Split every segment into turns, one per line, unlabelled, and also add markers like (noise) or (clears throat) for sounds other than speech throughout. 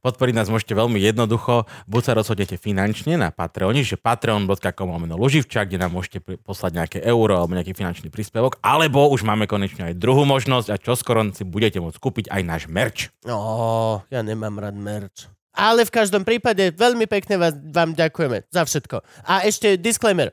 Podporiť nás môžete veľmi jednoducho, buď sa rozhodnete finančne na Patreon, že patreon.com lomeno Luživčák, kde nám môžete pri- poslať nejaké euro alebo nejaký finančný príspevok, alebo už máme konečne aj druhú možnosť a čoskoro si budete môcť kúpiť aj náš merch.
No, ja nemám rád merch. Ale v každom prípade veľmi pekne vás, vám ďakujeme za všetko. A ešte disclaimer.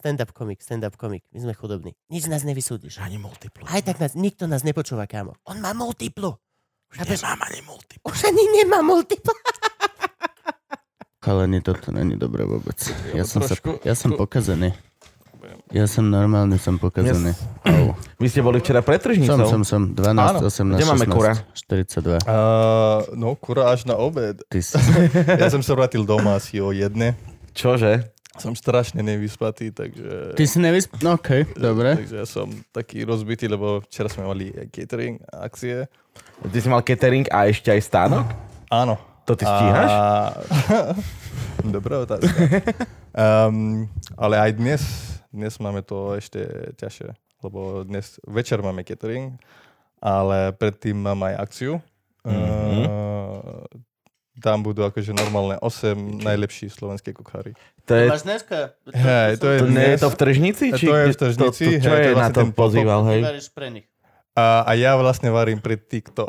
Stand-up komik, stand-up komik. My sme chudobní. Nič nás nevysúdiš.
Ani multiplu.
Aj tak nás, nikto nás nepočúva, kámo. On má multiplu.
Už nemám ani multiplu.
Už ani nemá (laughs) multiplu. Chalani, toto není dobré vôbec. Ja, som, sa, ja som pokazený. Ja som normálne som pokazený. Au.
Vy ste boli včera pred tržnicou.
Som, som, som. 12,
Áno.
18,
Kde máme kura?
42.
Uh, no, kurá až na obed.
Ty si... (laughs)
Ja som sa vrátil doma asi o jedne.
Čože?
Som strašne nevyspatý, takže...
Ty si nevysp... No okej, okay, dobre.
Takže ja som taký rozbitý, lebo včera sme mali catering akcie.
Ty si mal catering a ešte aj stánok?
Áno.
To ty stíhaš?
A... (laughs) Dobrá otázka. Um, ale aj dnes, dnes máme to ešte ťažšie, lebo dnes večer máme catering, ale predtým mám aj akciu.
Mhm.
Mm-hmm. Uh, tam budú akože normálne 8 najlepších slovenských kuchári.
To je,
Máš dneska?
Hej, to je
to nie je
dnes.
to v tržnici?
To
Či
je v
kde-
tržnici,
To, to, čo
hej, to
je
je
na
vlastne
tom
ten
pozýval, hej?
Varíš pre nich.
A, a ja vlastne varím pre týchto.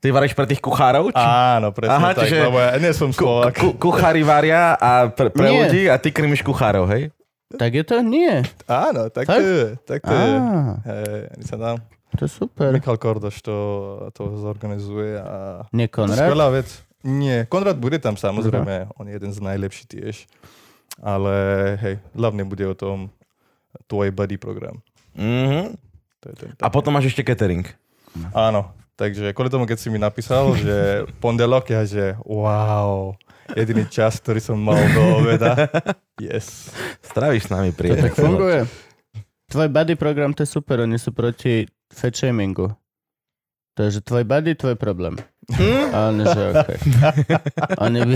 Ty varíš pre tých kuchárov? Či...
Áno, presne
Aha,
Aha, tak,
čiže-
lebo ja nie som
Ku,
Slovak.
ku, kuchári varia a pre, pre
Nie.
ľudí a ty krmiš kuchárov, hej?
Tak je to? Nie.
Áno, tak,
Tak?
to je, tak to je.
Á,
Hej, ani sa dám.
to je super.
Michal Kordoš to, to zorganizuje a
Nie Konrad?
skvelá vec. Nie, Konrad bude tam samozrejme, on je jeden z najlepších tiež. Ale hej, hlavne bude o tom tvoj buddy program.
Mhm.
To je ten,
A potom máš ešte catering.
Áno, takže kvôli tomu, keď si mi napísal, (laughs) že pondelok, ja že wow, jediný čas, ktorý som mal do obeda. Yes.
Stráviš s nami príjemný. (laughs)
Tak funguje. Tvoj buddy program to je super, oni sú proti fat shamingu. To je, že tvoj buddy, tvoj problém.
Hm?
A oni, že
(laughs)
OK. Oni by...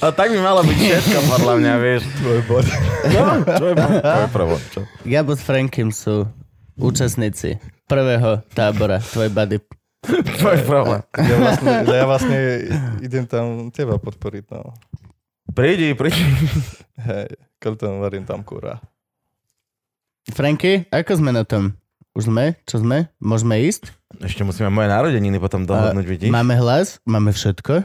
A tak by malo byť všetko, podľa mňa, vieš.
Tvoj bod.
No, čo je, čo je problém? Čo?
Gabo s Frankim sú účastníci prvého tábora, tvoj buddy.
čo je problém?
Ja vlastne, ja vlastne idem tam teba podporiť, no.
Prídi, prídi.
Hej, kvôli tomu varím tam kúra.
Franky, ako sme na tom? Už sme? Čo sme? Môžeme ísť?
Ešte musíme moje narodeniny potom dohodnúť,
A
vidíš?
Máme hlas? Máme všetko?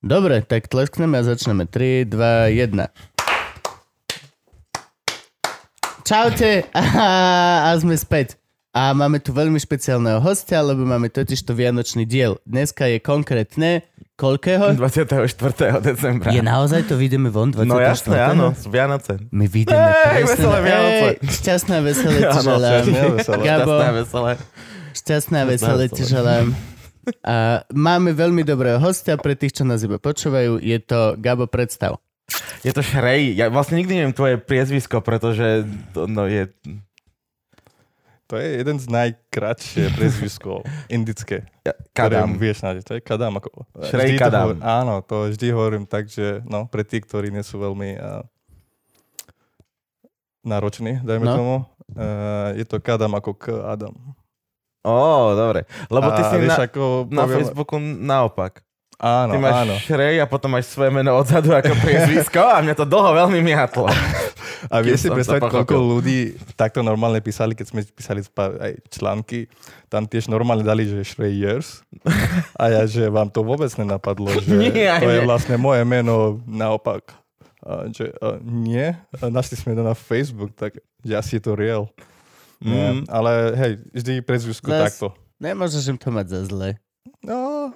Dobre, tak tleskneme a začneme. 3, 2, 1. Čaute (laughs) a, a sme späť. A máme tu veľmi špeciálneho hostia, lebo máme totiž to vianočný diel. Dneska je konkrétne koľkého?
24. decembra.
Je naozaj to vidíme von 24.
No jasné, áno, z Vianoce.
My vidíme
Hej,
presne-
veselé Vianoce.
Hej, šťastné veselé ti
Áno,
želám.
šťastné veselé.
Gabo,
Šťastné, veselé.
Šťastná veselé ti želám. A máme veľmi dobrého hostia, pre tých, čo nás iba počúvajú, je to Gabo Predstav.
Je to Šrej. Ja vlastne nikdy neviem tvoje priezvisko, pretože to, no, je... (laughs)
To je jeden z najkratšie prezviskov indické,
ja-
ktoré
Kadam.
vieš nájsť. To je Kadam. Ako,
Šrej
vždy to
Kadam.
hovorím- áno, to vždy hovorím tak, že no, pre tí, ktorí nie sú veľmi uh, nároční, dajme
No.
no. tomu, uh, je to Kadam ako K Adam.
Ó, dobre. Lebo ty
a
si
vieš,
na,
ako
na
poviem-
Facebooku naopak.
Áno,
Ty máš
áno.
Šrej a potom máš svoje meno odzadu ako priezvisko a mňa to dlho veľmi (laughs) miatlo.
A vieš
Kým
si
som to
predstaviť, koľko
pochopil.
ľudí takto normálne písali, keď sme písali spa- aj články, tam tiež normálne dali, že Shreyers. A ja, že vám to vôbec nenapadlo,
(laughs)
že
Nie, aj
to je
ne.
vlastne moje meno naopak. A, že a, nie, a našli sme to na Facebook, tak že asi je to real. Mm. Ale hej, vždy predzvisku
Zas.
takto.
Nemôžeš im to mať za zle.
No,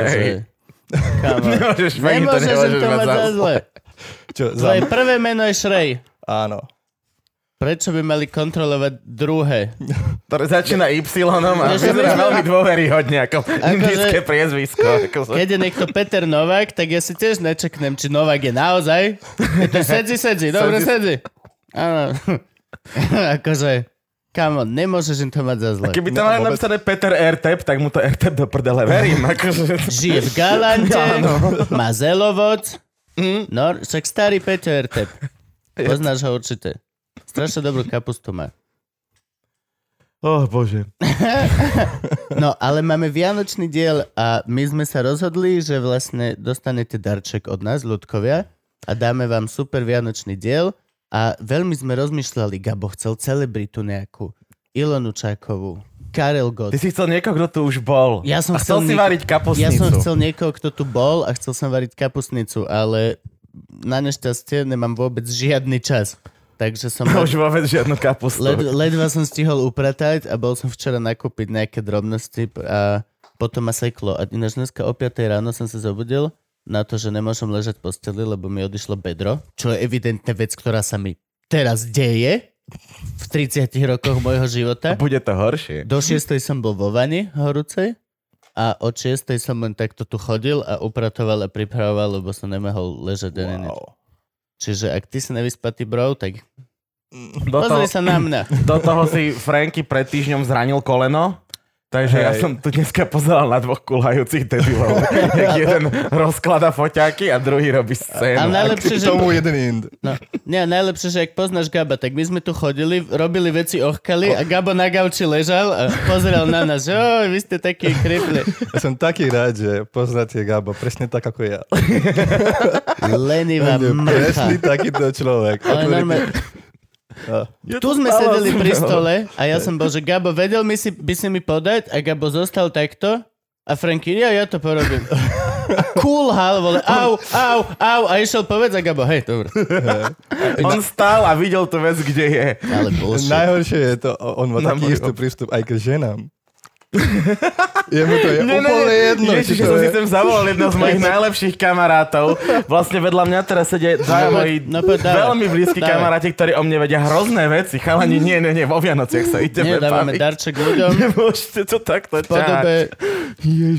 Hej.
Nemôžeš, (laughs) fakt, to
Nemôžeš im
nemôžeš
to
mať
mať
za
za zle.
čo, za,
Tvoje prvé meno je Šrej.
Áno.
Prečo by mali kontrolovať druhé?
No. Ktoré začína Y a
Ja, že my
vyzerá
sme-
veľmi dôveryhodne ako indické
že-
priezvisko. Ako...
Keď je niekto Peter Novák, tak ja si tiež nečeknem, či Novák je naozaj. Je to sedzi,
(laughs)
sedzi, dobre sedzi. Áno. (laughs) akože, come on, nemôžeš im to mať za zle.
Keby tam
No,
mali
vôbec.
napísané Peter AirTap, tak mu to AirTap do prdele
(laughs)
verím. Akože...
Žije v Galante, má zelovod, no, však starý Peťo Ertep. Poznáš ho určite. Strašne dobrú kapustu má.
Oh bože.
(laughs) No, ale máme vianočný diel a my sme sa rozhodli, že vlastne dostanete darček od nás, ľudkovia, a dáme vám super vianočný diel. A veľmi sme rozmýšľali, Gabo chcel celebritu nejakú, Ilonu Čakovú, Karel
Ty
Gott.
si chcel niekoho, kto tu už bol.
Ja som
a
chcel
chcel si
nieko-
variť kapustnicu.
Ja som chcel niekoho, kto tu bol a chcel som variť kapusnicu, ale na nešťastie nemám vôbec žiadny čas. Takže
(laughs)
som...
Už vôbec žiadnu kapustu.
Led, ledva som stihol upratať a bol som včera nakúpiť nejaké drobnosti a potom ma seklo. A ináč dneska o 5 ráno som sa zobudil na to, že nemôžem ležať v posteli, lebo mi odišlo bedro, čo je evidentne vec, ktorá sa mi teraz deje v 30 rokoch môjho života.
Bude to horšie.
Do 6 som bol vo vani horúcej a od 6 som len takto tu chodil a upratoval a pripravoval, lebo som nemohol ležať wow. ani nič.
Wow.
Čiže ak ty si nevyspatý bro, tak
Do toho,
pozri sa na mňa.
do toho si Franky pred týždňom zranil koleno. Takže ja
Hej.
som tu dneska pozeral na dvoch
(laughs)
kulhajúcich debilov. Jak jeden rozklada foťáky a druhý robí
A
scénu.
najlepšie,
K
že...
tomu jeden ind.
No, nie, najlepšie, že ak poznáš Gaba, tak my sme tu chodili, robili veci, ochkali a Gabo na gauči ležal a pozeral na nás, že "Oj, vy ste takí kripli.
Ja som taký rád, že poznáte Gabo, presne tak ako ja.
Lenivá
Presne
mrcha.
takýto človek.
Ale normálne, tu sme sedeli pri stole a ja som bol, že Gabo, vedel mi si, by si mi podať a Gabo zostal takto a Franky, ja, ja to (laughs) porobím. Kulhal, vole, au, au, au a išiel povedz a Gabo, hej, dobre.
On stál a videl tú vec, kde je.
Ale bullshit.
Najhoršie je to, on má
Na
taký
mojom.
istý prístup aj k ženám. (laughs) Jemu to je
Ne, ne,
úplne
ne.
jedno.
Ježiš,
či to
som si
je-
sem zavolal jedného z mojich najlepších kamarátov. Vlastne vedľa mňa teraz sedia
No,
dva moji
no, poď, dávaj.
veľmi blízki
Dávaj.
kamaráti, ktorí o mne vedia hrozné veci. Chalani, nie, nie, nie, vo Vianociach sa ideme
Nedávame
baviť.
darček ľuďom.
(laughs) Nemôžete to takto ťahať.
podobe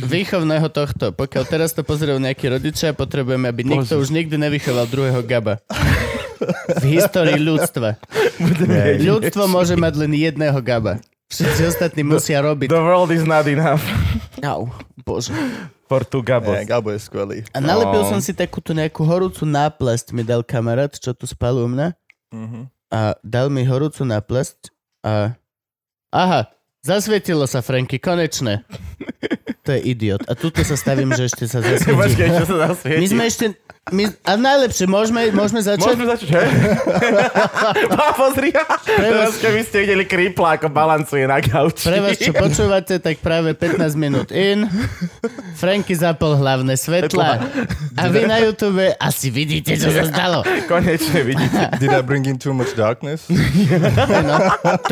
výchovného tohto. Pokiaľ teraz to pozerajú nejakí rodičia, potrebujeme, aby nikto už nikdy nevychoval druhého Gaba. V histórii ľudstva. Ľudstvo môže mať len jedného Gaba. Všetci ostatní musia robiť.
The world is not enough
Au, bože.
for two gabos.
Ne, Gabo je skvelý.
A nalepil
No.
som si takúto nejakú horúcu náplasť, mi dal kamarát, čo tu spal u mňa.
Mhm.
A dal mi horúcu náplasť a... Aha, zasvietilo sa, Franky, konečne. (laughs) To je idiot. A tuto sa stavím, že ešte sa zasvietí.
Počkaj, čo sa zasvieti.
My sme ešte... My, a najlepšie, môžeme, môžeme
Môžeme
začať?
začať, hej? Á, pozri, teraz keby ste videli kripla, ako balancuje na gauči.
Pre vás, čo počúvate, tak práve 15 minút in. Franky zapol hlavné svetla. A vy na YouTube asi vidíte, čo sa stalo.
Konečne vidíte.
Did I bring in too much darkness?
No,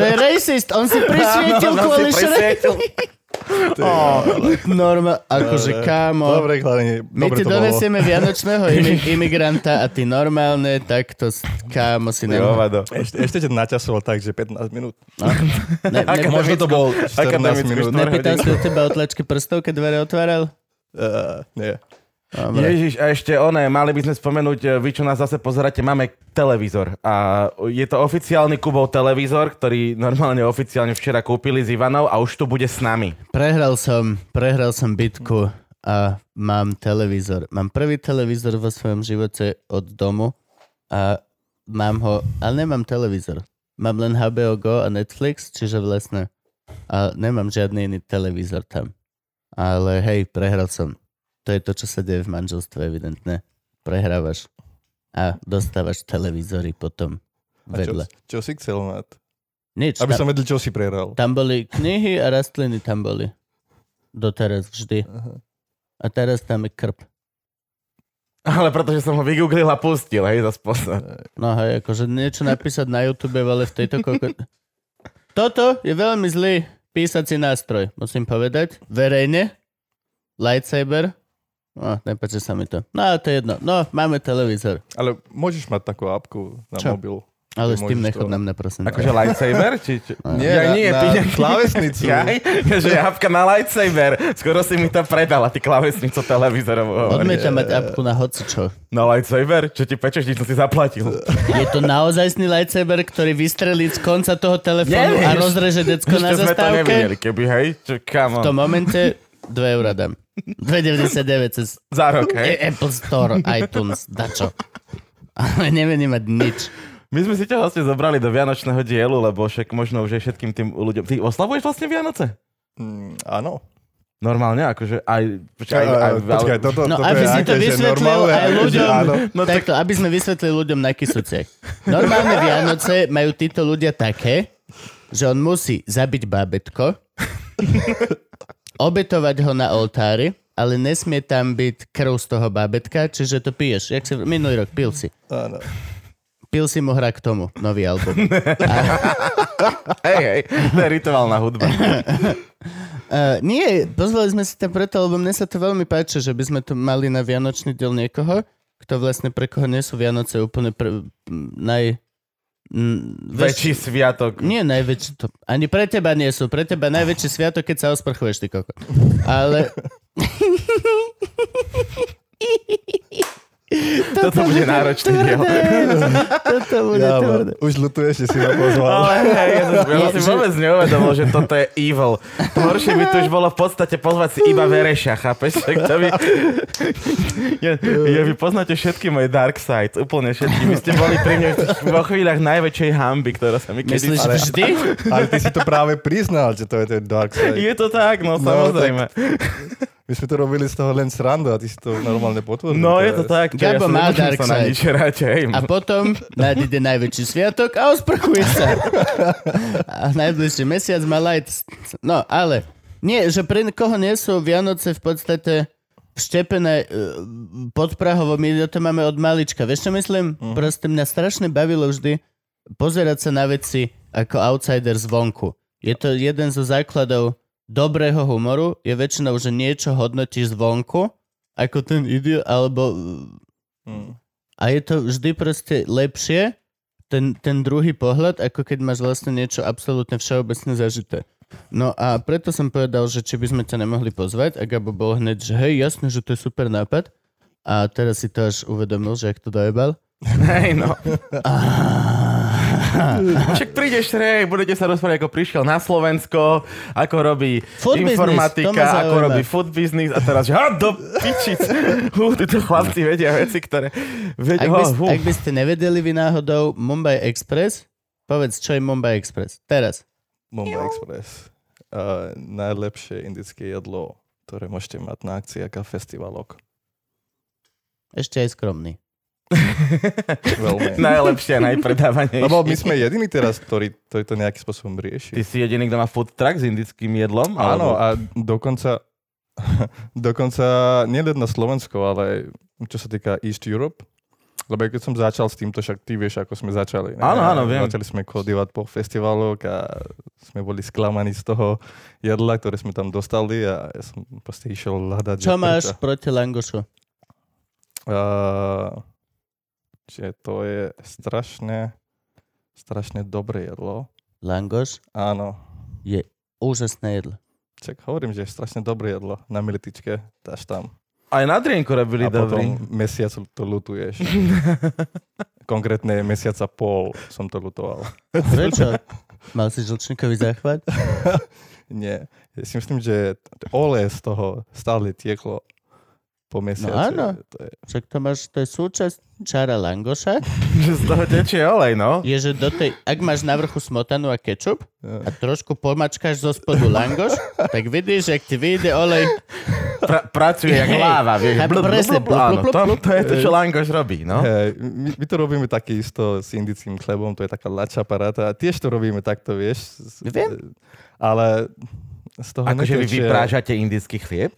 to je racist, on si prisvietil
Áno,
kvôli
si
šre...
presvietil.
Norma, akože kámo.
Dobre, chalani,
My
dobre
ti
to bolo.
donesieme vianočného imi- imigranta a ty normálne takto s- kámo si
Ty
nemohol.
hovado.
Ešte, ešte ťa naťasoval tak, že 15 minút.
Ne, ne,
Možno to bol 14
akademickú
minút.
štvrť.
nepýtal si od teba otlačky prstov, keď dvere otváral?
Eh, nie.
Dobre.
Ježiš, a ešte oné, mali by sme spomenúť, e, vy čo nás zase pozeráte, máme televízor. A je to oficiálny Kubov televízor, ktorý normálne oficiálne včera kúpili z Ivanov a už tu bude s nami. (laughs)
Prehral som, prehral som bitku a mám televízor. Mám prvý televízor vo svojom živote od domu a mám ho, ale nemám televízor. Mám len HBO Go a Netflix, čiže vlastne a nemám žiadny iný televízor tam. Ale hej, prehral som. To je to, čo sa deje v manželstve, evidentne. Prehrávaš a dostávaš televízory potom
A čo,
vedľa.
čo si chcel mať?
Nič.
Aby
tam-
som vedel, čo si prehral.
tam boli knihy a rastliny tam boli. Doteraz vždy.
Aha.
A teraz tam je krp.
Ale pretože som ho vygooglil a pustil, hej, za spôsob.
No hej, akože niečo napísať na YouTube, ale v tejto
(laughs)
koko... Toto je veľmi zlý písací nástroj, musím povedať. Verejne. Lightsaber. No, nepáči sa mi to. No, ale to je jedno. No, máme televízor.
Ale môžeš mať takú apku na
Čo?
mobil.
Ale s tým
Môžeš
nechod
to-
na mňa, prosím.
Akože lightsaber? Či, či...
Nie, ja, na, nie, na klávesnicu.
Jaj, (laughs) že javka na lightsaber. Skoro si mi to predala, ty klávesnicu televízorovú. hovoríš.
Odmietam mať apku na hocičo.
Na lightsaber? Čo ti pečeš, nič som si zaplatil.
Je to naozajstný lightsaber, ktorý vystrelí z konca toho telefónu a
Nevieš.
rozreže decko na
Ešte sme to nevideli,
zastávke.
keby, hej? Čo,
V
kamo.
tom momente 2 eurá dám. 2,99 cez
Za rok, hej?
e- Apple Store, iTunes, dačo. Ale nemením mať nič.
My sme si ťa vlastne zobrali do Vianočného dielu, lebo však možno už aj všetkým tým ľuďom... Ty oslavuješ vlastne Vianoce?
Mm, áno.
Normálne, akože aj... Počkaj, aj, aj, aj
Počkaj, toto,
No,
toto
aby
je
si to
aké, že
vysvetlil
normálne,
aj
aké, že
ľuďom.
Áno.
No, Takto, aby sme vysvetlili ľuďom na kysuciach. Normálne Vianoce majú títo ľudia také, že on musí zabiť bábetko, obetovať ho na oltári, ale nesmie tam byť krv z toho bábetka, čiže to piješ. Jak si, minulý rok pil si.
áno.
Pil si mu hra k tomu, nový album.
Hej, hej, to je rituálna hudba.
Uh, nie, pozvali sme si tam preto, lebo mne sa to veľmi páči, že by sme tu mali na Vianočný diel niekoho, kto vlastne pre koho nie sú Vianoce úplne pre, m, naj... m, (laughs) vieš-
Väčší sviatok.
Nie, najväčší to... Ani pre teba nie sú. Pre teba najväčší sviatok, keď sa osprchuješ, ty koko. Ale...
Toto bude náročný diel.
Toto bude
Ja,
tvrdé.
man, už ľutuješ, že si ma pozval.
Ale hej, ja som ja som si
že-
vôbec neuvedomil, že toto je evil. To horšie by to už bolo v podstate pozvať si iba Vereša, chápeš? Tak to by... Ja, ja, vy poznáte všetky moje dark sides, úplne všetky. Vy ste boli pri mne vo chvíľach najväčšej hamby, ktorá sa mi kedy...
Myslíš
Ale-
vždy?
Ale ty si to práve priznal, že to je ten dark side.
Je to tak,
No,
no, samozrejme.
My sme to robili z toho len srandu a ty si to normálne potvrdil.
No, je to
teraz.
tak. čo,
Gabo
ja sa
má
nemôžem
dark
sa na
side.
nič hrať, hej.
A potom nájde najväčší sviatok a osprchuje sa. A najbližší mesiac má light. No, ale... Nie, že pre koho nie sú Vianoce v podstate vštepené eh, pod Prahovo, my to máme od malička. Vieš, čo myslím? Mm. Proste mňa strašne bavilo vždy pozerať sa na veci ako outsider zvonku. Je to jeden zo základov dobrého humoru, je väčšinou, že niečo hodnotíš zvonku, ako ten idiot, alebo
Mm.
a je to vždy proste lepšie, ten, ten druhý pohľad, ako keď máš vlastne niečo absolútne všeobecne zažité. No a preto som povedal, že či by sme ťa nemohli pozvať a Gabo bol hneď, že hej, jasne, že to je super nápad. A teraz si to až uvedomil, že ak to dojebal.
Hej, no. (laughs) Však prídeš rej, budete sa rozprávať, ako prišiel na Slovensko, ako robí
Food business, to ma
informatika,
zaujíma.
ako robí food business a teraz, že ha, do pičic. Hú, títo chlapci vedia veci, ktoré...
Ak
Vedia,
by,
hú,
ak by ste nevedeli vy náhodou Mumbai Express, povedz, čo je Mumbai Express. Teraz.
Mumbai Express. Uh, najlepšie indické jedlo, ktoré môžete mať na akciách a festivaloch.
Ešte aj skromný.
Veľmi.
(laughs) najlepšie a najpredávanejšie.
Lebo my sme jediní teraz, ktorí, ktorí to nejakým spôsobom rieši.
Ty si jediný, kto má food truck s indickým jedlom?
Áno,
alebo-
a dokonca, (laughs) dokonca nielen na Slovensku, ale čo sa týka East Europe, lebo keď som začal s týmto, však ty vieš, ako sme začali. Ne?
Áno, áno, viem.
Začali sme chodívať po festivaloch a sme boli sklamaní z toho jedla, ktoré sme tam dostali a ja som proste išiel hľadať. že
Čo máš
prečo.
proti langošu?
Uh, že to je strašne, strašne dobré jedlo.
Langoš
Áno.
je úžasné jedlo.
Čak hovorím, že je strašne dobré jedlo na militičke, dáš tam.
Aj na drienku
A
robili dobrý.
potom mesiac to
(laughs)
lutuješ. Konkrétne mesiac a pol som to lutoval.
Prečo? Mal si žlčníkový záchvat?
Nie. Ja si myslím, že t- ole z toho stále tieklo po mesiaci.
áno.
No,
To je,
Však to máš, to je súčasť čara langoša,
(laughs) Že z toho tečie olej, no.
je, že do tej, ak máš na vrchu smotanu a kečup
No.
a trošku pomačkáš zo spodu langoš, tak vidíš, ak ti vyjde olej.
Pra, pracuje
(laughs)
jak
Hej.
láva, vieš.
A
Blub, blub,
presne,
blub,
blub,
áno,
blub,
to,
blub.
to je to, čo Langoš robí, no.
hej, my, my, to robíme také isto s indickým chlebom, to je taká lača paráta. A tiež to robíme takto, vieš. S-
Viem.
Ale z toho
Akože vy
netečie-
vyprážate indický chlieb?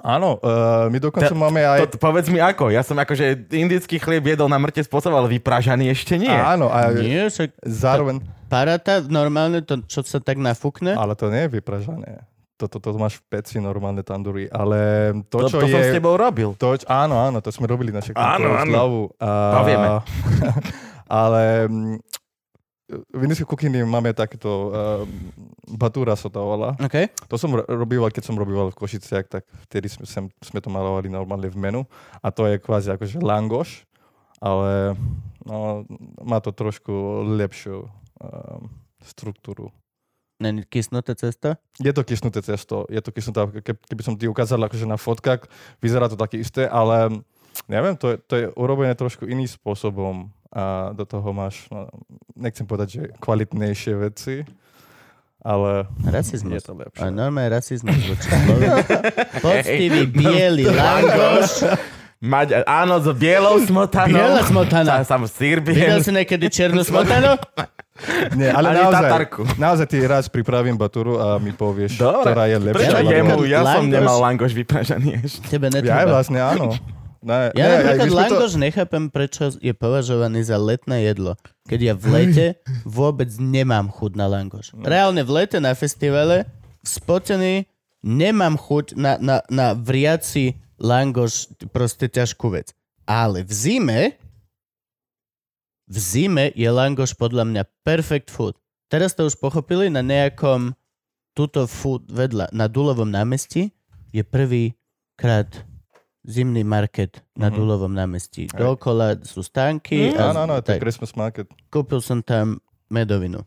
Áno, uh, my dokonca
Ta-
máme aj...
To, to, povedz mi ako, ja som akože indický chlieb jedol na mŕte spôsob, ale vyprážaný ešte nie.
Áno, a
Nie, však
zároveň...
parata, normálne to, čo sa tak nafúkne.
Ale to nie je vypražané. Toto to, to máš v peci normálne tandoori, ale to,
To,
čo
to, to
je...
som s tebou robil.
To, čo- áno, áno, to sme robili na všetkú
Áno, áno.
slavu. A,
To vieme.
(laughs) ale mm, v indickej kuchyni máme takéto um, batúra sa to volá.
OK.
To som ro- robíval, keď som robíval v Košiciach, tak vtedy sme, sem, sme to malovali normálne v menu. A to je kvázi akože langoš, ale no, má to trošku lepšiu um, struktúru.
Není kysnuté cesto?
Je to kysnuté cesto, je to kysnuté, ke- keby som ti ukázal akože na fotkách, vyzerá to také isté, ale neviem, to je, to je urobené trošku iným spôsobom a do toho máš, no, nechcem povedať, že kvalitnejšie veci, ale je
Rasizmus.
to lepšie.
A normálne rasizmus voči človeku.
(laughs)
Poctivý biely langoš.
Mať, áno, s bielou smotanou.
Biela smotana.
Sa, sam sírbien. (laughs)
Videl si niekedy černú smotanu?
Nie, ale
Ani
naozaj,
tatarku.
naozaj ti raz pripravím baturu a mi povieš,
Dobre.
ktorá je lepšia.
Prečo
Ja-
lebo-
jemu? Ja som
Langoš-
nemal langoš vypražaný ešte.
Tebe
Ja aj
netreba.
vlastne áno.
Ja
Ne, ne,
napríklad
my sme to-
langoš nechápem, prečo je považovaný za letné jedlo. Keď ja v lete vôbec nemám chuť na langoš.
No.
Reálne v lete na festivale, spotený, nemám chuť na, na, na vriaci langoš, proste ťažkú vec. Ale v zime, v zime je langoš podľa mňa perfect food. Teraz to už pochopili na nejakom tuto food vedľa, na Dulovom námestí je prvý krát zimný market na
Mhm.
Dulovom námestí. Dokola sú stánky.
Áno, áno, to
tak,
je Christmas market.
kúpil som tam medovinu.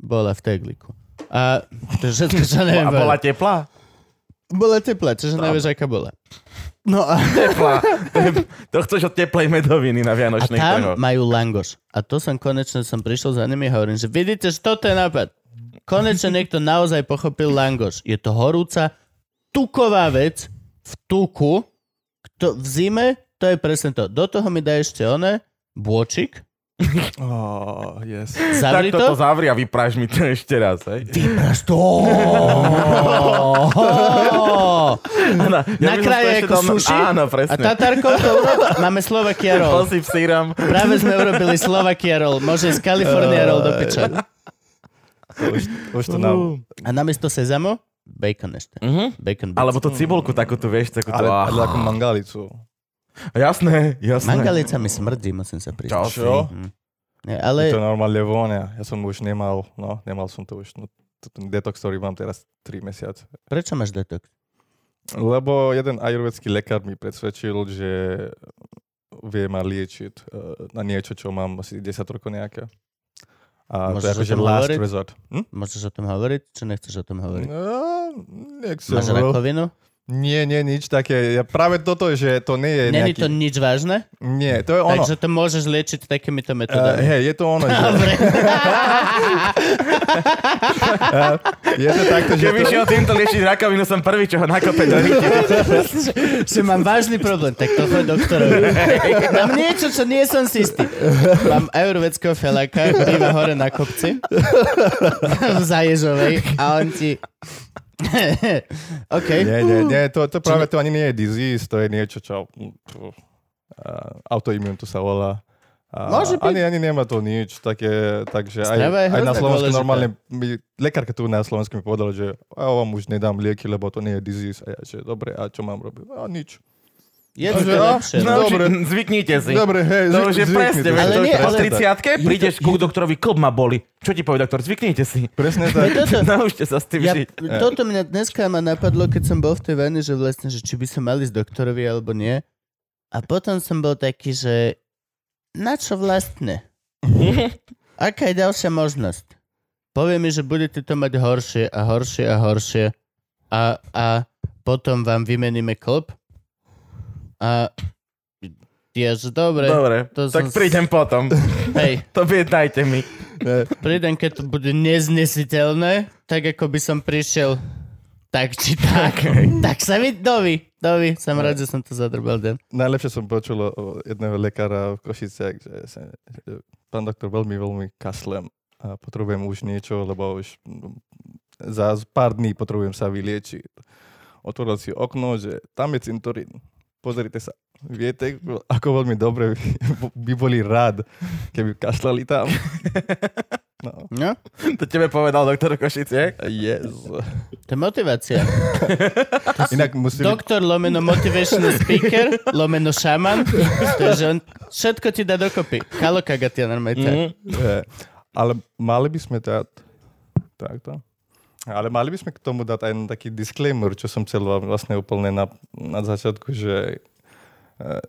Bola v tegliku. A (laughs) to je všetko, čo neviem.
A bola
povedať.
teplá?
bola teplá, čiže nevieš, aká bola. No a,
Teplá. To je- To chceš od teplej medoviny
a
na Vianočných trhoch.
tam majú langoš. A to som konečne som prišiel za nimi a hovorím, že vidíte, že toto je nápad. Konečne niekto naozaj pochopil langoš. Je to horúca, tuková vec v tuku, kto v zime, to je presne to. Do toho mi dá ešte one, bôčik,
Oh, yes.
zavri
tak toto
to,
zavri a vypráž mi to ešte raz. Hej.
Vypraš to! Oh!
Áno,
Na
by som to
kraje
ešte
ako
dal na-
sushi?
Áno,
A
presne.
Tatarkov to urobil. Máme Slovakia roll.
Posyp sírom.
Práve sme urobili Slovakia roll. Môže z Kalifornia roll do
(laughs)
piča.
Už, už to
No.
nám...
A namiesto sezamu? Bacon ešte.
Mhm.
Bacon bits.
Alebo tú cibulku takú tu, vieš, takú tu.
Ale, ale
ah.
ako mangalicu.
Jasné, jasné.
Mangalica mi smrdí, musím sa priznať.
Čo?
Mhm. Nie,
Je to
ale
normálne vonia. Ja som už nemal, no, nemal som to už. No, to, ten detox, ktorý mám teraz 3 mesiace.
prečo máš detox?
Lebo jeden ajurvedský lekár mi presvedčil, že vie ma liečiť eh, na niečo, čo mám asi 10 rokov nejaké. A
Môžeš
to je
o
akože
tom
last
hovoriť?
resort. Hm?
Môžeš o tom hovoriť, či nechceš o tom hovoriť?
No, nechcem.
Máš
bro.
rakovinu?
Nie, nie, nič také. Ja práve toto, že to nie je
Není
nejaký...
to nič vážne,
Nie, to je ono.
takže to môžeš liečiť takýmito
Uh, (laughs)
metodami.
hej, je to ono. Že... Eh, je to takto, že
Keby
to...
šiel týmto liečiť rakovinu, som prvý, čo ho nakope
(laughs)
do ryti.
že mám vážny problém, tak to choď
(laughs)
doktorovi. mám niečo, čo nie som si istý. Mám ajurvedského felaka, býva hore na kopci (laughs) v Zaježovej a on ti... (laughs) OK.
Nie, nie, nie, to, to práve to ani nie je disease, to je niečo, čo... Uh, autoimmune to sa volá. A
Môže byť.
ani, ani nemá to nič, také, takže aj,
Strava je
aj na
hrozne
Slovensku
dôležitá.
normálne, mi, lekárka tu na Slovensku mi povedala, že ja vám už nedám lieky, lebo to nie je disease. A ja, že dobre, a čo mám robiť? A nič.
Je to
Takže,
to
á,
lepšie. no.
Dobre.
Zvyknite si.
Dobre, hej,
To už je
zvykni
presne, vieš,
Ale
to už
nie,
po
ale-
30
to-
prídeš ku doktorovi, klb ma boli. Čo ti povie doktor? Zvyknite
(laughs)
si.
Presne tak.
Toto,
Naučte sa s tým
ja,
žiť.
toto mňa dneska ma napadlo, keď som bol v tej vene, že vlastne, že či by som mal ísť doktorovi alebo nie. A potom som bol taký, že na čo vlastne? (laughs) Aká je ďalšia možnosť? Povie mi, že budete to mať horšie a horšie a horšie a, a potom vám vymeníme klop. A ja, že dobre,
Dobre,
to som
tak
s-
prídem potom.
hej,
To objednajte mi.
prídem, keď to bude neznesiteľné, tak ako by som prišiel tak či
(laughs)
tak. Tak sa mi dovi, dovi. Som rád, že som to zadrbal den.
Najlepšie som počul o jedného lekára v Košiciach, že, sa, že pán doktor veľmi, veľmi kaslem a potrebujem už niečo, lebo už mm, za pár dní potrebujem sa vyliečiť. Otvoril si okno, že tam je cintorín. Pozrite sa. Viete, ako veľmi dobre by boli rád, keby kašlali tam. No.
No,
To tebe povedal doktor Košiciek.
Yes.
to je
(laughs)
motivácia.
Inak musím...
Doktor lomeno motivational
(laughs)
speaker lomeno
Mm-hmm.
šaman. To je, že on všetko ti dá dokopy. Kalokaga ti normálne.
Eh, Ale mali by sme dať... Takto. Ale mali by sme k tomu dať aj jeden taký disclaimer, čo som chcel vám vlastne úplne na, na začiatku, že eh,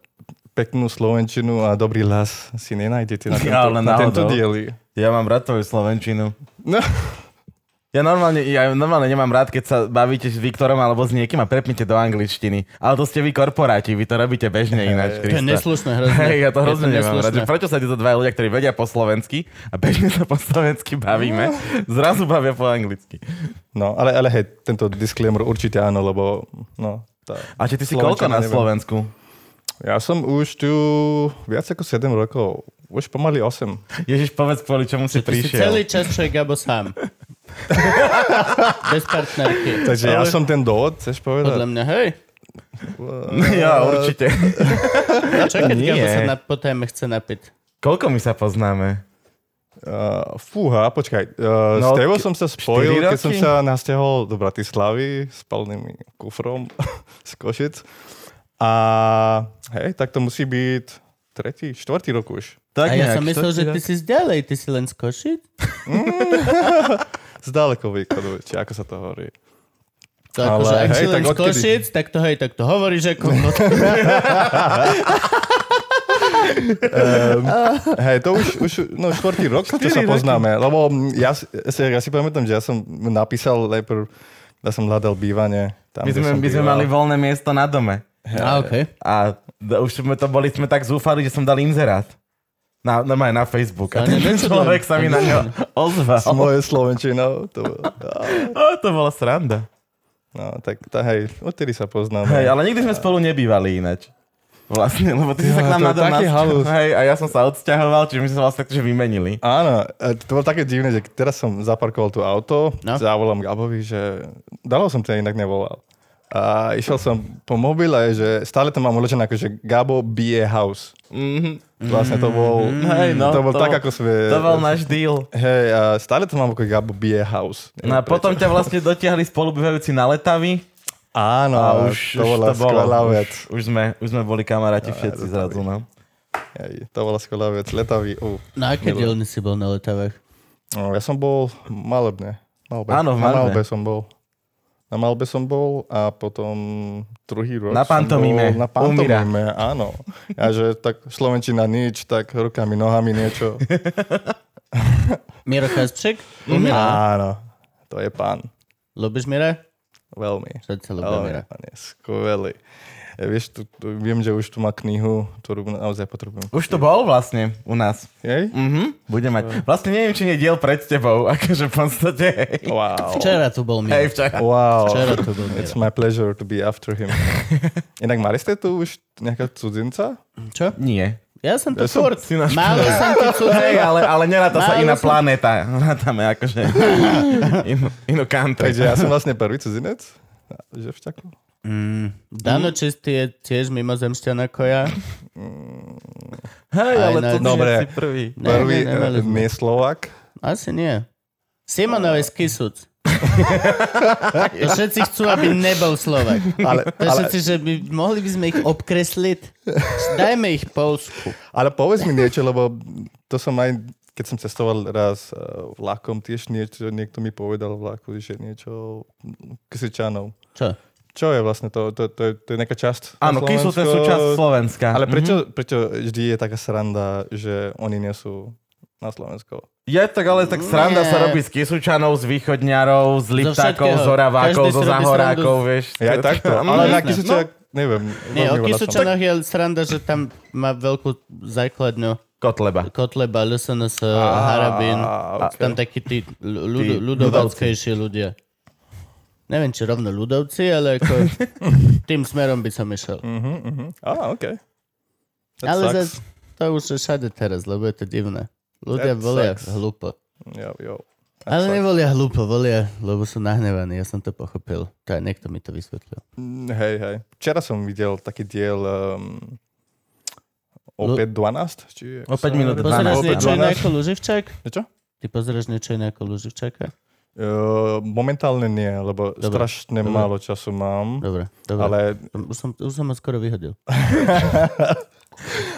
peknú Slovenčinu a dobrý hlas si nenájdete
(laughs)
na tento,
Ja, ale
na tento
náhodou.
dieli.
Ja mám rád tvoju Slovenčinu.
No.
Ja normálne, ja normálne nemám rád, keď sa bavíte s Viktorom alebo s niekým a prepnite do angličtiny. Ale to ste vy korporáti, vy to robíte bežne ináč,
To je
Krista.
neslušné hrozne.
(laughs) Hej, ja to hrozne
Je
nemám rád. že Prečo sa títo dva ľudia, ktorí vedia po slovensky a bežne sa po slovensky bavíme,
(laughs)
zrazu bavia po anglicky.
no, ale, ale hej, tento disclaimer určite áno, lebo no, tá.
A či ty si koľko
Slovenčana
na
neviem.
Slovensku?
Ja som už tu viac ako 7 rokov. Už pomaly 8.
Ježiš, povedz kvôli čomu
Ty
si
si
prišiel.
celý čas, čo je Gabo sám. Bez partnerky.
Takže ja som ten dôvod, chceš
Podľa
povedať?
mňa, hej.
(laughs) Ja, určite.
Čo keď No,
Nie.
Gabo sa na, po téme chce napiť?
Koľko my sa poznáme?
Uh, fúha, počkaj. Uh, s
No,
tebou
ke-
som sa spojil,
štyri
keď som
roky?
sa nasťahol do Bratislavy s plným kufrom (laughs) z Košic. A hej, tak to musí byť tretí, štvrtý rok už.
A
Tak
ja
nejak,
som myslel,
čo
že
ti
ty
dá?
si z ďalej, ty si len z Košic.
Z ďaleko východu, či ako sa to
(laughs)
hovorí.
To akože,
Ale
ak si
hej,
len
tak
z
odkedy?
Košic, tak to hej, tak to hovoríš
(laughs)
ako... No,
Hej, to už, už no, štvrtý rok, čo sa poznáme. Lebo mm, ja, si- ja, si- ja si pamätám, že ja som napísal najprv, ja som hľadal bývanie. Tam,
My
kde
sme,
som
my sme
býval.
mali voľné miesto na dome.
a okej.
A d- už sme to boli, sme tak zúfali, že som dal inzerát. Na, na, na Facebook. A
To je
ten
nečudujem.
človek sa mi na ňo ozval.
S mojou slovenčinou. To, bolo-
O, to bola sranda.
no, tak tá, hej, odtedy sa poznáme.
Hej, ale nikdy sme spolu nebývali inač. Vlastne, lebo ty si
Ja,
sa k nám
to je
na dom
taký halus.
nasťahoval, Hej, a ja som sa odsťahoval, čiže my sme sa vlastne akože vymenili.
Áno, e, to bolo také divné, že teraz som zaparkoval tu auto,
No.
no. zavolám Gabovi, že dalo som ťa inak nevolal. A išiel som po mobile, že stále to mám uložené ako, že Gabo bije house.
Mhm.
Vlastne to bol,
Hej, no,
to bol
to
tak,
bol-
ako sme...
To bol náš deal.
Hej, a stále to mám ako Gabo bije house. Neviem
No a
prečo.
potom ťa vlastne dotiahli spolubývajúci na letavy
Áno,
a
a
už
to
už
bola
to bolo.
skvelá
Už-
vec.
Už sme, už sme boli kamaráti všetci zrazu, no.
Hej, to bola skvelá vec. Letavý, uh.
Na aké dielni si bol na letavách?
No, ja som bol v malebne. malbe.
Áno, v
Na
Malbe.
malbe som bol. Na malbe som bol a potom druhý rok
Na
som
pantomime.
Bol na
Umíra.
pantomime, áno. A že tak Slovenčina nič, tak rukami, nohami
(laughs)
niečo.
Miro Kaspček?
Mhm.
Umira.
áno, to je pán.
Ľubíš Mira?
Veľmi.
Všetci ľubia
Veľmi,
Mira.
pán je skvelý. E, Vieš, tu, tu, viem, že už tu má knihu, ktorú naozaj potrebujem.
Už to bol vlastne u nás.
Jej?
Mhm, bude mať. Vlastne neviem, či nie je diel pred tebou, (laughs) akože v podstate. hej.
Wow.
Včera tu bol Miro.
Hej, včera.
Wow.
Včera tu bol
It's
Miro.
my pleasure to be after
(laughs)
him. Inak mali ste tu už nejaká cudzinca?
Čo?
Nie.
Ja som tu
Ja som
furt.
si náš- (laughs)
Málo som tu cudzej.
Hej, ale, ale neráta sa
Málo
iná
som-
planéta. Rátame akože
(laughs)
inú, inú country.
Takže ja som vlastne prvý cudzinec. Že vťaku.
Dano Čistý je tiež mimozemšťan ako ja.
Hej,
Aj
ale
na-
to
Dobre.
nie si prvý.
Ne,
Prvý
ne, nemali
eh,
sme.
nie Slovak.
Asi nie. Simonov je z
(laughs)
Kisúc. to všetci chcú, aby nebol Slovak.
Ale,
To
ale,
všetci, že by, mohli by sme ich obkresliť. Dajme ich Polsku.
ale povedz mi niečo, lebo to som aj keď som cestoval raz eh, vlakom, tiež niečo, niekto mi povedal vlaku, že niečo kysičanov.
Čo?
Čo je vlastne to? To, to, je, to je nejaká časť na
Áno, Kisúce sú
Slovensku?
časť Slovenska.
Ale
Mhm.
prečo, prečo vždy je taká sranda, že oni nie sú na Slovensku?
Je tak, ale tak sranda
Nie.
sa robí z Kisučanov, z Východňarov, z Liptákov,
všetkého.
z Oravákov,
Každý si
zo
robí
Zahorákov,
srandu z-
vieš.
Ja aj takto, ale na Kisučiak, neviem.
No. Nie, o
veľmi veľa som-
Kisúčanoch je sranda, že tam má veľkú základňu
Kotleba.
Kotleba, LSNS, Harabín.
Á,
Tam
okay.
takí tí ľud- ľudovackejší ľudia. Neviem, či rovno ľudovci, ale
(laughs)
ako tým smerom by som išiel.
Mm-hmm, Á, okay. That
Ale
sucks.
zas, to už je všade teraz, lebo je to divné. Ľudia
That
volia
sucks.
hlúpo.
Jo, jo. That
Ale
sucks.
nevolia hlúpo, volia, lebo sú nahnevaní. Ja som to pochopil. To aj niekto mi to vysvetlil.
Mm, Hej, hej. Včera som videl taký diel um, opäť 12? Či ako
O
sa
5 minút
hovorí?
Pozeráš
12.
niečo
Opäť
iné
12?
ako Luživčák?
Čo?
Ty pozeráš niečo iné ako Luživčáka?
Uh, momentálne nie, lebo
Dobre.
strašne
Dobre.
málo času mám.
Dobre, dobre.
Ale
Už som, už som ho skoro vyhodil.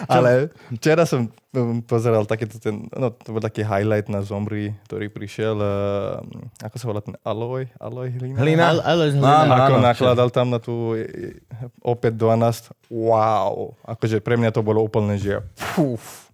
Ale včera som um, pozeral takýto ten, no to bol taký highlight na Zombri, ktorý prišiel, uh, ako sa volá ten Aloj, Aloj Hlina?
Hlina.
Ale, ale
Áno,
Ako
áno,
nakladal tam na tú e, e, opäť 12, wow. Akože pre mňa to bolo úplne, že fúf.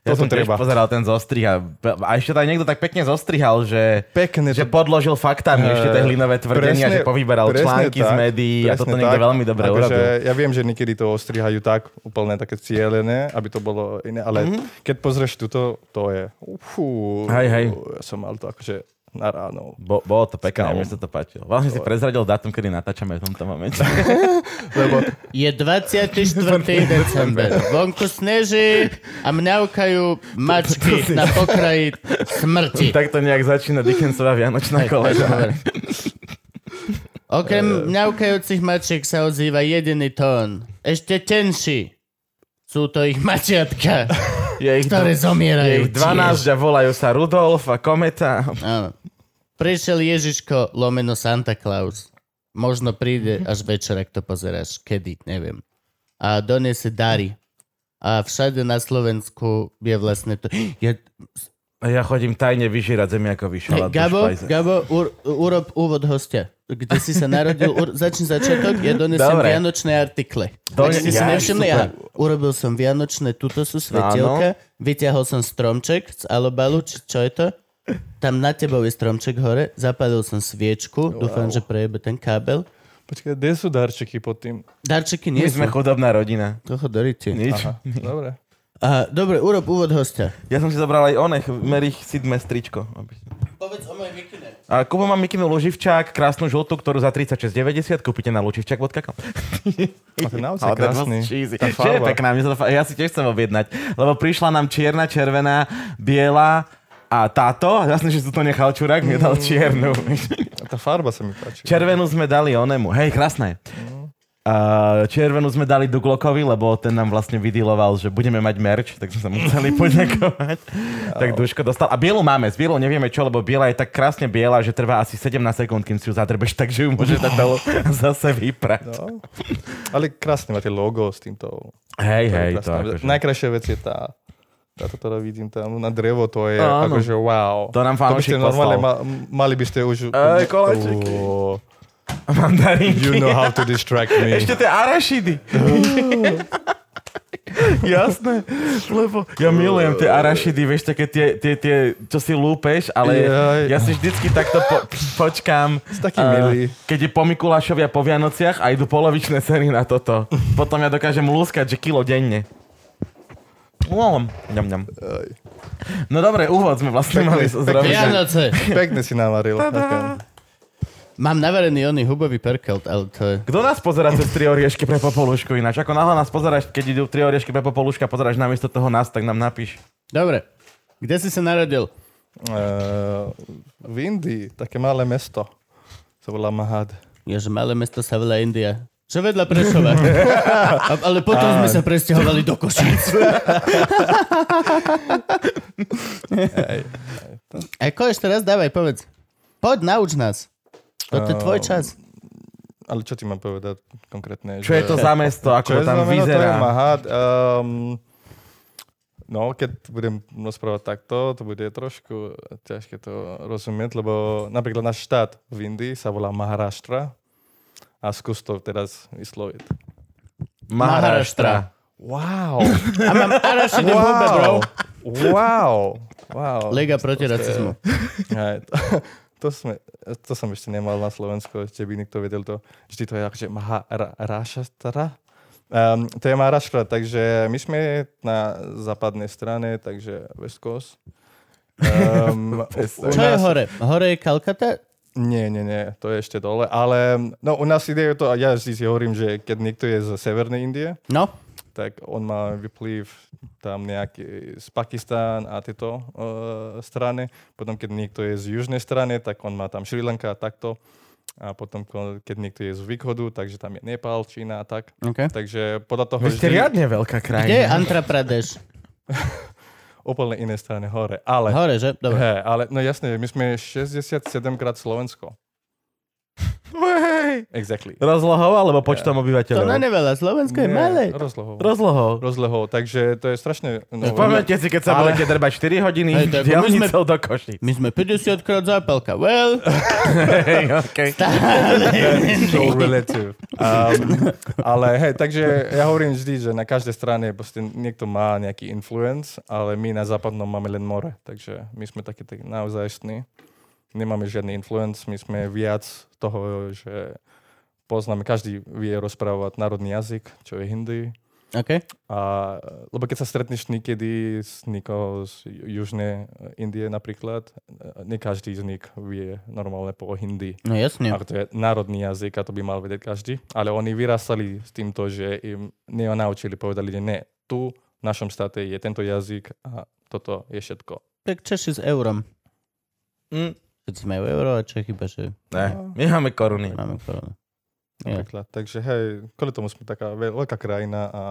Ja
Toto
som tiež
treba.
pozeral ten zostrih a, a ešte tam niekto tak pekne zostrihal, že,
Pekne
že
to
podložil faktami
Eh,
ešte tie hlinové tvrdenia,
presne-
že povyberal
presne
články z
tak,
médií a
presne
toto niekto
tak.
veľmi dobre
Akože
urobil.
Ja viem, že niekedy to ostrihajú tak, úplne také cielené, aby to bolo iné, ale mm-hmm. keď pozrieš tuto, to je... Ufú,
Mhm. Hej, hej.
Ja som mal to akože na ráno.
Bo, bolo to pekné,
Skávom.
mne sa to páčilo. Vlastne si prezradil dátum, kedy natáčame v tomto momente.
(laughs) Lebo
Je 24. december. Vonku sneží a mňaukajú mačky na pokraji smrti.
tak to nejak začína Dickensová Vianočná koleža.
Dobre. Okrem
Eh.
mňaukajúcich mačiek sa ozýva jediný tón. Ešte tenší. Sú to ich
(laughs)
mačiatka,
Je ich,
ktoré
dv- je
zomierajú
ich 12 a volajú sa Rudolf a Kometa.
tiež. Áno. Prišiel Ježiško lomeno Santa Claus. Možno príde až večer, ak to pozeráš. Kedy, neviem. A doniesie dary. A všade na Slovensku je vlastne to... (gasps) Ja,
A ja chodím tajne vyžírať zemiakový
Hej,
šalát. do
Gabo,
špajze.
Gabo ur, urob úvod hostia. Kde si sa narodil, ur, začni začiatok, ja donesem
Dobre.
vianočné artikle.
Done-
Ak ste si
Ja,
nevšimli,
super.
ja urobil som vianočné, tuto sú svetielka, vyťahol som stromček z alobalu, či čo je to? Tam na tebou je stromček hore, zapalil som sviečku, dúfam, že prejebe ten kábel.
počkaj, kde sú darčeky pod
(laughs)
tým?
Darčeky
My
nie
sme
sú.
chudobná rodina.
Toho dorite.
Nič.
Dobre.
A, dobre, urob úvod hostia.
Ja som si zobral aj onech, Merich Sidme stričko. aby-
Povedz o mojej vikine.
A Kubo má mikinu Luživčák, krásnu žltú, ktorú za 36,90 kúpite na
(laughs)
luživčak.com.
A to je naozaj
Ale to je
krásny.
dosť cheesy.
Tá
Že je
farba.
pekná, mne sa to, fa- ja si tiež chcem objednať, lebo prišla nám čierna, červená, biela a táto, jasne, že si to nechal čurák, mi dal čiernu. (laughs)
A tá farba sa mi páči.
Červenú sme dali onemu, hej, krásne. A červenú sme dali Duglokovi, lebo ten nám vlastne vydiloval, že budeme mať merch, tak sme sa mu chceli poďakovať. tak Duško dostal. A bielu máme, s bielou nevieme čo, lebo biela je tak krásne biela, že trvá asi 17 sekúnd, kým si ju zadrbeš, (laughs) takže ju môžeš dať dolu a zase vyprať.
No. Ale krásne má tie logo s týmto. To je
Hej, hej, to
krásne.
akože.
Najkrajšia vec je tá, táto, ktorá vidím tam na drevo, to je
Áno.
akože wow.
To nám
by ste
fanúšik
normálne,
poslal.
ma, mali by ste už...
Ej, koláčiky.
Oh,
Mandarinky.
you know how to distract me.
(laughs) Ešte tie arašidy. Jasné, lebo ja milujem tie arašidy, vieš, také tie, tie, tie čo si lúpeš, ale
Jaj.
ja si vždycky takto po, počkám.
taký
eh,
milý.
Keď je po Mikulášovi a po Vianociach a idú polovičné ceny na toto. Potom ja dokážem lúskať, že kilo denne. Lom, ňam, ňam.
Aj,
No dobre, úvod sme vlastne
Pekný,
mali
pekný.
zrobiť.
Vianoce.
Pekne si navaril.
Mám navarený oný hubový perkelt, ale to je...
Kto nás pozera cez tri oriešky pre popolušku ináč? Ako náhle nás pozeráš, keď idú tri oriešky pre popoluška, pozeráš namiesto toho nás, tak nám napíš.
Dobre, kde si sa narodil?
Uh, v Indii, také malé mesto. Sa volá Mahad.
Ježe, malé mesto sa volá India. Čo vedľa Prešova. A, ale potom sme sa presťahovali do Košic. Ako ešte raz dávaj, povedz. Poď, nauč nás. To je tvoj čas.
Ale čo ti mám povedať konkrétne?
Čo je to za mesto, ako
Čo
to
je
tam
znamená, To je
vyzerá.
Mahad. Um, no, keď budem rozprávať takto, to bude trošku ťažké to rozumieť, lebo napríklad náš štát v Indii sa volá Maharashtra a skús to teraz vysloviť.
Maharashtra.
(laughs) Wow!
A mám arašidý wow. hube, bro.
Wow! Wow!
Lega proti racizmu.
Hej, to, (laughs) to, sme, to som ešte nemal na Slovensku, ešte by nikto vedel to. Vždy to je akože Maharashtra. Um, to je Maharashtra, takže my sme na západnej strane, takže West Coast. Um, u, u
Čo je
nás,
hore? Hore je Kalkata?
nie, nie, nie, to je ešte dole, ale no, u nás ide to, a ja vždy si hovorím, že keď niekto je z Severnej Indie,
No.
tak on má vplyv tam nejaký z Pakistán a tieto uh, strany. Potom, keď niekto je z južnej strany, tak on má tam Sri Lanka a takto. A potom, ko- keď niekto je z východu, takže tam je Nepal, Čína a tak.
Okay.
Takže podľa toho
Vy ste riadne veľká
Kde je
krajina.
Antra Pradesh?
úplne iné strany hore. Ale,
Hore, že? Dobre.
he, ale no jasne, my sme 67 krát Slovensko.
Ué, Hej.
Exactly.
Rozlohou alebo počtom
To
obyvateľov?
na neveľa, Slovensko je malé.
Rozlohou.
Rozlohou.
Rozlohou, takže to je strašne... No,
Pamätajte si, keď sa
Ale-
budete drbať 4 hodiny
Hej, tak my sme-
diálnicou do Košic.
My sme 50 krát zápalka. Well,
Hej, okay.
so relative. Um, ale hej, takže ja hovorím vždy, že na každej strane proste niekto má nejaký influence, ale my na západnom máme len more, takže my sme takí tak naozajstní. Nemáme žiadny influence, my sme viac toho, že poznáme, každý vie rozprávať národný jazyk, čo je hindi.
OK.
A, lebo keď sa stretneš niekedy s niekoho z Južnej Indie napríklad, nie každý z nich vie normálne po hindi.
No jasne.
Ako to je národný jazyk a to by mal vedieť každý. Ale oni vyrastali s týmto, že im neonaučili, povedali, že ne, tu v našom štáte je tento jazyk a toto je všetko.
Tak Češi s eurom.
Mm.
Keď sme v euro a Čechy iba, že
Ne, my máme koruny.
máme koronu. Je.
Napríklad. Takže hej, kvôli tomu sme taká veľ- veľká krajina a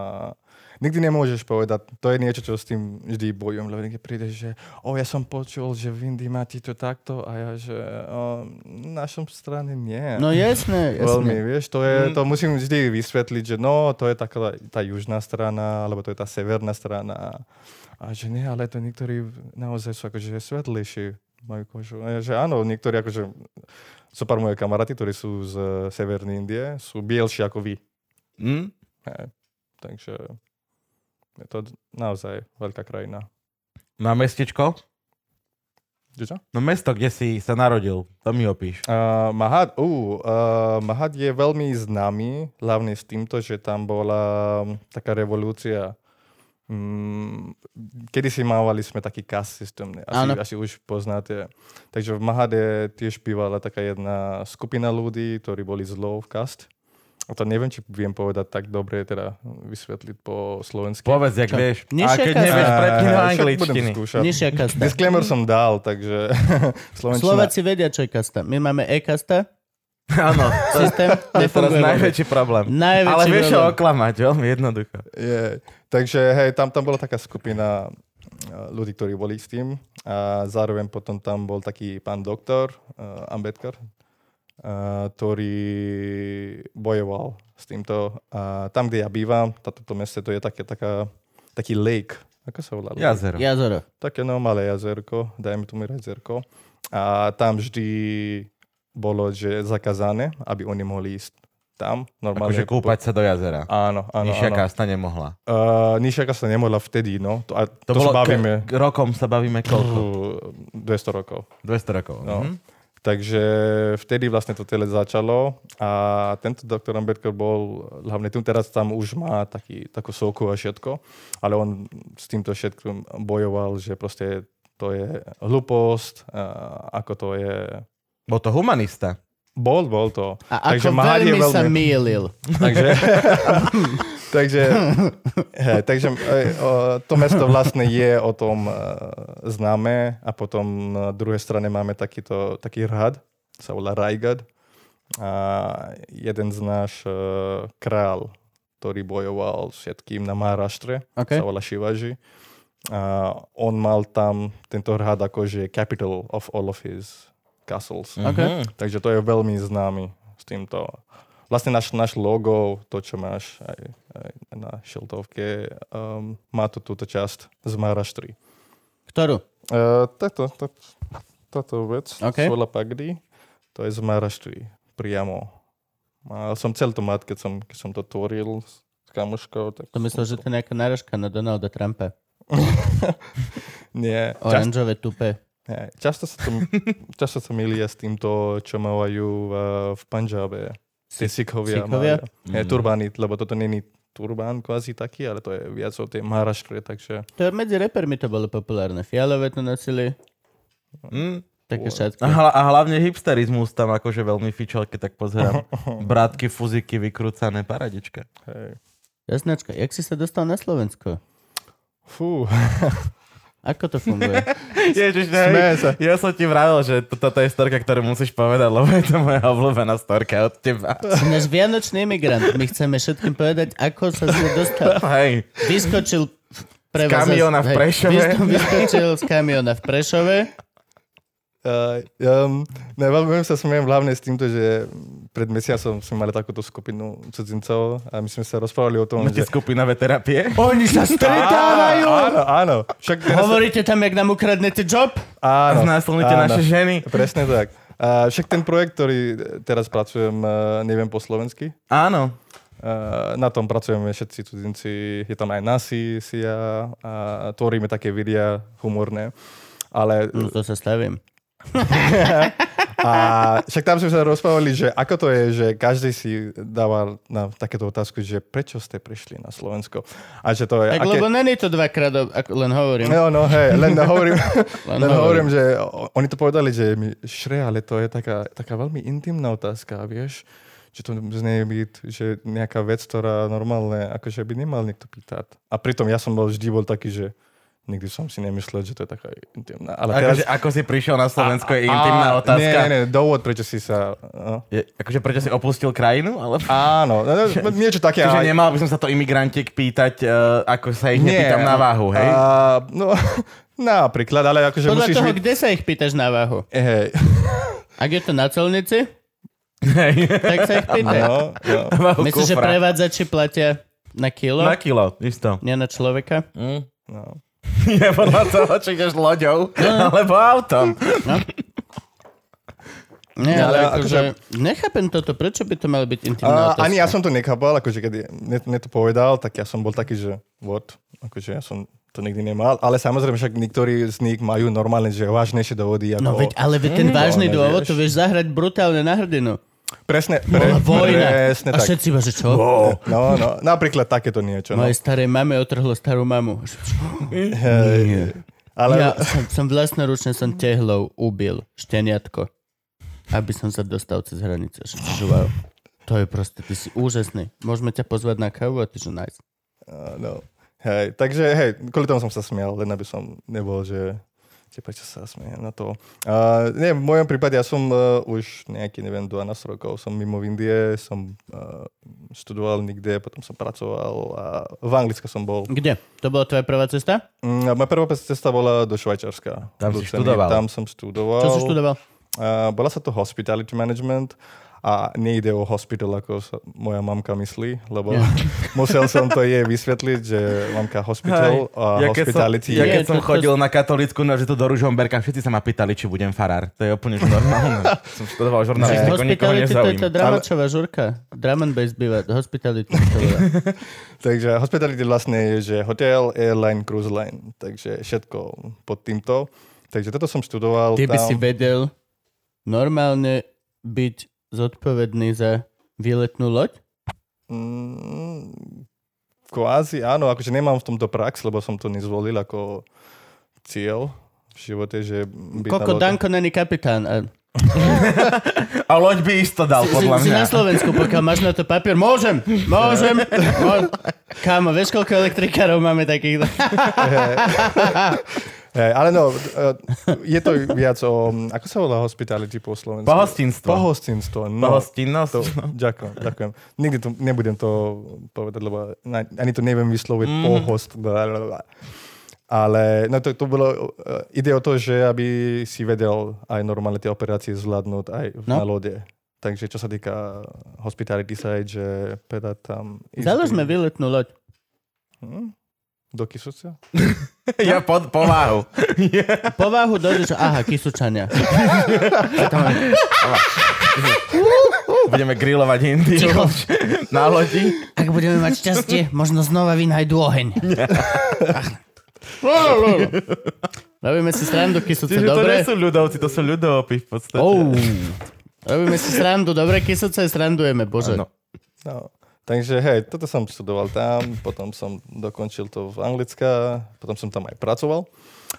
nikdy nemôžeš povedať, to je niečo, čo s tým vždy bojujem, lebo niekde prídeš, že o, ja som počul, že v Indii máte to takto a ja, že o, v našom strane nie.
No jasné,
Veľmi,
jasné.
vieš, to, je, to musím vždy vysvetliť, že no, to je taká tá južná strana, alebo to je tá severná strana. A že nie, ale to niektorí naozaj sú akože svetlejší, majú kožu. A ja, že áno, niektorí akože, sú pár moje kamaráti, ktorí sú z eh, severnej Indie, sú bielší ako vy.
Mm.
Hm?
Hej. Takže je to naozaj veľká krajina.
Na mestečko?
Čo?
No mesto, kde si sa narodil. To mi opíš.
Uh, Mahad, uh, uh, Mahad je veľmi známy, hlavne s týmto, že tam bola um, taká revolúcia. Mm, kedysi mávali sme taký caste systém, ne? asi,
Áno.
asi už poznáte. Takže v Mahade tiež bývala taká jedna skupina ľudí, ktorí boli zlou v kast. A to neviem, či viem povedať tak dobre, teda vysvetliť po slovensky.
Povedz, jak vieš. A
Nižšia
keď
kasta.
nevieš, prepni
Eh,
do
však budem
angličtiny.
skúšať.
Nižšia kasta.
Disclaimer som dal, takže (laughs) slovenčina
Slováci vedia, čo je kasta. My máme e-kasta,
Áno, to je
systém,
teraz
nefunguje. vôbec.
najväčší problém.
Najväčší
Ale vieš ho
problém.
oklamať, veľmi jednoducho.
Je. Takže hej, tam, tam bola taká skupina eh, ľudí, ktorí boli s tým a zároveň potom tam bol taký pán doktor uh, Ambedkar, eh, ktorý bojoval s týmto. A tam, kde ja bývam, tá- toto mesto, to je také, taká, taký lake. Ako sa volá? lake?
Jazero.
Jazoro.
Také no malé jazerko, dajme tomu jazerko. A tam vždy bolo, že zakázané, aby oni mohli ísť tam. Normálne.
Akože kúpať sa do jazera.
Áno, áno,
Nižšia
áno.
kasta nemohla.
Uh, Nišiaka sa nemohla vtedy, no. To, a to, to sa bavíme
K, rokom sa bavíme koľko?
uh, 200 rokov.
200 rokov.
No.
Mhm.
Takže vtedy vlastne to tele začalo a tento doktor Ambedkar bol, hlavne tu teraz tam už má taký, takú soku a všetko, ale on s týmto všetkým bojoval, že proste to je hlúposť, uh, ako to je...
Bol to humanista.
Bol, bol to.
A
Takže
ako
Mahad je
veľmi sa
veľmi-
mýlil.
Takže,
(laughs)
takže, hej, takže hej, o, to mesto vlastne je o tom e, známe a potom na druhej strane máme takýto, taký rad, sa volá Rajgad. A jeden z náš e, král, ktorý bojoval s všetkým na Maharashtre,
OK.
sa volá Shivaji. A on mal tam tento hrad akože capital of all of his castles.
OK.
Takže to je veľmi známy s týmto. Vlastne náš, náš logo, to, čo máš aj, aj na šiltovke, um, má tu túto časť z Maraštry.
Ktorú?
Uh, táto, tá, táto vec,
OK.
Sola Pagdi, to je z Maraštry, priamo. A som chcel to mať, keď som, keď som to tvoril s s kamoškou. Tak...
To myslím, že to je nejaká náražka na Donalda Trumpa.
Nie, čas,
Oranžové tupe.
nie, často sa to, (laughs) často sa milia s týmto, čo majú uh, v Panžabe. Tie sikhovia.
Sikhovia?
majú. Je turbány, lebo toto není turbán kvázi taký, ale to je viac o tej Maharashtre, takže...
To je medzi repermi to bolo populárne. Fialové to nosili,
No.
Mm.
také
Wow.
šatky.
A, hla, a hlavne hipsterizmus tam akože veľmi fičal, keď tak
(laughs)
pozerám. Bratky, fuziky, vykrúcané, paradička.
Hej.
Jasnačka, jak si sa dostal na Slovensko?
Fú,
Ako to
(laughs)
funguje?
Ježiš,
Smeje sa.
hej, ja som ti vravil, že to- toto je storka, ktorú musíš povedať, lebo je to moja obľúbená storka od teba.
(laughs)
Si náš vianočný imigrant. My chceme všetkým povedať, ako sa sme dostali.
Hej,
Vyskočil v- pre
Z kamiona v
hej,
Prešove.
vysko- Vyskočil z kamiona v Prešove
Uh, um, ne, veľmi sa smiem hlavne s týmto, že pred mesiacom sme mali takúto skupinu cudzincov a my sme sa rozprávali o tom,
Máte
že...
skupinové terapie?
Oni sa stretávajú!
Áno, áno. Však teraz...
Hovoríte tam, jak nám ukradnete job?
A
Áno,
znásilnite
áno.
naše ženy?
Presne tak. A však ten projekt, ktorý teraz pracujem, eh, neviem po slovensky,
Áno.
Eh, na tom pracujeme všetci cudzinci, je tam aj nasi, sia a tvoríme také videá humorné. Ale
No to sa stavím.
a však tam sme sa rozprávali, že ako to je, že každý si dával na takéto otázku, že prečo ste prišli na Slovensko. A že to je...
Tak lebo není to dvakrát, ob- ako len hovorím.
No, no, hej, len hovorím,
Len
len hovorím, že o- oni to povedali, že mi šre, ale to je taká, taká veľmi intimná otázka, vieš, že to znie byť, že nejaká vec, ktorá normálne, akože by nemal niekto pýtať. A pritom ja som bol vždy bol taký, že nikdy som si nemyslel, že to je taká intimná. Ale teraz...
Akože, ako si prišiel na Slovensko je intimná otázka.
Nie, nie, dôvod, prečo si sa... No.
Je, akože prečo si opustil krajinu? Ale... (laughs)
Áno, no, no,
(laughs)
niečo také.
Čiže
aj-
nemal by som sa to imigrantiek pýtať, eh, ako sa ich nepýtam na váhu, hej?
A, no, (laughs) napríklad, ale akože
Podľa
musíš
toho,
byť...
kde sa ich pýtaš na váhu.
Hej,
Ak je to na colnici,
Hej.
tak
(laughs)
sa ich pýtaj.
no,
(laughs)
no.
Váhu
Myslíš, že
kufra.
prevádzači platia na kilo?
Na kilo,
(laughs)
isto.
Nie na človeka?
no.
Je podľa toho, či ideš loďou,
Mm.
alebo autom.
Nie,
No, ale
ale akože... Nechápem toto, prečo by No, to malo byť intimná
A,
otázka?
ani ja som to nechápal, akože keď mne, mne to povedal, tak ja som bol taký, že what, akože ja som to nikdy nemal, ale samozrejme však niektorí z nich majú normálne, že vážnejšie dôvody. Ako,
No veď, ale veď ten vážny
no,
dôvod,
nevieš.
to vieš zahrať brutálne na hrdinu.
Presne, pre,
(laughs) Bola vojna.
presne
a
tak.
všetci iba, že čo?
No, no, napríklad takéto niečo. No.
Mojej starej mame otrhlo starú mamu.
Hej. Ale
Ja som, som vlastnoručne som tehlou ubil šteniatko, aby som sa dostal cez hranice. Že- že wow, To je proste, ty si úžasný. Môžeme ťa pozvať na kávu a ty že nice.
No, hej, takže hej, kvôli tomu som sa smial, len aby som nebol, že že prečo sa smejem na to. Uh, nie, v mojom prípade ja som uh, už nejaký, neviem, 12 rokov, som mimo v Indie, som uh, študoval nikde, potom som pracoval a v Anglicku som bol.
Kde? To bola tvoja prvá cesta?
Mm, a moja prvá cesta bola do Švajčarska.
Tam
Do
si
Ceny.
študoval.
Tam som študoval.
Čo si študoval?
Uh, bola sa to hospitality management a nejde o hospital, ako sa moja mamka myslí, lebo
Ja.
(laughs) musel som to jej vysvetliť, že mamka hospital a
Ja keď som,
hospitality.
ja
Je,
keď
to-
som
to-
chodil na katolickú univerzitu do Ružomberka, všetci sa ma pýtali, či budem farár. To je úplne že
(laughs)
normálne. som študoval žurnalistiku, nikoho
Hospitality, to je tá
nezaujíma.
dramačová žurka. Drum and bass býva. Hospitality. to býva.
Takže hospitality vlastne je, že hotel, airline, cruise line. Takže všetko pod týmto. Takže toto som študoval
Ty by
tam.
si vedel normálne byť zodpovedný za výletnú loď?
Mm, kvázi áno, akože nemám v tomto prax, lebo som to nezvolil ako cieľ v živote, že... byť na
Koko
veľkom-
Danko není kapitán. A
A loď by isto dal,
si,
podľa
si
mňa.
na Slovensku, pokiaľ máš na to papier. Môžem, môžem. môžem. Kámo, vieš, koľko elektrikárov máme takých?
Hej, ale no, eh, je to viac o... Ako sa volá hospitality po slovensku?
Pohostinstvo.
Pohostinstvo. No,
Pohostinnosť.
to, ďakujem, ďakujem. Nikdy to, nebudem to povedať, lebo na- ani to neviem vysloviť. Mm. Pohost. blablabla. Ale no, to, to bolo, eh, ide o to, že aby si vedel aj normálne tie operácie zvládnuť aj
No.
no. na lode. Takže čo sa týka hospitality side, že peda tam... izby
Založme výletnú loď.
Do Kisucia?
Ja pod pováhu.
Pováhu dojdeš, aha, Kisučania.
Budeme grillovať Indiu na lodi.
Ak budeme mať šťastie, možno znova vynajdu oheň. Robíme si srandu, Kisuce,
Čiže to nie
dobre?
sú ľudovci, to sú ľudovopy v podstate.
Oh. Robíme si srandu, dobre, Kisuce, srandujeme, bože.
Áno.
No. Takže hej, toto som študoval tam, potom som dokončil to v Anglická, potom som tam aj pracoval.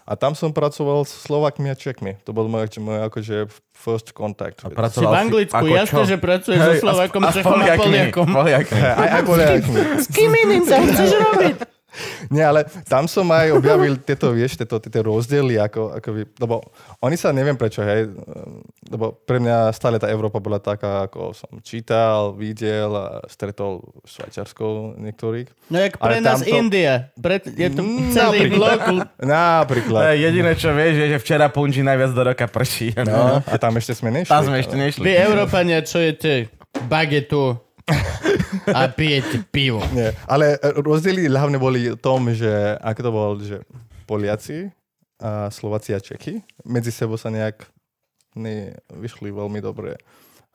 A tam som pracoval s Slovakmi a Čekmi. To bol môj, môj akože first contact. with-
Si v Anglicku, jasné, že pracuješ so Slovakom, Čechom a Poliakom.
Poliakom.
Hej, aj, aj boli aj-
(laughs) S kým iným sa chceš robiť?
Nie, ale tam som aj objavil tieto, vieš, tieto, tieto rozdiely, ako, ako by, lebo oni sa neviem prečo, hej, ehm, lebo pre mňa stále tá Európa bola taká, ako som čítal, videl, a stretol Švajčiarskou niektorých.
No jak pre
Ale
nás
tamto-
India. Pre, je tu
Mm,
celý
napríklad.
blok.
Napríklad.
Jediné, čo vieš, je, že včera punži najviac do roka prší. No.
A tam ešte sme nešli.
Tam sme
Vy
ešte nešli.
Európania, čo jete bagetu a pijete pivo.
Nie, ale e, rozdiely hlavne boli v tom, že ako to bol, že Poliaci a Slováci a Čechy medzi sebou sa nejak nevyšli veľmi dobre.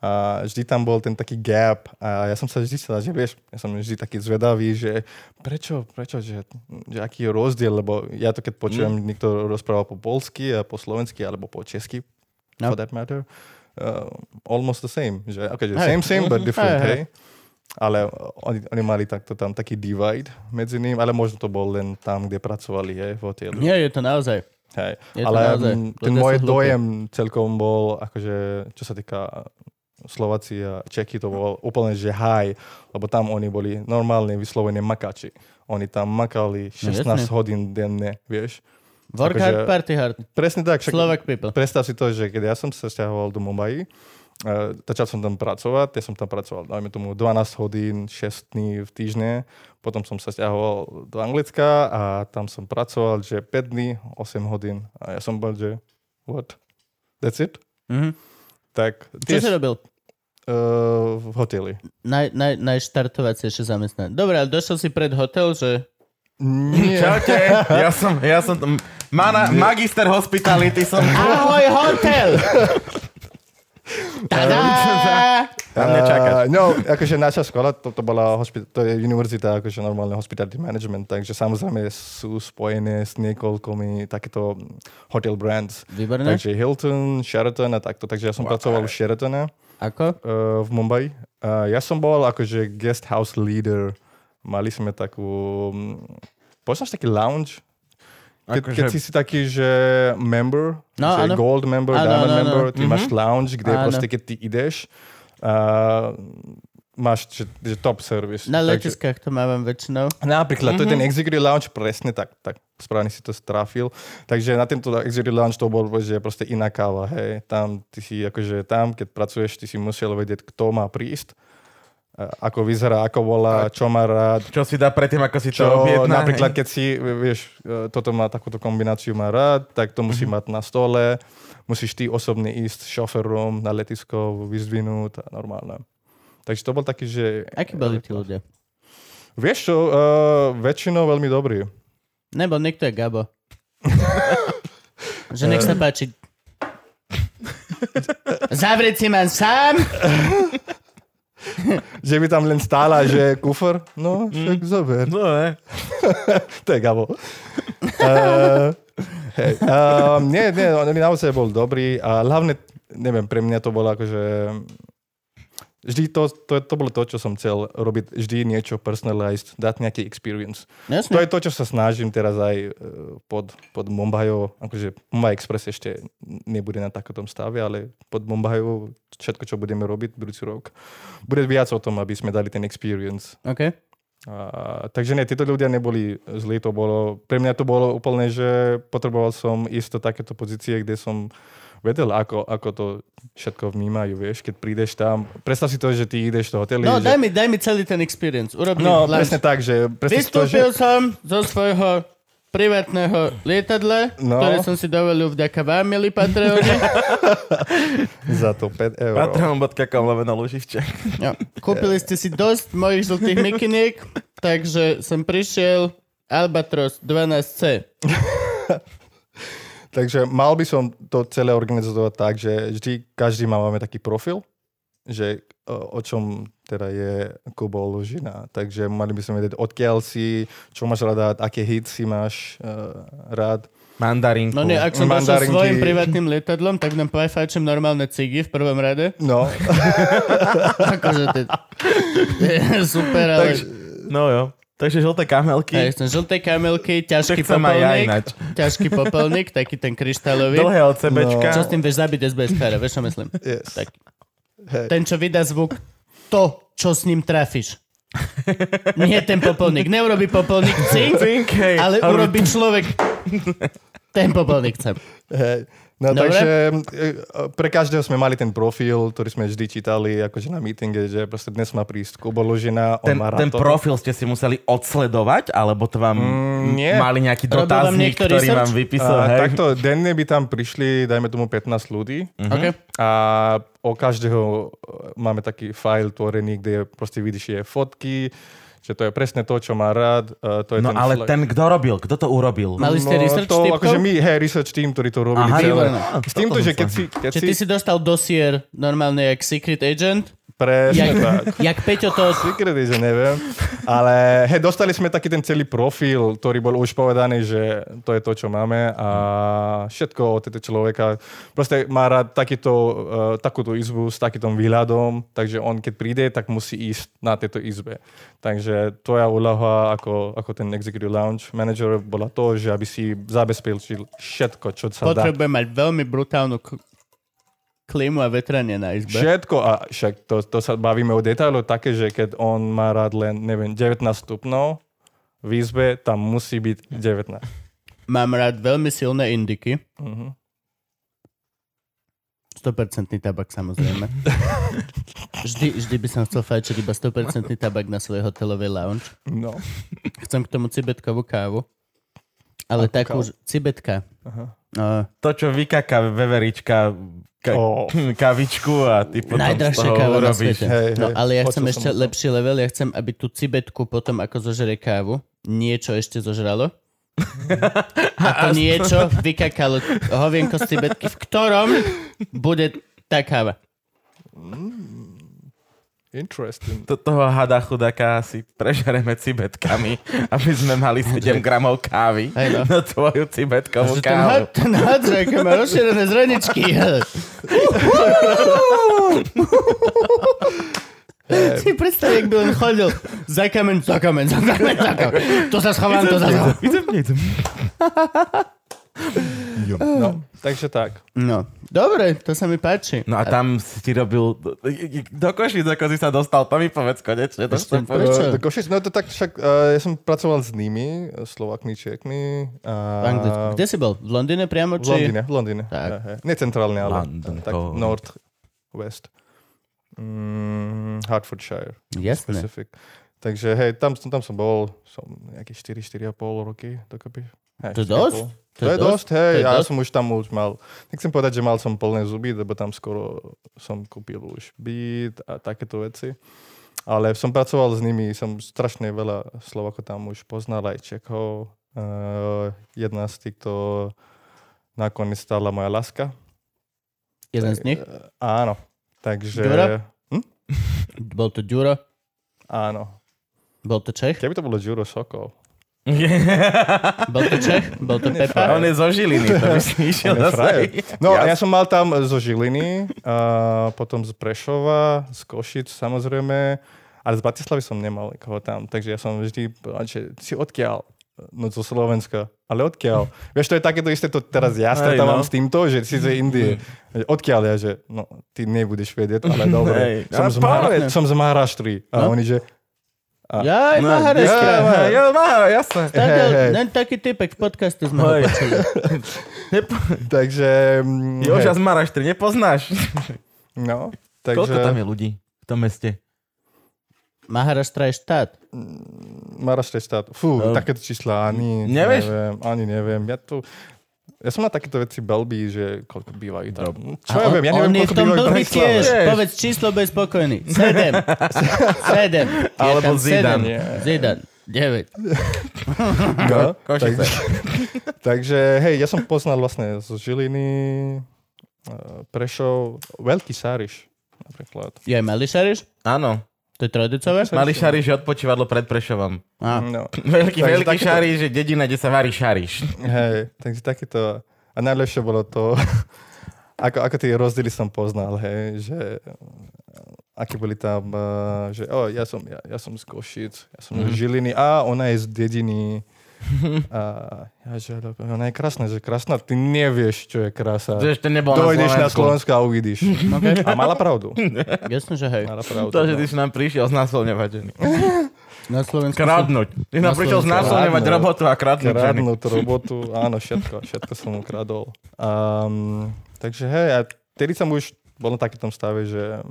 A vždy tam bol ten taký gap a ja som sa vždy sa, že vieš, ja som vždy taký zvedavý, že prečo, prečo, že, že aký je rozdiel, lebo ja to keď počujem, mm. niekto rozpráva po polsky a po slovensky alebo po česky,
No.
no. for that matter, uh, almost the same, že okay, že
Hej.
same, same, but different,
Hej,
hej.
hej.
Ale oni, oni mali takto tam taký divide medzi ním, ale možno to bol len tam, kde pracovali, hej, v hoteli.
Nie, je to naozaj.
Hej.
Je to
Ale
naozaj.
m,
Ľudia sú
ten môj
hlúpi.
dojem celkom bol, akože, čo sa týka Slováci a Čechy, to bol úplne, že high, lebo tam oni boli normálne vyslovene makači. Oni tam makali
No,
16
jasne.
hodín denne, vieš.
Work
Akože-
hard, party hard.
Presne tak. Však,
Slovak people.
Predstav si to, že keď ja som sa stiahoval do Mumbai, uh, začal som tam pracovať, ja som tam pracoval, dajme tomu 12 hodín, 6 dní v týždne, potom som sa stiahoval do Anglicka a tam som pracoval, že 5 dní, 8 hodín a ja som bol, že what? That's it?
Mhm.
Tak
Čo si
tiež
robil?
uh, v hoteli.
Naj, naj, najštartovaciejšie zamestnanie. Dobre, ale došiel si pred hotel, že...
Nie.
Čaute, ja som, ja som, t- mana, magister hospitality som.
Ahoj, hotel! Tadá!
Tam nečakáš.
Uh, no, akože naša škola, to, to bola hospi- to je univerzita, akože normálne hospitality management, takže samozrejme sú spojené s niekoľkomi takéto hotel brands.
Výborné.
Takže Hilton, Sheraton a takto. Takže ja som pracoval v Sheratone
Ako?
uh, v Mumbai. Uh, ja som bol akože guest house leader. Mali sme takú... mm, Poznáš taký lounge? Keď,
Akože-
keď si si taký, že member,
No,
že
áno.
gold member,
Áno,
diamond
áno, áno.
member, ty máš lounge, kde
Áno.
proste keď ty ideš, uh, máš že, že top service.
Na
Takže-
letiskách to mávam väčšinou.
Napríklad, mm-hmm. to je ten Executive Lounge, presne tak, tak správne si to strafil. Takže na tento Executive Lounge to bol že proste iná káva, hej. Tam, ty si akože tam, keď pracuješ, ty si musel vedieť, kto má prísť, e, ako vyzerá, ako volá, čo má rád,
Čo si dá predtým, ako si
čo
to objedná.
napríklad,
hej?
keď si, vieš, e, toto má takúto kombináciu má rád, tak to musí mať na stole, musíš ty osobne ísť s šoferom na letisko, vyzdvinúť a normálne. Takže to bol taký, že...
Akí boli tí ľudia?
Vieš čo, uh, väčšinou veľmi dobrý.
Nebo niekto je
(laughs)
Gabo. že nech sa páči. Zavrieť si mám sám.
Že by tam len stála, že kufr, no však zober.
No, ne.
(laughs) To je (laughs) Gabo. Uh, hej. Uh, nie, nie, on mi naozaj bol dobrý a hlavne, neviem, pre mňa to bolo akože... Vždy to, to, to bolo to, čo som chcel robiť. Vždy niečo personalized, dať nejaký experience. To
Jasne.
je to, čo sa snažím teraz aj eh, pod, pod Mumbaiou. Akože Mumbai Express ešte nebude na takomto stave, ale pod Mumbaiou všetko, čo budeme robiť budúci rok, bude viac o tom, aby sme dali ten experience
OK.
a, takže nie, títo ľudia neboli zlí, to bolo, pre mňa to bolo úplne, že potreboval som ísť do takéto pozície, kde som vedel, ako, ako to všetko vnímajú, vieš, keď prídeš tam. Predstav si to, že ty ideš do hotely.
No,
že,
daj mi, daj mi celý ten experience. Urob mi
no
lunch.
presne tak, že presne si to, že...
Vystúpil som zo svojho privátneho lietadla,
No.
ktoré som si dovolil vďaka vám, milí Patreoni.
Za to 5 eur.
Patreon.com lomeno Luživčak.
Jo. Kúpili ste si dosť mojich žltých mikiniek, takže som prišiel Albatros 12C.
Takže mal by som to celé organizovať tak, že vždy každý má máme taký profil, že o, o čom teda je Kubo Lužina. Takže mali by sme vedieť, odkiaľ si, čo máš rada, aké hit si máš uh, rád.
Mandarinku.
No nie, ak som došiel
Mandarinky.
svojim privátnym lietadlom, tak nám pajfajčím normálne cigy v prvom rade.
No, (laughs)
Akože to je super, ale...
Takže- No jo. Takže žlté kamelky.
Hej, som žlté kamelky, ťažký
To chcem aj ja
popolník,
ináč.
ťažký popolník, taký ten kryštálový.
Dlhé od sebečka.
No. Čo s tým vieš zabiť SBS Fera, vieš čo myslím?
yes.
Tak. Ten, čo vydá zvuk, to, čo s ním trafíš. Nie ten popolník. Neurobi popolník, cink,
Think, hej.
ale urobí človek ten popolník chcem.
Hej. No
Dobre.
takže e, pre každého sme mali ten profil, ktorý sme vždy čítali akože na meetinge, že proste dnes má prísť Kubo Lužina, on
Ten,
má rád
ten
toto.
profil ste si museli odsledovať, alebo to vám
Mm, nie.
mali nejaký
Robil vám
dotazník,
niekto
ktorý
research?
vám vypísal,
A
hej?
takto denne by tam prišli, dajme tomu 15 ľudí
Mhm.
Okay.
a o každého e, máme taký file tvorený, kde proste vidíš je fotky, že to je presne to, čo má rád. e, To je
No
ten
ale
flag.
ten, kto robil? Kto to urobil?
Mali ste research
to,
typkov?
akože my, hej, research team, ktorí to robili
Aha,
celé.
výborné.
S týmto, že keď si, keď
Čiže ty si dostal dosier normálne jak secret agent,
presne
jak,
tak.
jak Peťo to...
Secret že neviem. Ale hej, dostali sme taký ten celý profil, ktorý bol už povedaný, že to je to, čo máme a všetko od tejto človeka. Proste má rád takýto, uh, takúto izbu s takýmto výhľadom, takže on keď príde, tak musí ísť na tejto izbe. Takže tvoja úloha ako, ako ten executive lounge manager bola to, že aby si zabezpečil všetko, čo sa dá.
Potrebujem mať veľmi brutálnu k- klímu a vetranie na izbe.
Všetko, a však to, to sa bavíme o detailoch také, že keď on má rád len, neviem, 19 stupňov v izbe, tam musí byť 19.
Mám rád veľmi silné indiky.
Mhm.
100% tabak
(laughs)
samozrejme. Vždy, vždy by som chcel fajčiť iba 100% tabak na svojej hotelovej lounge.
No.
Chcem k tomu cibetkovú kávu. Ale takú
kávu?
už... Cibetka.
Aha.
No,
To, čo vykaká veverička ka-
Ó.
kavičku a ty potom z
najdrahšia
toho
káva na
urobíš.
svete.
Hej,
No
hej,
ale ja
počul
chcem
som
ešte
o tom.
lepší level. Ja chcem, aby tú cibetku potom, ako zožere kávu, niečo ešte zožralo.
(laughs)
A to niečo vykakalo hovienko z cibetky, v ktorom bude tá káva.
Interesting.
To, toho hada chudáka si prežereme (laughs) cibetkami, aby sme mali 7 gramov kávy
Hej, no.
na tvoju
Že
cibetkovú
ten
kávu.
had, ten had, že aké má rozšírené
(laughs)
zreničky. (laughs) si predstav, jak by on chodil za kameň, za kameň, za kameň, za kameň. To sa schovám, to sa schovám.
Idem, idem.
No, takže tak.
No, dobre, to sa mi páči.
No a tam si ti robil... Do košíc, ako si sa dostal, to mi povedz konečne. To chcem povedať.
Prečo?
Uh, do Košic, no to tak však, uh, ja som pracoval s nimi, Slovakmi, Čekmi.
V
Uh,
Anglicku. Kde si bol? V Londýne priamo?
V
Či...
Londýne, v Londýne.
Tak.
Hej, hej. Nie centrálne, ale
London,
tak
to-
north, west. Mm, Hertfordshire.
Jasné.
Pacific. Takže hej, tam, som- tam som bol som nejaké 4, 4,5 roky dokopy. Hej,
To je
4,5.
dosť.
To, je dosť, hej,
To je
ja
dosť.
som už tam už mal, nechcem povedať, že mal som plné zuby, lebo tam skoro som kúpil už byt a takéto veci. Ale som pracoval s nimi, som strašne veľa Slovakov tam už poznal, aj Čechov. Uh, jedna z týchto nakoniec stala moja láska.
Jeden z nich.
Eh, Áno, takže...
Dora? Bol to Ďuro,
Áno.
bol to Čech,
Keby to bolo Juro Sokol.
bol to Čech, bol
(laughs)
to Pepa.
On je zo Žiliny, to by si išiel
On je frajer.
zase.
No a ja som mal tam zo Žiliny, a potom z Prešova, z Košic samozrejme, ale z Bratislavy som nemal koho tam, takže ja som vždy povedal, že si odkiaľ? No zo Slovenska. Ale
(laughs)
odkiaľ? Vieš, to je takéto isté, to teraz ja stretávam
no.
s týmto, že si z Indie. Že Odkiaľ ja, že no, ty nebudeš vedieť, ale dobre.
Mhm. Hej, No.
som,
ale
z Mahara,
povedz.
som z Maharaštri. A oni, že
Jaj,
No,
Mahareška.
ja, ja,
Jo, má, jasné.
Tadiaľ,
hej, hej.
len taký typek v podcaste sme ho
Hej.
počuli.
takže... mm,
Joža
hej,
z Maraštry, nepoznáš?
no,
Koľko tam
takže
je ľudí v tom meste?
Maharashtra je štát.
Maraštri štát. Fú,
No.
takéto čísla ani
Nevieš?
neviem. Ani neviem. Ja tu... Ja som na takéto veci belbí, že koľko bývajú tam.
No.
Čo
A
ja
on-
viem, ja
on
neviem,
je
koľko
v tom
bývajú v
veľmi
Bratislave.
tiež.
Vieš.
Povedz číslo, bude spokojný.
(laughs)
7. 7.
Alebo Zidane.
Zidan. 9.
No,
Košice.
takže, (laughs) takže, hej, ja som poznal vlastne z Žiliny, eh, Prešov, Veľký Sáriš napríklad.
Je malý šariš?
Áno.
To je tradicové?
Mali šariš je odpočívadlo pred Prešovom.
Á.
No,
Veľký,
Takže
veľký
takéto-
šariš je dedina, kde sa varí šariš.
hej, takže takéto. A najlepšie bolo to, (laughs) ako, ako tie rozdiely som poznal, hej, že eh, aké boli tam, Mhm. (laughs) eh, že o, ja som, ja, ja som z Košic, ja som mm. z Žiliny a ona je z dediny A ja že, ale ona je krásna, že krásna, ty nevieš, čo je krása.
To ešte nebol
Dojdeš
na
na
Slovensku.
Slovensko a (laughs) uvidíš. A mala (laughs) pravdu.
Jasné, že hej.
Mala pravdu.
To, že
no.
ty si nám prišiel znásilňovať
(laughs)
ženy.
Na Slovensku...
Kradnúť. Ty nám
Na
prišiel
Slovensku.
znásilňovať
Kradnúť.
robotu a kradnúť ženy.
Kradnúť robotu, áno, všetko, všetko som ukradol. Um, takže hej, a tedy som už bol na takom stave, že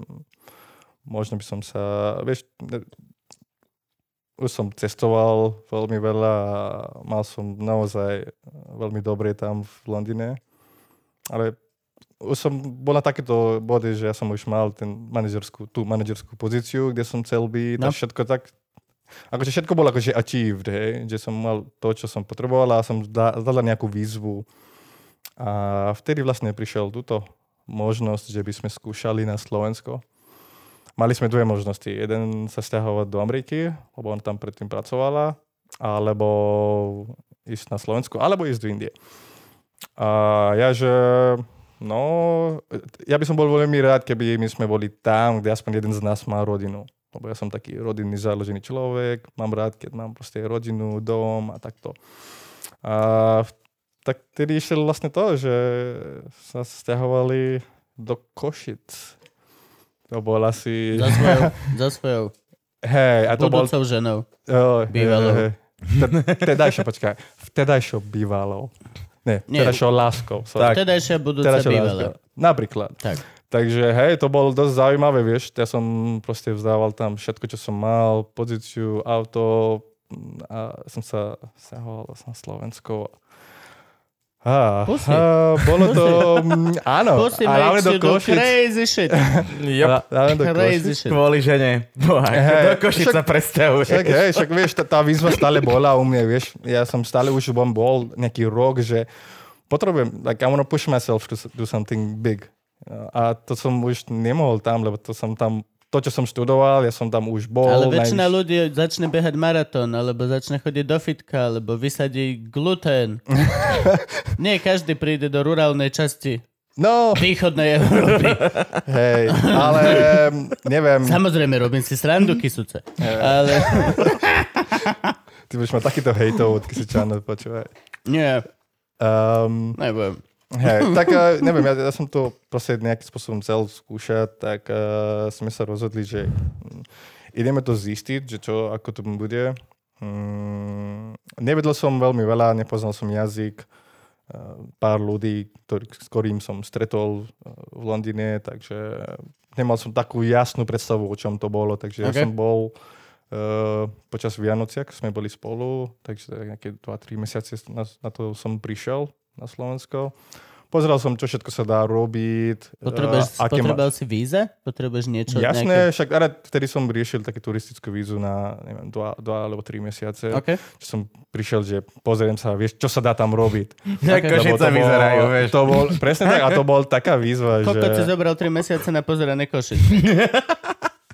možno by som sa, vieš, ne- už som cestoval veľmi veľa a mal som naozaj veľmi dobre tam v Londýne, ale už som bol na takéto body, že ja som už mal ten manažerskú, tú manažerskú pozíciu, kde som chcel byť no. a
No.
všetko tak Akože všetko bolo akože achieved, hej? že som mal to, čo som potreboval a som zda- zdala nejakú výzvu. A vtedy vlastne prišiel túto možnosť, že by sme skúšali na Slovensko. Mali sme dve možnosti. Jeden sa stiahovať do Ameriky, lebo on tam predtým pracovala, alebo ísť na Slovensko, alebo ísť do Indie. A ja, že no, ja by som bol veľmi rád, keby my sme boli tam, kde aspoň jeden z nás má rodinu lebo ja som taký rodinný založený človek, mám rád, keď mám proste rodinu, dom a takto. A v- tak tedy išiel vlastne to, že sa stiahovali do Košic. To bol asi...
Za No, svojou, za svojou
Hej, a to bol...
budúcou ženou.
Oh,
bývalou.
Vtedajšou, počkaj. Vtedajšou bývalou. Ne,
Nie.
vtedajšou láskou. sorry.
Tak. Vtedajšia budúca
Teraz čo
bývalá.
nás- Napríklad.
Tak.
Takže hej, to bolo dosť zaujímavé, vieš. Ja som proste vzdával tam všetko, čo som mal, pozíciu, auto m, a som sa stiahoval na Slovensko. Á,
Pusti.
á, bolo
(laughs)
to... m, Áno,
Pusti
No, a hlavne
makes
do
you do
Košic.
crazy
(laughs)
shit.
A- hlavne do Košic.
Crazy shit.
Kvôli žene. Bohaj,
Hej,
do Košic
však-
sa presťahuje.
Však, hej, však vieš, tá, tá výzva stále bola u mňa, vieš. Ja som stále už bol, bol nejaký rok, že potrebujem, like I wanna push myself to s- do something big. A to som už nemohol tam, lebo to som tam, to, čo som študoval, ja som tam už bol.
Ale väčšina
najvyš-
ľudí začne behať maratón, alebo začne chodiť do fitka, alebo vysadí
(laughs)
gluten. Nie každý príde do rurálnej časti
No,
východnej Európy.
(laughs) hej, ale mm, neviem,
Samozrejme, robím si srandu kisuce.
Eh.
Ale
ty budeš mať takýto hejtov od Kysičanov, počúvaj.
nie,
Um,
nebudem.
Hej, tak eh, neviem, ja, ja som to proste nejakým spôsobom chcel skúšať, tak uh, sme sa rozhodli, že mm, ideme to zistiť, že čo, ako to bude. Mm, nevedel som veľmi veľa, nepoznal som jazyk, eh, pár ľudí, ktorý, s ktorým som stretol eh, v Londýne, takže eh, nemal som takú jasnú predstavu, o čom to bolo, takže okay. ja
Okay.
som bol eh, počas Vianociak sme boli spolu, takže tak nejaké 2-3 mesiace na, na to som prišiel na Slovensko. Pozeral som, čo všetko sa dá robiť.
Potrebuješ,
eh, aké ma-
potreboval si víza? Potrebuješ niečo?
Jasné, však ale vtedy som riešil také turistickú vízu na, neviem, dva, dva alebo tri mesiace.
Nejaké... OK.
Čo som prišiel, že pozriem sa, vieš, čo sa dá tam robiť.
Jak
Lebo
(laughs) Košice
to bol-
vyzerajú, vieš.
To bol, presne tak, a to bol taká výzva,
Koľko si
že...
zobral 3 mesiace na pozeranie
(laughs)
košic?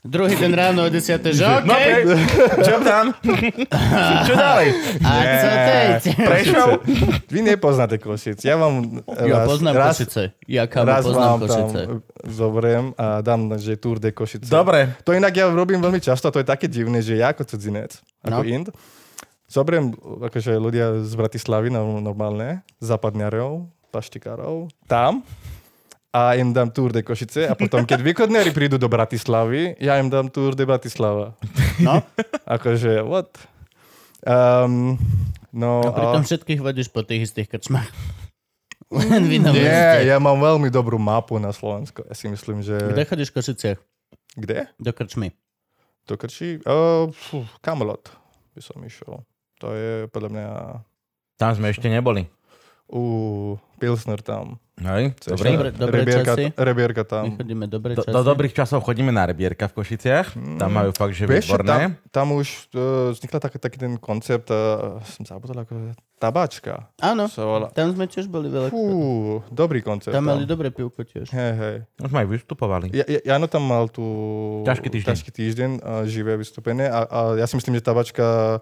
Druhý deň ráno o 10. že
No,
OK.
pre- čo tam? čo ďalej?
A co teď?
Prešov?
(laughs)
Vy nepoznáte Košic. Ja vám
Ja
raz,
poznám
raz,
Košice. Ja kamo
raz
poznám
vám tam
Košice.
zoberiem a dám, že Tour de Košice.
Dobre.
To inak ja robím veľmi často, to je také divné, že ja ako cudzinec, ako
No.
Ind, zoberiem akože ľudia z Bratislavy no- normálne, západňarov, paštikárov, tam a im dám Tour de Košice a potom,
(laughs)
keď východňari prídu do Bratislavy, ja im dám Tour de Bratislava.
No.
(laughs) Akože, what? Um,
A
no,
(laughs) pritom
a-
všetkých vodíš po tých istých krčmách. (laughs) Len vy na
Nie,
yeah, yeah.
ja mám veľmi dobrú mapu na Slovensko. Ja si myslím, že...
Kde chodíš v Košiciach?
Kde?
Do krčmy.
To krčí? Uh, fú, Camelot by som išiel. To je podľa mňa...
Tam sme ešte neboli.
Uh, Pilsner tam.
Hej,
Chceš?
dobrý.
Dobre- dobré
Rebierka,
časy.
Rebierka
My
tam.
chodíme dobre
Do,
časy.
do dobrých časov chodíme na Rebierka v Košiciach.
Mm.
Tam majú fakt, že
Vieš, čo,
výborné.
tam, tam už uh, vznikla taký, taký ten koncept, uh, som zabudol, ako tabačka.
Áno,
Sa volá.
tam sme tiež boli veľa.
Fú, dobrý koncept.
No. Tam mali dobré pivko tiež.
Hej, hej.
Už sme aj vystupovali.
Ja, ja, Jano tam mal tu...
Ťažký týždeň.
Ťažký týždeň, a živé vystúpenie a, a ja si myslím, že tabačka...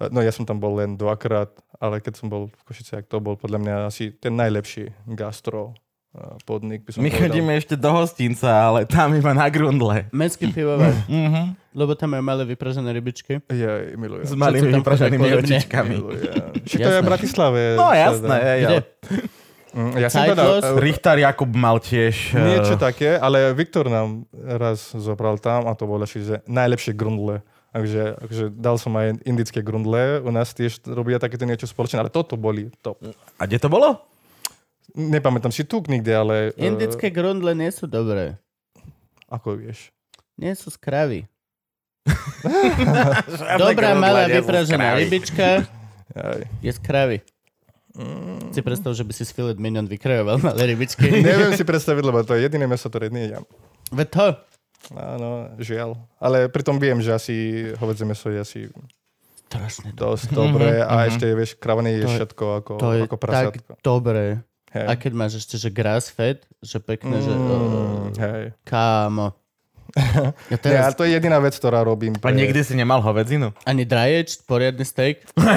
No ja som tam bol len dvakrát, ale keď som bol v Košiciach, to bol podľa mňa asi ten najlepší gastro eh, podnik by som
My
povedal.
chodíme ešte do hostinca, ale tam iba na grundle.
Mestský pivovar.
Mhm.
Lebo tam majú malé vypražené
E-
rybičky.
Ja milujem.
S
Zma-
Všetci
malými
tam
vypraženými
chodia kvôli mne.
očičkami.
Však to je
Jasné.
v Bratislave.
No
sa
jasné,
dá.
hej,
Kde?
ale-
Mm, Ja som teda...
Cyclos?
eh,
Richter Jakub mal tiež... eh,
Niečo také, ale Viktor nám raz zobral tam a to bolo že najlepšie grundle. Takže, takže dal som aj indické grundle, u nás tiež robia takéto niečo spoločné, ale toto boli top.
A kde to bolo?
Nepamätám si tu nikde, ale... eh,
Indické grundle nie sú dobré.
ako vieš?
Nie sú skravy.
Žiadne
Dobrá
grundle,
malá
nie sú
vypražená
skravy.
rybička (laughs)
Aj.
je skravy. Si predstav, že by si z filet minion vykrajoval malé rybičky.
(laughs) Neviem si predstaviť, lebo to je jediné meso, ktoré nie jem.
Ve to,
Áno, žiaľ. Ale pritom viem, že asi hovedzie meso je asi
strašne to.
dosť dobré a ešte, vieš, kravané
Mhm, To
je
je-
všetko ako,
To je
ako
tak
prasátko.
dobré.
Hej.
A keď máš ešte, že grass fed, že pekné, že...
Mm,
eh,
hej.
Kámo. Ja
Ja,
teraz
to je jediná vec, ktorá robím.
A nikdy si nemal hovedzinu?
ani draječ, poriadny steak.
Uh,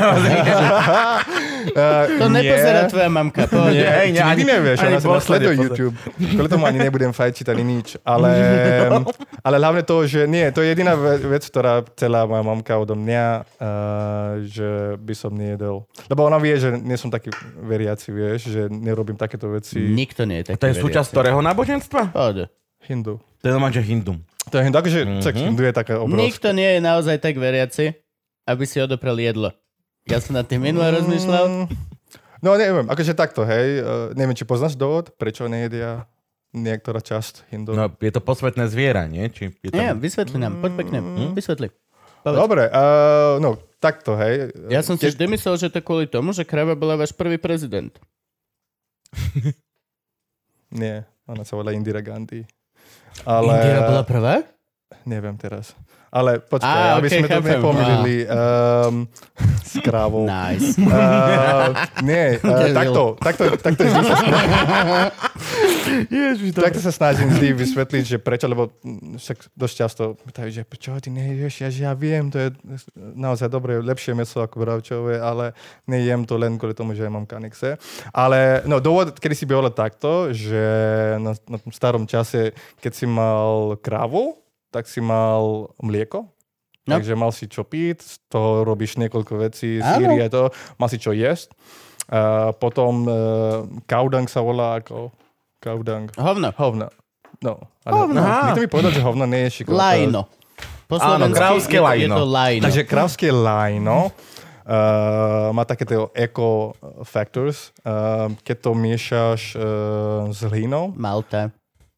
To nepozerá tvoja mamka,
Nie,
pohode.
hej,
Či nikdy nevieš, ona sa
posledne
nasleduje
pozor.
YouTube. Kvôli tomu ani nebudem fajčiť ani nič. Ale,
(laughs) No.
ale hlavne to, že nie, to je jediná ve- vec, ktorá celá moja mamka odo mňa, uh, že by som nejedol. Lebo ona vie, že nie som taký veriaci, vieš, že nerobím takéto veci.
Nikto nie je taký
To je súčasť
veriaci.
ktorého náboženstva?
Pohode.
Hindu.
To je normálne, že hindum.
To je hindu, akože mm-hmm.
Mhm.
hindu je taká obrovská.
Nikto nie je naozaj tak veriaci, aby si odoprel jedlo. Ja som nad tým minule rozmýšľal.
No neviem, akože takto, hej. Uh, neviem, či poznáš dôvod, prečo nejedia niektorá časť hindu.
No.
No.
Je to posvetné zviera, nie? Či je
Nie,
tam...
vysvetli nám, poď pekne, vysvetli.
Dobre, uh, no takto, hej.
Ja som si
Keď-
vždy myslel, že to kvôli tomu, že krava bola váš prvý prezident.
Nie, ona sa volá Indira Gandhi. Ale
Indira bola prvá?
neviem teraz. Ale
Á,
počkaj, aby
okej,
sme to
chápem.
nepomýlili um, s krávou.
Nice.
Uh, nie, uh,
Devil.
takto, takto, takto, vždy sa snažím,
(laughs)
takto sa snažím vždy vysvetliť, že prečo, lebo mm, však dosť často pýtajú, že prečo ty neješ, ja, že ja viem, to je naozaj dobré, lepšie meso ako bravčové, ale nejem to len kvôli tomu, že mám kanikse. Ale no, dôvod, kedy si bolo takto, že na, na tom starom čase, keď si mal krávu, tak si mal mlieko,
No.
No. Takže mal si čo piť, z toho robíš niekoľko vecí,
Áno.
síry a to, mal si čo jesť. Uh, potom uh, kaudang sa volá ako kaudang.
Hovno.
Hovna. No. Ale, hovna. Nikto mi povedal, že hovna nie je šikovné.
Lajno. Po slovensky
krávské
je to- Je
lajno.
to lajno.
Takže krávské
Mhm.
lajno uh, má také tie eco factors. Uh, keď to miešaš uh, s hlinou,
Malta.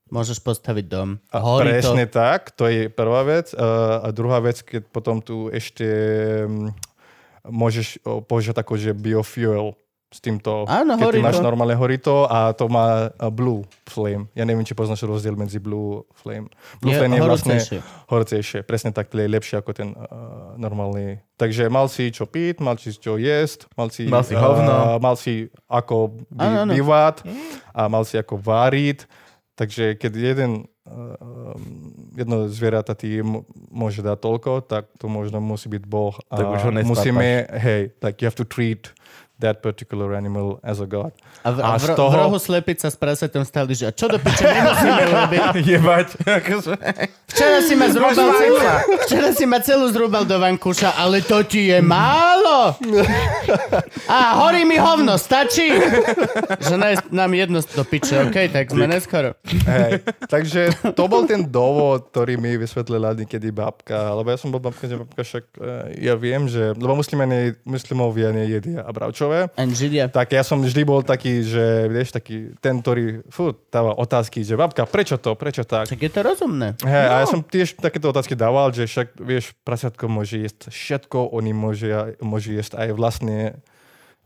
Môžeš postaviť dom.
A
Horí to.
presne tak, to je prvá vec. Uh, a druhá vec, keď potom tu ešte um, môžeš o, používať ako, že biofuel s týmto.
Áno,
keď
horí
máš
to.
normálne horito a to má uh, blue flame. Ja neviem, či poznáš rozdiel medzi blue flame. Blue
Je
flame je vlastne
horúcejšie.
horúcejšie. Presne tak, je lepšie ako ten uh, normálny. Takže mal si čo piť, mal si čo jesť, mal si,
Mal si
eh,
hovno.
mal si ako by,
Áno, áno.
bývať a mal si ako váriť. Takže keď jeden eh, jedno zvieratá ti m- môže dať toľko, tak to možno musí byť boh. A
Tak už ho nespápaš.
musíme, hej, like you have to treat that particular animal as a god.
A v,
A
a v,
z
ro-
toho-
v rohu slepica s prasetom stali, že a čo do piče nemusíme urobiť?
Jebať. Akože...
Včera si ma zrúbal celú, včera si ma celú zrúbal do vankúša, ale to ti je málo. A horí mi hovno, stačí. Že nájsť nám jedno do piče, okej, tak sme neskoro.
Hej. Takže to bol ten dôvod, ktorý mi vysvetlila niekedy babka. Lebo ja som bol babka, že babka však, eh, ja viem, že, lebo muslimania, muslimovia nejedia abravčové.
Ani židia.
Tak ja som vždy bol taký, že vieš, taký ten, ktorý furt dáva otázky, že babka, prečo to, prečo tak?
Tak je to rozumné.
Hej, a ja som tiež takéto otázky dával, že však, vieš, prasiatko môže jesť všetko, oni môže, môže jesť aj vlastne,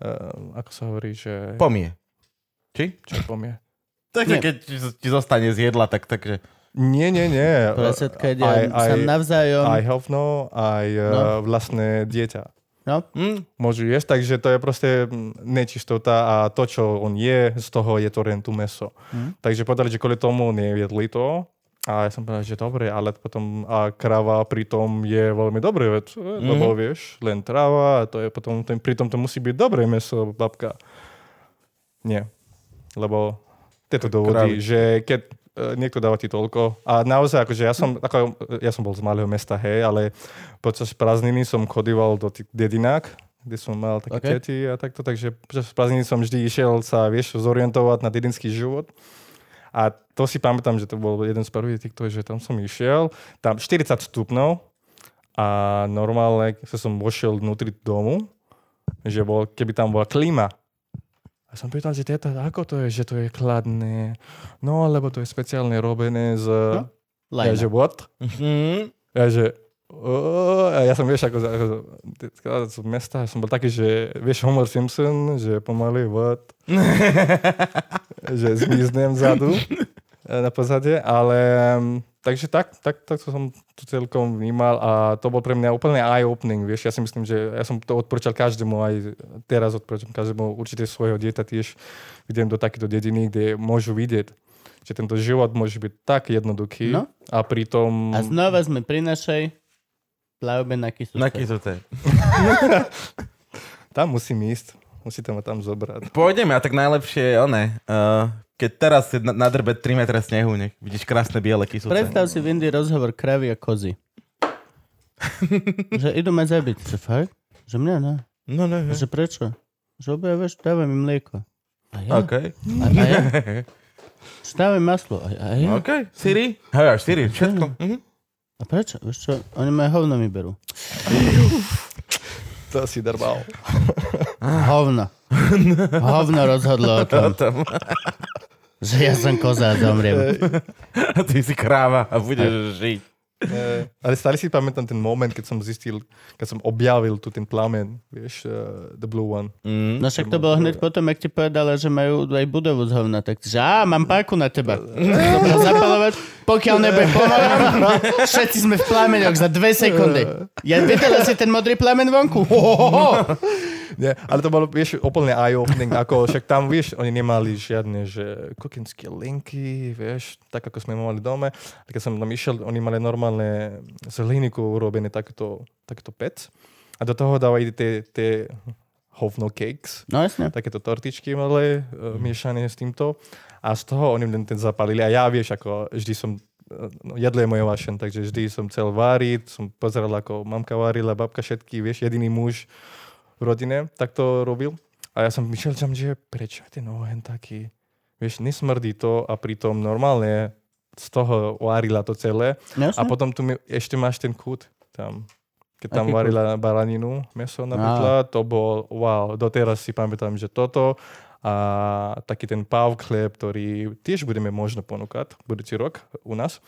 uh, ako sa hovorí, že...
Pomie.
čo pomie?
Takže
Nie.
keď ti, ti zostane z jedla, tak takže...
Nie, nie, nie.
Prasiatka
Eh, aj,
jedia
aj,
sa navzájom.
aj hovno, aj uh,
No.
vlastné dieťa
No,
Hm?
môžu jesť, takže to je proste mm, nečistota a to, čo on je, z toho je to len tu meso. Mm. Takže povedali, že kvôli tomu nejedli to. A ja som povedal, že dobre, ale potom a krava pritom je veľmi dobrý vec, mm. lebo vieš, len tráva, a to je potom, ten, pritom to musí byť dobré meso, babka. Nie, lebo tieto dôvody,
králi.
že keď e, niekto dáva ti toľko. A naozaj, akože ja som, ako, ja som bol z malého mesta, hej, ale počas prázdniny som chodíval do tých dedinák, kde som mal
Ok.
také okay. tety a takto, takže počas prázdniny som vždy išiel sa, vieš, zorientovať na dedinský život. A to si pamätám, že to bol jeden z prvých týchto, že tam som išiel, tam 40 stupňov a normálne, keď som vošiel vnútri domu, že bol, keby tam bola klíma. A som pýtal, že teta, ako to je, že to je chladné? No, lebo to je speciálne robené z... Ja, že
Lajna.
what?
Mm.
Mhm.
Ja, že... "Ó", A ja som, vieš, ako, ako z mesta, som bol taký, že, vieš, Homer Simpson, že pomaly
(laughs)
what? že zmiznem vzadu e, na pozadie, ale... mm, Takže tak, tak, tak to som to celkom vnímal a to bol pre mňa úplne eye-opening, vieš, ja si myslím, že ja som to odporúčal každému aj teraz odporúčam každému určite svojho dieta tiež idem do takéto dediny, kde môžu vidieť, že tento život môže byť tak jednoduchý
No.
a pritom...
A
Mm.
znova sme pri našej plavbe na Kisuse.
Na kysuce.
Tam musím ísť. Musíte ma tam zobrať.
Pôjdeme, a tak najlepšie je one. Uh, keď teraz je na- nadrbe 3 metra snehu, nech vidíš krásne biele kysuce.
Predstav si v Indii rozhovor kravy a
(laughs)
kozy. že idú ma zabiť. Že fakt? Že mňa ne.
No, no,
A
no.
Že prečo? Že obaja, vieš, dávam im mlieko. A ja?
No. OK.
A, a ja? Že dávam maslo. A, a ja?
(laughs) OK. Siri? Hej, až Siri, všetko. Mhm.
A prečo? Vieš čo? Oni moje hovno mi berú.
To si drbal.
(laughs)
Hovno. Hovno rozhodlo o tom,
Tam.
že ja som koza a zomriem.
A (laughs) ty si kráva a budeš žiť.
E, ale stále si pamätám ten moment, keď som zistil, keď som objavil tu ten plamen, vieš, uh, the blue one.
No však to bolo hneď potom, ak ti povedala, že majú aj budovu z hovna, tak že á, mám páku na teba. Dobra, zapalovať, pokiaľ nebude pomalá, všetci sme v plameňoch za dve sekundy. Ja videla si ten modrý plamen vonku. Ho, ho, ho.
Nie, ale to bolo, vieš, úplne eye-opening, ako však tam, vieš, oni nemali žiadne, že kuchynské linky, vieš, tak ako sme mali doma. A keď som tam išiel, oni mali normálne z hliníku urobené takto, takto pec. A do toho dávajú tie, tie hovno cakes.
No jasne.
takéto tortičky malé, mm. miešané s týmto. A z toho oni len ten zapalili. A ja vieš, ako vždy som, eh, no, jedlo je moje vášen, takže vždy som chcel váriť, som pozeral, ako mamka varila, babka všetky, vieš, jediný muž v rodine, tak to robil. A ja som myšiel tam, že prečo je ten oheň taký? Vieš, nesmrdí to a pritom normálne z toho varila to celé.
No
A
jasne.
potom tu mi, ešte máš ten kút tam. Keď
Aký
tam
kút?
varila baraninu, meso napríklad, to bol wow. Doteraz si pamätám, že toto a taký ten pav chleb, ktorý tiež budeme možno ponúkať budúci rok u nás.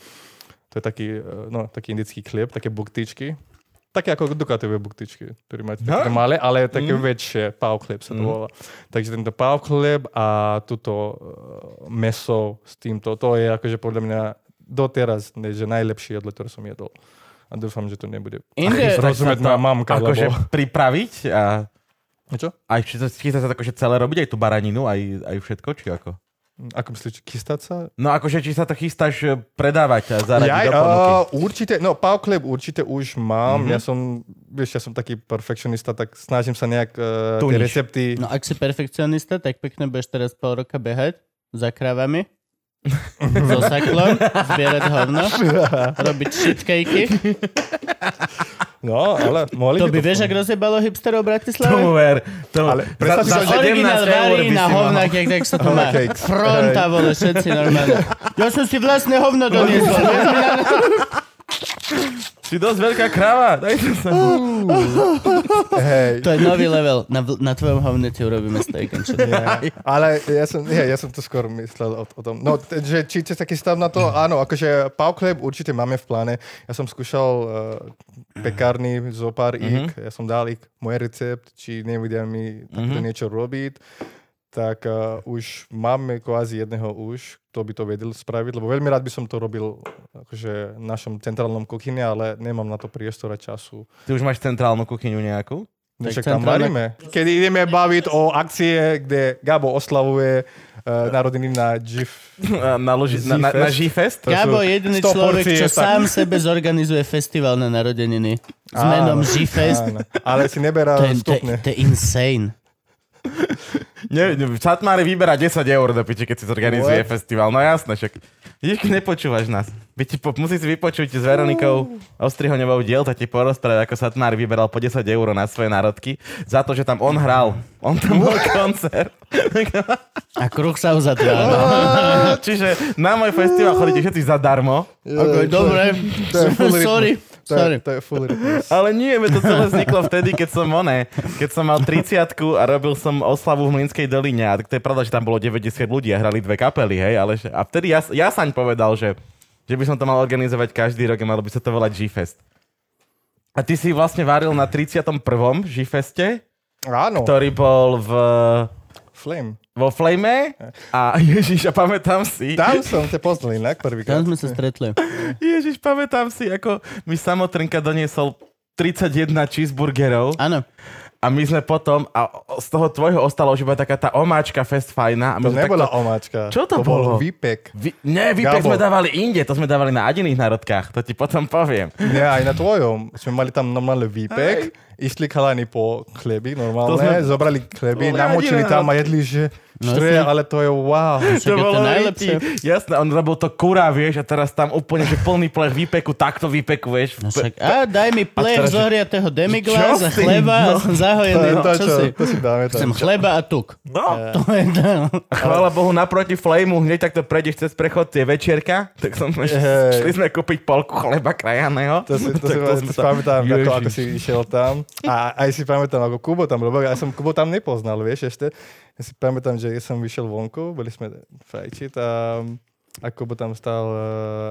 To je taký, eh, no, taký indický chlieb, také buktičky. Také ako dukatové buktičky, ktoré máte také malé, ale také
Mhm.
väčšie. Pav chleb sa to volá. Takže tento pav chleb a tuto eh, meso s týmto, to je akože podľa mňa doteraz ne, že najlepšie jedlo, ktoré som jedol. A dúfam, že to nebude.
Inde,
(laughs) Rozumieť ma mamka,
Akože
lebo...
pripraviť a
Čo?
aj všetko, chystá sa to akože celé robiť, aj tú baraninu, aj, aj všetko, či ako?
Ako myslíš, chystať sa?
No akože, či sa to chystáš eh, predávať a zaradiť
Jaj,
do ponuky. Mhm.
á, určite, no Pau Kleb určite už mám. Mm-hmm. Ja som, vieš, ja som taký perfekcionista, tak snažím sa nejak uh, tie
Tuníš.
recepty...
no ak si perfekcionista, tak pekne budeš teraz pol roka behať za kravami, so saklom, zbierať hovno, robiť shitcakey.
No,
(laughs)
ale mohli
To by
to-
vieš, ak rozjebalo hipsterov v Bratislave?
Tomu ver. Tomu,
Ale predstav si,
za,
že
za 17
Originál
eur
varí
by
na
si mohol.
hovnách, jak tak sa to má.
Hovnakek.
Fronta, vole, všetci normálne. Ja som si vlastné hovno doniesol.
(laughs)
vieš mi na-
Si dosť veľká kráva. Dajte sa.
Hej,
To je nový level. Na, vl- na tvojom hovne ti urobíme steak and shit.
Nie, ale ja som, nie, ja som to skôr myslel o, o tom. No, t- že či ste taký stav na to? Áno, akože Paukleb určite máme v pláne. Ja som skúšal uh, pekárny zo pár mm-hmm. ik, ja som dal ik môj recept, či nevedia mi takto mm-hmm. niečo robiť. Tak uh, už máme kvázi jedného už, kto by to vedel spraviť, lebo veľmi rád by som to robil akože v našom centrálnom kuchyni, ale nemám na to priestora času.
Ty už máš centrálnu kuchyňu nejakú?
No,
Tak
Však tam
centrálne-
varíme. Keď ideme baviť o akcie, kde Gabo oslavuje uh, narodiny na GIF.
Na, loži, na, na, na G-Fest?
To
Gabo je
sú
jediný
100
človek,
porcií
čo
je tak.
sám sebe zorganizuje festival na narodeniny. S menom
Áno,
G-Fest.
áno. Ale si neberá
To je, to, je-
vstupne.
to je insane.
Ne, ne, v Satmári vyberá 10 eur do piči, keď si zorganizuje
What?
festival. No jasné, však. Vidíš, keď nepočúvaš nás. By ti po, musíš si vypočuť s Veronikou Ostrihoňovou diel, tak ti porozpráva, ako Satmári vyberal po 10 eur na svoje národky za to, že tam on hral. On tam bol koncert.
A kruh sa uzatvára. no.
Čiže na môj festival chodíte všetci zadarmo.
Okay, dobre,
To je full rytmus.
sorry,
To je,
sorry.
to je full rytmus.
Ale nie, veď to celé vzniklo vtedy, keď som oné, keď som mal 30 a robil som oslavu v Mlinskej doline. A to je pravda, že tam bolo 90 ľudí a hrali dve kapely, hej, ale že, a vtedy ja, ja saň povedal, že, že by som to mal organizovať každý rok a malo by sa to volať G-Fest. A ty si vlastne varil na 31. G-Feste,
Áno,
ktorý bol v,
Flame.
vo Flame a Ježiš, a pamätám si.
Tam som te poznal inak
Tam
prvýkrát.
sme sa stretli.
Ježiš, pamätám si, ako mi samotrnka doniesol 31 cheeseburgerov.
Áno.
A my sme potom, a z toho tvojho ostalo už iba taká tá omáčka fest fajna. A
To
my sme
nebola
takto,
omáčka.
Čo
to
to
bol
bolo?
výpek.
vy, ne, výpek
Gabo.
sme dávali inde, to sme dávali na adiných národkách, to ti potom poviem.
Nie, aj na tvojom. Sme mali tam normálne výpek, išli chalani po chlebi normálne,
To sme-
zobrali chlebi,
To boli
namočili
jediné,
tam a jedli, že
No
štre,
jasne.
ale to je wow.
Však je to najlepšie.
riti- Jasné, on robil to kurá, vieš, a teraz tam úplne, že plný plech výpeku, takto výpekuješ.
No však, a daj mi plech
teraz-
zohriatého demigláza,
Čo si?
chleba a som
No. To je
zahojený.
to,
No, Čo
čo,
si?
to si dáme tam.
Chcem chleba a tuk.
No,
To je to.
a chvála Bohu, naproti Flameu, hneď takto prejdeš cez prechod, je večierka, tak som,
Hej.
šli sme kúpiť polku chleba krajaného.
To si, to si,
(laughs) Tak
to si,
sme
si pamätám, ako, ako
Ježiš.
si išiel tam. A aj si pamätám, ako Kubo tam robil. Ja som Kubo tam nepoznal, vieš, ešte. Ja si pamätám, že som vyšiel vonku, boli sme fajčiť a, a Kubo tam stal...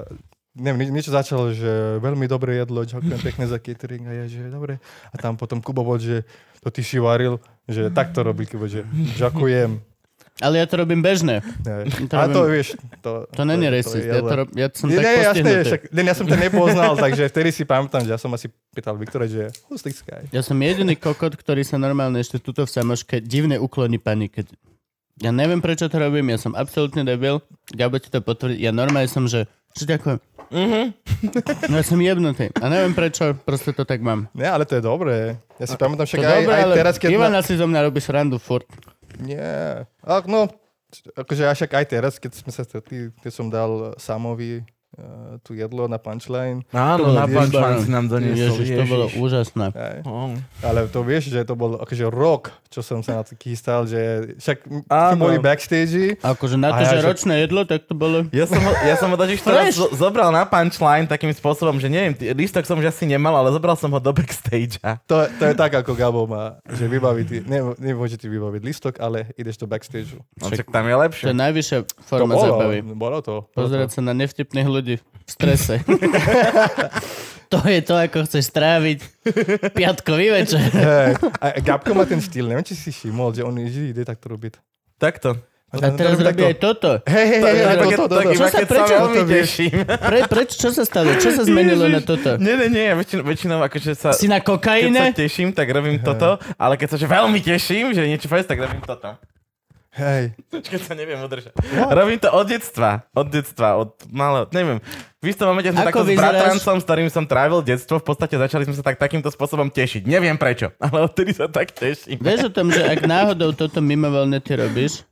eh, Neviem, nie- niečo začalo, že veľmi dobré jedlo, ďakujem pekne za catering a ja, že dobre. A tam potom Kubo bol, že to ty si varil, že takto robí Kubo,
(laughs)
že ďakujem.
Ale ja to robím bežne.
Ne.
To
A to
robím-
vieš, to...
To není
je-
racist. Ja,
je
to
jedlo.
rob, ja som
Nie,
tak
nie, jasné,
postihnutý.
však, len ja som to nepoznal, takže vtedy si pamätám, že ja som asi pýtal Viktora, že who's this guy?
Ja som jediný kokot, ktorý sa normálne ešte tuto v samoške divne ukloní pani, keď... Ja neviem, prečo to robím, ja som absolútne debil. Gabo ti to potvrdí. Ja normálne som, že... Čo ďakujem. Mm-hmm. Ja som jebnutý. A neviem prečo, proste to tak mám.
Nie, ale to je dobré. Ja si pamätám však
To
aj,
dobré,
aj
ale
teraz, keď...
Ivana
Na...
si zo mňa robí srandu furt.
Nie. Ak, no, akože ja však aj teraz, keď sme sa stretli, keď som dal Samovi uh, tu jedlo na punchline,
Áno, na
Ježiš,
pán si nám doniesol.
Ježiš, to bolo úžasné.
aj,
Oh.
ale to vieš, že to bol akože rok, čo som sa na to chystal, že však sme
Áno.
boli backstage
Akože na to,
A ja,
že
že-
ročné jedlo, tak to bolo...
Ja som ho, ja som ho totiž teraz zo, zobral na punchline takým spôsobom, že neviem, t- lístok som už asi nemal, ale zobral som ho do backstage.
to, to je tak, ako Gabo má, že vybaví ti, ne, nemôže ti vybaviť listok, ale ideš do backstage.
Však No, tam je lepšie.
To je najvyššia
To
forma
bolo,
zábavy.
bolo to.
Pozerať sa na nevtipných ľudí v strese. (laughs) to je to, ako chceš stráviť piatkový večer.
Hej, a Gabko má ten štýl, neviem, či si všimol, že on vždy ide takto robiť.
Takto.
A teraz robí aj toto.
Hej, hej, hej, hej,
Také-
to, to, to,
také-
Čo
také
sa prečo
veľmi
to vieš?
teším.
Pre, preč, čo sa stalo? Čo sa zmenilo na
Ježiš.
toto?
Nie, nie, nie, ja väčšinou, väčšinou akože sa...
Si na
Keď sa
kokaine?
teším, tak robím toto, ale keď sa že veľmi teším, že je niečo fest, tak robím toto.
hej.
Keď sa neviem udržať. Robím to od detstva. Od detstva, od malého, neviem. V istom momente sme
Ako
takto
vyzeráš?
s bratrancom, s ktorým som trávil detstvo, v podstate začali sme sa tak takýmto spôsobom tešiť. Neviem prečo, (laughs) ale odtedy sa tak teším.
Vieš o tom, že ak náhodou toto mimovoľne ty robíš,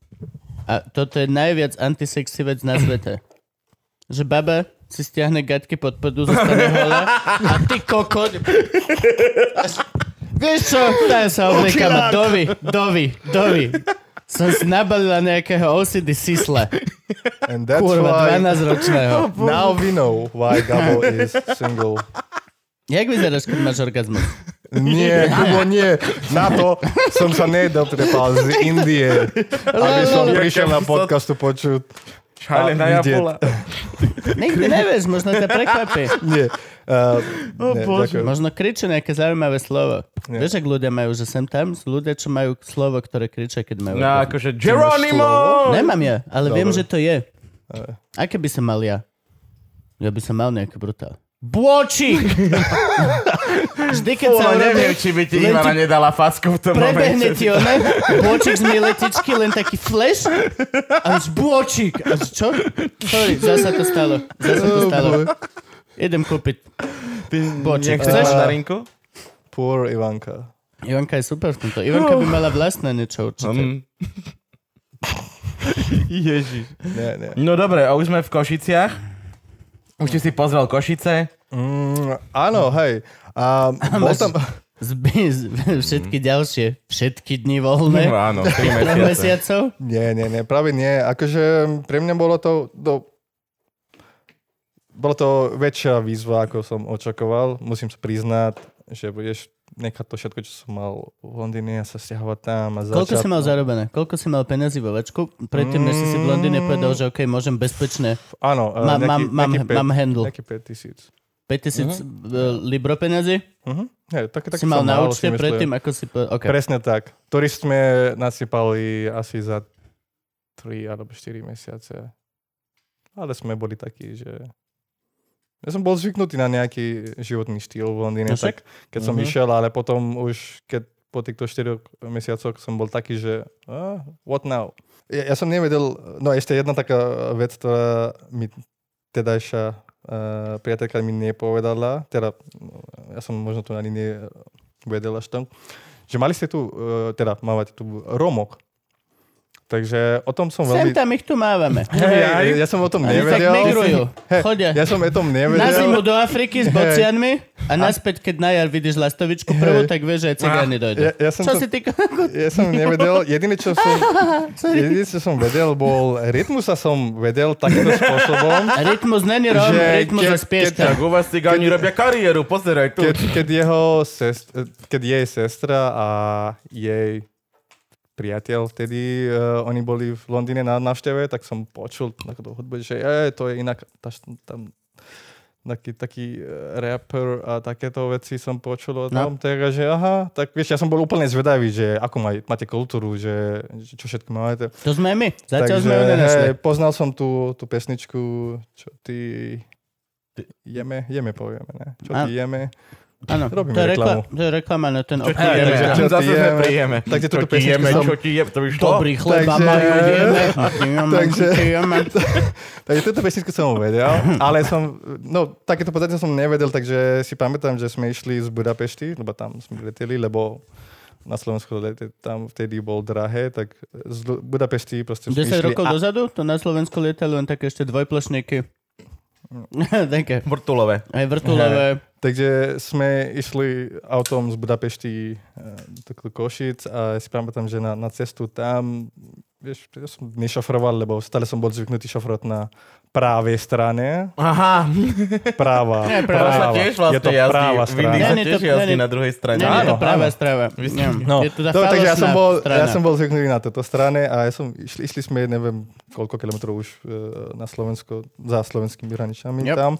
a toto je najviac antisexy vec na svete, že baba si stiahne gaťky pod podu, zostane holá a ty kokot... Vieš čo? Tá ja sa obliekam a dovi, dovi, dovi. Som si nabalila nejakého OCD sisla.
And that's
Kurva,
why
12 ročného.
now we know why Gabo is single.
Jak vyzeráš, keď máš orgazmus?
Nie, Kubo, nie. Na to som sa nedotrepal z Indie, aby som prišiel na podcastu počuť.
Ale
A
na
vidieť.
Japola.
Nikdy nevieš, možno ťa prekvapí.
Nie. Uh, nie, ďakujem.
Možno kričí nejaké zaujímavé slovo.
Nie.
Vieš, ak ľudia majú, že sem tam, sú ľudia, čo majú slovo, ktoré kričia, keď majú.
No
orgazmus.
akože Geronimo!
Nemám ja, ale
Dobre. E.
viem, že to je. Aké by som mal ja? Ja by som mal nejaké brutál. Bôčik! (laughs) Vždy, keď sa
Pula, No, neviem,
urobí,
či by ti
len
Ivana
ti
nedala facku v tom
prebehne
momente.
ti ona, bôčik z miletičky, len taký flash a z bôčik. A z čo? Sorry, zasa to stalo. Zasa to
Oh,
stalo. Idem kúpiť. Bôčik.
Nechceš
Chceš?
mandarinku?
Poor Ivanka.
Ivanka je super v tomto. Ivanka by mala vlastné niečo určite.
Mm. Ježiš.
Ne, ne.
No dobre, a už sme v Košiciach. Už si si pozrel Košice.
Mm, áno, hej. A bol tam... Mhm.
Zby, z, všetky ďalšie, všetky dni voľné.
No áno, (laughs) 3
Pre mesiacov?
Nie, nie, nie, práve nie. Akože pre mňa bolo to... Do... Bolo to väčšia výzva, ako som očakoval. Musím sa priznať, že budeš nechať to všetko, čo som mal v Londýne a sa stiahovať tam a začať.
Koľko si mal zarobené? Koľko si mal peniazy vo večku? Predtým, než si si v Londýne povedal, že OK, môžem bezpečne.
Áno, e,
Mám-
nejaký,
mám- mám-
nejaký
mám handle.
Nejaký Mhm. 5000.
5000 uh-huh. libro peniazy
Mhm. Hej, tak, tak
si mal na účte predtým,
predtým.
ako si povedal. OK.
Presne tak. Ktorý sme nasypali asi za 3 alebo 4 mesiace. Ale sme boli takí, že... Ja som bol zvyknutý na nejaký životný štýl v Londýne,
No
tak, keď som
Mhm.
išiel, ale potom už, keď po týchto 4 mesiacoch som bol taký, že ah, what now? Ja, ja som nevedel, no ešte jedna taká vec, ktorá mi tedajšia uh, priateľka mi nepovedala, teda no, ja som možno to ani nevedel až tam, že mali ste tu, uh, teda mávať tu Romok. Takže o tom som
Sem
veľmi...
tam ich tu mávame.
ja, ja som o tom
Oni tak
nevedel.
migrujú.
Hej,
Chodia.
Ja som o tom nevedel.
Na zimu do Afriky s
Hej.
bocianmi a naspäť, keď na jar vidíš lastovičku prvú,
Hej.
tak vieš, že aj cigány dojdú.
Ja, ja som
Čo
to...
si ty...
Ja som nevedel, jediné čo som, jediné, čo som vedel, bol rytmus a som vedel takýmto
(laughs)
spôsobom,
(laughs) Rytmus není rom,
Že
rytmus
keď-
je spieška.
Tak u vás cigáni robia kariéru, pozeraj tu.
keď, keď, jeho sest, keď jej sestra a jej priateľ vtedy, uh, oni boli v Londýne na návšteve, tak som počul takúto hudbu, že je, to je inak tá, tam taký, taký eh, rapper a takéto veci som počul o tom, no. takže aha, tak vieš, ja som bol úplne zvedavý, že ako maj, máte kultúru, že, že čo všetko máte.
To sme my. Zatiaľ sme ju nenašli.
hej, poznal som tú, tú pesničku, čo ty jeme, jeme povieme, ne? Čo ty jeme.
Áno,
Robíme
to je, rekla-
reklamu.
to je reklama na ten obchod.
jeme,
Takže-
čo
Zase
ti
sme
jeme.
prijeme.
Takže túto
Čo ti
pesničku
jeme,
som-
čo ti jeme, to víš to?
Dobrý chleba
Takže-
majú, jeme. jeme,
Takže-
jeme.
Takže túto pesničku som vedel, ale som, no takéto podstatne som nevedel, takže si pamätám, že sme išli z Budapešti, lebo tam sme leteli, lebo na Slovensku lete, tam vtedy bol drahé, tak z Lu- Budapešti proste sme
10
išli.
rokov
a-
dozadu to na Slovensku lietali len také ešte dvojplošníky. (laughs) Také.
Vrtulové.
Aj vrtulové.
Takže sme išli autom z Budapešti eh, do do Košic a si pamätám, že na, na cestu tam, vieš, ja som nešofroval, lebo stále som bol zvyknutý šofrovať na právej strane.
Aha,
Práva.
Nie,
to
práva.
sa
práva.
tiež vlastne
je to
jazdí.
práva
V Indii
strana.
Nie,
sa
nie,
tiež
to-
jazdí
nie, nie.
na druhej strane.
Nie,
(laughs)
nie, je
Áno,
to práva
áno.
strava. Nie,
No,
je to tá
to, takže ja som,
falošná
bol,
strana.
ja som bol zvyknutý na tejto strane a ja som, išli, išli sme, neviem, koľko kilometrov už eh, na Slovensko, za slovenskými hraničami
Yep.
yep. tam.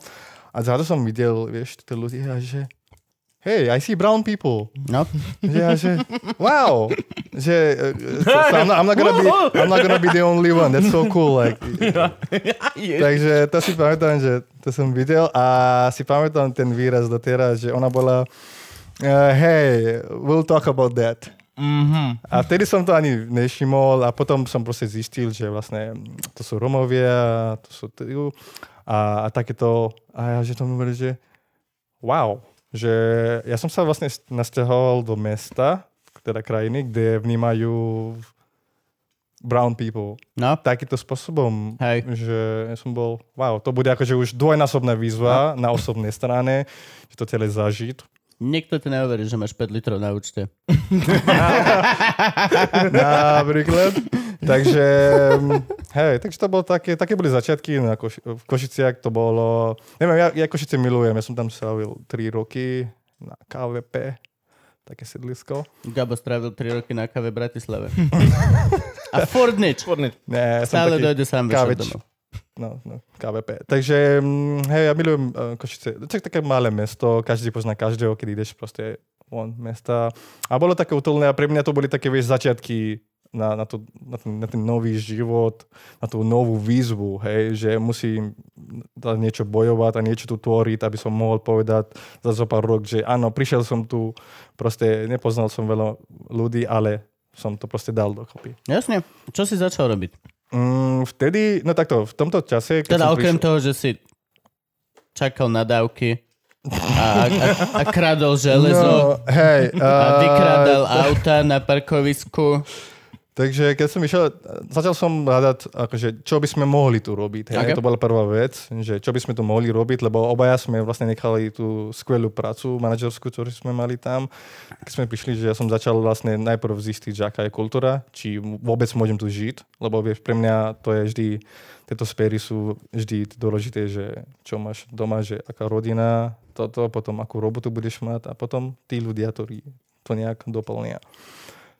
A zrazu som videl, vieš, tie ľudia, že Hey, I see brown people.
No.
Že ja, že, wow, že, eh, so, so I'm, not, I'm, not gonna be, I'm not gonna be the only one, that's so
(laughs)
cool. Like, takže to si pamätám, že to som videl a si pamätám ten výraz doteraz, že ona bola, eh, hey, we'll talk about that. A vtedy som to ani nevšimol a potom som proste zistil, že vlastne to sú Romovia, to sú tiu a, a takéto, a ja že tomu hovorím, že wow, že ja som sa vlastne s- nasťahoval do mesta, teda krajiny, kde vnímajú brown people
No.
takýmto spôsobom,
Hej.
že ja som bol, wow, to bude akože už dvojnásobná výzva na osobnej strane, že to celé zažiť.
Nikto ti neuverí, že máš 5 litrov na účte.
Napríklad. takže, mm, hej, takže to bolo také, také boli začiatky na Koši- v Košiciach, to bolo, neviem, ja, ja Košice milujem, ja som tam strávil 3 roky na KVP, také sedlisko.
Gabo strávil 3 roky na kave v Bratislave. A furt nič.
Ne, ja som
Stále
taký
dojde sám večer
káveč.
domov.
No, no, KVP. Takže, mm, hej, ja milujem uh, Košice. To je také malé mesto, každý pozná každého, keď ideš proste von mesta. A bolo také utolné a pre mňa to boli také, vieš, začiatky na, na, to, na, ten, na ten nový život, na tú novú výzvu, hej, že musím za niečo bojovať a niečo tu tvoriť, aby som mohol povedať za zo pár rok, že áno, prišiel som tu, proste nepoznal som veľa ľudí, ale som to proste dal dokopy.
Jasne. Čo si začal robiť?
Mm, vtedy, no takto, v tomto čase... keď
Teda
som
okrem
prišiel-
toho, že si čakal na dávky a, a, a kradol železo
No, hej. eh,
a
a-
vykrádal auta na parkovisku
Takže keď som išiel, začal som hľadať, akože, čo by sme mohli tu robiť. Hej.
Také.
To bola prvá vec, že čo by sme tu mohli robiť, lebo obaja sme vlastne nechali tú skvelú prácu manažerskú, ktorú sme mali tam. Keď sme prišli, že ja som začal vlastne najprv zistiť, že aká je kultúra, či vôbec môžem tu žiť, lebo vieš, pre mňa to je vždy, tieto sféry sú vždy dôležité, že čo máš doma, že aká rodina, toto, potom akú robotu budeš mať a potom tí ľudia, ktorí to nejak doplnia.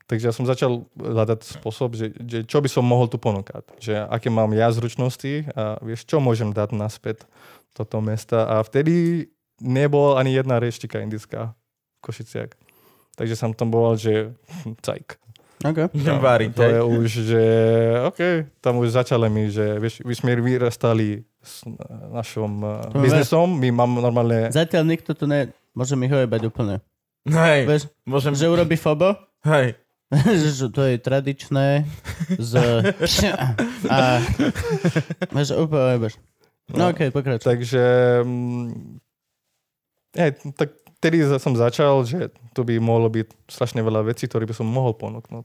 Takže ja som začal hľadať spôsob, že, že čo by som mohol tu ponúkať. Že aké mám ja zručnosti a vieš, čo môžem dať naspäť toto mesta. A vtedy nebol ani jedna reštika indická v Košiciach. Takže som tam bol, že hm, cajk.
Okay.
Idem variť,
To
hej.
je už, že OK, tam už začali mi, že vieš, my sme vyrastali s eh, našom eh,
To je-
biznesom, my mám normálne...
Zatiaľ nikto to ne... Môže mi hojebať úplne.
Hej,
Vieš,
môžem...
že urobí fobo, (laughs)
Hej.
že to je tradičné z...
(laughs)
a... Vieš, úplne hojebeš. No okej, okay, pokračuj.
Takže... mm, Hej, tak tedy za- som začal, že tu by mohlo byť strašne veľa vecí, ktoré by som mohol ponúknuť.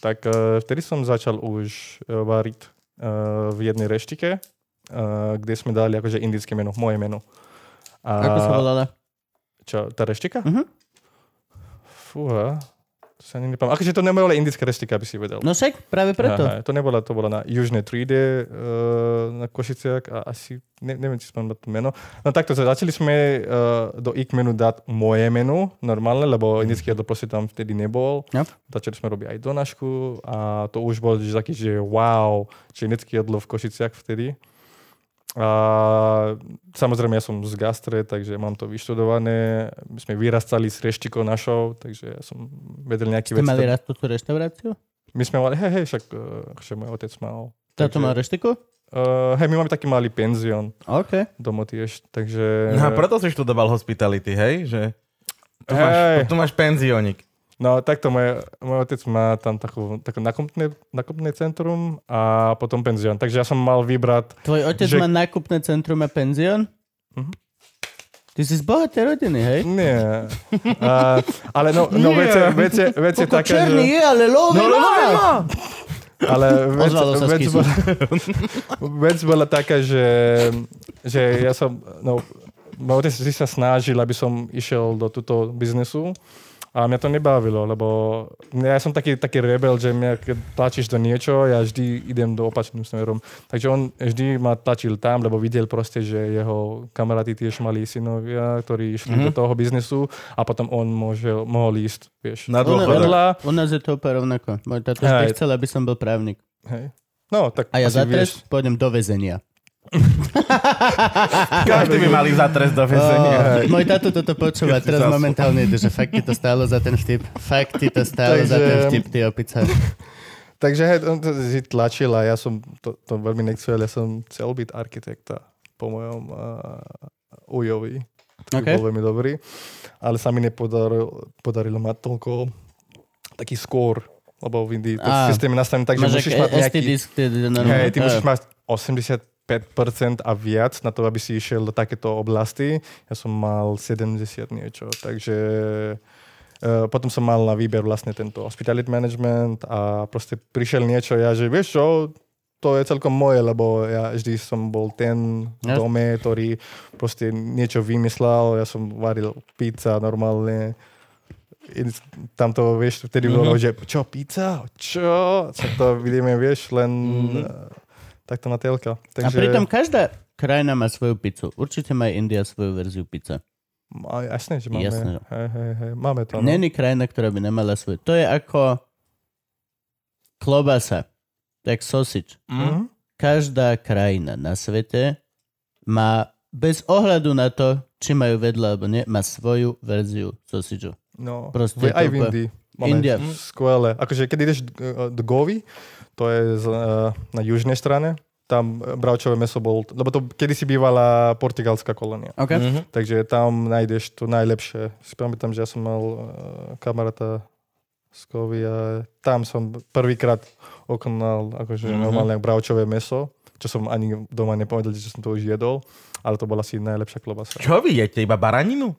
Tak eh, vtedy som začal už eh, variť eh, v jednej reštike, eh, kde sme dali akože indické meno, moje meno. A,
Ako sa volala?
Čo, tá reštika?
Mhm.
Fúha. To sa ani nepamätám. Akože to nebola indická reštika, aby si vedel.
No však, práve preto.
Aha, to nebola, to bola na južnej tríde uh, na Košiciach a asi, ne, neviem, či spomínam to meno. No takto, sa začali sme uh, do ich menu dať moje meno, normálne, lebo
Mhm.
indický jedlo proste tam vtedy nebol.
Ja.
Začali sme robiť aj donášku a to už bol že taký, že wow, že indické jedlo v Košiciach vtedy. A samozrejme, ja som z gastre, takže mám to vyštudované. My sme vyrastali s reštikou našou, takže ja som vedel
Ste
nejaký vec.
mali raz túto reštauráciu?
My sme mali, hej, hej, však, eh, že môj otec mal
Táto
Takže-
má reštiku?
Uh, hej, my máme taký malý penzión
OK.
doma tiež, takže...
No a preto si študoval hospitality, hej? Že tu, máš,
Hej.
tu máš penzionik.
No takto, môj, môj otec má tam takú, takú nakupné, nakupné centrum a potom penzión. Takže ja som mal vybrať...
Tvoj otec
Že-
má nákupné centrum a penzión?
Mhm.
Ty si z bohatej rodiny, hej? (laughs)
Nie. Uh, ale no, no
Nie.
vec, je- vec, je- vec je taká,
černý
Mm, že...
je, ale love no, (laughs)
Ale vec,
Ozvalo sa z
vec,
kysu.
bola, (laughs) vec bola taká, že, že ja som... No, môj otec si sa snažil, aby som išiel do tuto biznesu. A mňa to nebavilo, lebo ja som taký, taký rebel, že mňa keď tlačíš do niečo, ja vždy idem do opačným smerom. Takže on vždy ma tlačil tam, lebo videl proste, že jeho kamaráti tiež mali synovia, ktorí išli
Mhm.
mm-hmm. do toho biznesu a potom on môže, mohol ísť, vieš,
Na
do
dôchodok.
vedľa.
U nás je to úplne rovnako. Môj tato
Hej.
vždy chcel, aby som bol právnik.
Hej. No, tak
A ja
asi
za
vieš.
trest pôjdem do väzenia.
Každý by mali za trest do
Eh.
väzenia.
Oh, môj tato toto počúva,
Keď si
teraz
zasú-
momentálne ide, že fakt ti to stálo za ten vtip. Fakt ti to stálo za
Takže-
ten vtip, ty opica.
Takže hej, on to si tlačil a ja som to, to veľmi nechcel, ja som chcel byť architekta po mojom uh, ujovi, ktorý
Okay.
okay. bol veľmi dobrý, ale sa mi nepodarilo podarilo mať toľko taký skôr, lebo v Indii to
Á.
systém je nastavený tak, že
Máš
musíš mať
ak- ST
nejaký...
disk, ty, ty,
Hej, ty musíš mať 85% a viac na to, aby si išiel do takéto oblasti. Ja som mal 70 niečo, takže e, potom som mal na výber vlastne tento hospitality management a proste prišiel niečo, ja že vieš čo, to je celkom moje, lebo ja vždy som bol ten v
Ja-
dome, ktorý proste niečo vymyslel, ja som varil pizza normálne, tam to, vieš, vtedy mm-hmm.
Mhm.
bolo, že čo, pizza? Čo? Čo to vidíme, vieš, len mm-hmm. takto na telka.
Mhm. A
Takže,
pritom každá krajina má svoju pizzu. Určite má aj India svoju verziu pizza.
A jasné, že máme.
Jasné.
Hej, hej, hej, máme to. No.
Není krajina, ktorá by nemala svoj. To je ako klobasa, tak sausage.
Mhm.
Každá krajina na svete má bez ohľadu na to, či majú vedľa alebo nie, má svoju verziu sausage.
No,
Proste
Proste
je to
aj v
úplne-
Indii. Máme
India.
Skvelé. Akože, keď ideš eh, do Govy, to je z, eh, na južnej strane, tam eh, bravčové meso bol, lebo to kedysi bývala portugalská kolónia.
Okay? Mm.
Takže tam nájdeš to najlepšie. Si pamätám, že ja som mal uh, kamaráta z Kovy a tam som prvýkrát okonal akože
Mhm.
mm-hmm. normálne bravčové meso, čo som ani doma nepovedal, že som to už jedol, ale to bola asi najlepšia klobasa.
Čo vy jete? Iba baraninu?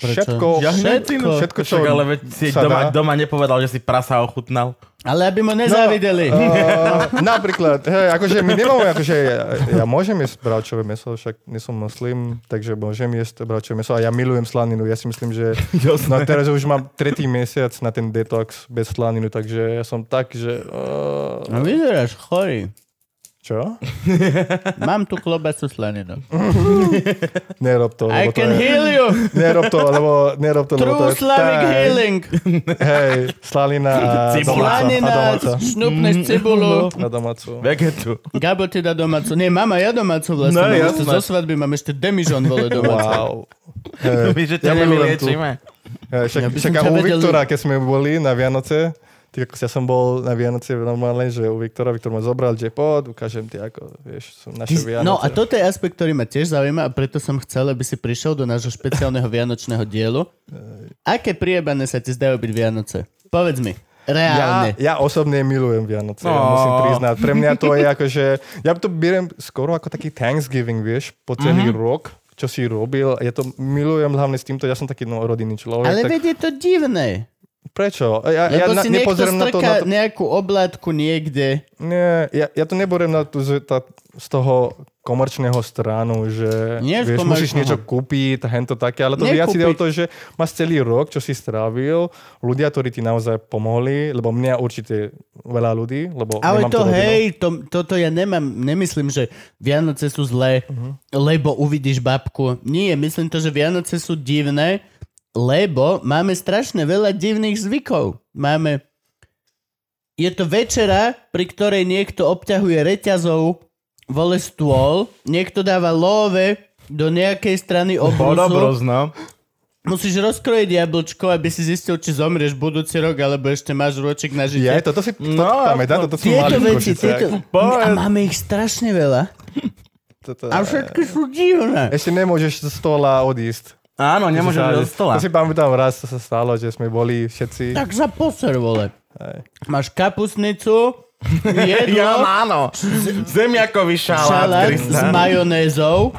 Prečo?
Všetko,
Všetko.
všetko, čo
Však, ale veď si
sa
doma,
dá.
doma nepovedal, že si prasa ochutnal.
Ale aby mu (laughs) nezávideli. No,
Uh, napríklad, hej, akože my nemáme, akože ja, ja môžem jesť bravčové meso, však nie som moslim, takže môžem jesť bravčové meso a ja milujem slaninu. Ja si
(laughs)
myslím, že no, teraz už mám tretí mesiac na ten detox bez slaninu, takže ja som tak, že...
no
Uh,
vyzeráš chorý.
čo?
Mám tu klobasu slaninu.
Nerob to,
I
(laughs) lebo to
can
je...
heal you.
Nerob to, lebo nerob to, lebo to
True
je...
Slavic
tak-
healing.
Hej, slanina
(laughs)
a
Cibula.
domáca. A
Slanina,
domáca. Mm. No.
šnupneš cibulu.
Na domácu. (laughs)
Vegetu.
Gabo ti dá domácu. teda Nie, mama, ja domácu vlastne.
No,
mám ešte
jasné.
zo svadby mám ešte demižon
(laughs)
vole domácu. (laughs)
Wow. Hej,
My, že
ja
ťa
milujem tú-
nevyliečíme.
Ja, však,
Ja
ja
by Akože som
však
ťa
u
vedel-
Viktora, keď sme boli na Vianoce, ty, ako ja som bol na Vianoce normálne, že u Viktora, Viktor ma zobral, že pod, ukážem ti, ako, vieš, sú naše Vianoce.
No a toto je aspekt, ktorý ma tiež zaujíma a preto som chcel, aby si prišiel do nášho špeciálneho vianočného dielu. Aké priebané sa ti zdajú byť Vianoce? Povedz mi.
ja,
Reálne.
ja osobne milujem Vianoce, ja musím
Ó.
priznať. Pre mňa to je ako, že ja to beriem skoro ako taký Thanksgiving, vieš, po celý
Mhm.
mm-hmm. rok, čo si robil. Ja to milujem hlavne s týmto, ja som taký no, rodinný človek.
Ale
tak
veď je to divné.
prečo? Ja, ja
Lebo
na,
si niekto
nepozerám na to, na
strká
to
nejakú oblátku niekde.
Nie, ja, ja to neberiem na tú, z, tá, z toho komerčného stránu, že
Nie z komerčného.
vieš, musíš niečo kúpiť, hento také, ale to viac ide o to, že máš celý rok, čo si strávil, ľudia, ktorí ti naozaj pomohli, lebo mňa určite veľa ľudí, lebo
Ale
nemám no.
to,
tú rodinu.
hej, to, toto ja nemám, nemyslím, že Vianoce sú zlé, uh-huh. lebo uvidíš babku. Nie, myslím to, že Vianoce sú divné, lebo máme strašne veľa divných zvykov. Máme... Je to večera, pri ktorej niekto obťahuje reťazov, vole stôl, niekto dáva love do nejakej strany obrusu.
Podobros, no.
Musíš rozkrojiť jablčko, aby si zistil, či zomrieš budúci rok, alebo ešte máš rôčik na žite.
Je, toto si to,
No,
to, pamätá, toto som mal
Tieto
v
veci,
Košiciach.
tieto... A
Povedz.
máme ich strašne veľa.
Toto,
A všetky sú divné.
Ešte nemôžeš z stola odísť.
Áno, nemôžem
Stále.
byť od stola.
To si pamätám raz, to sa stalo, že sme boli všetci.
Tak za poser, vole. Máš kapusnicu, jedlo,
Ja áno. Zemiakový šalát,
šalát s
Kristán.
majonézou,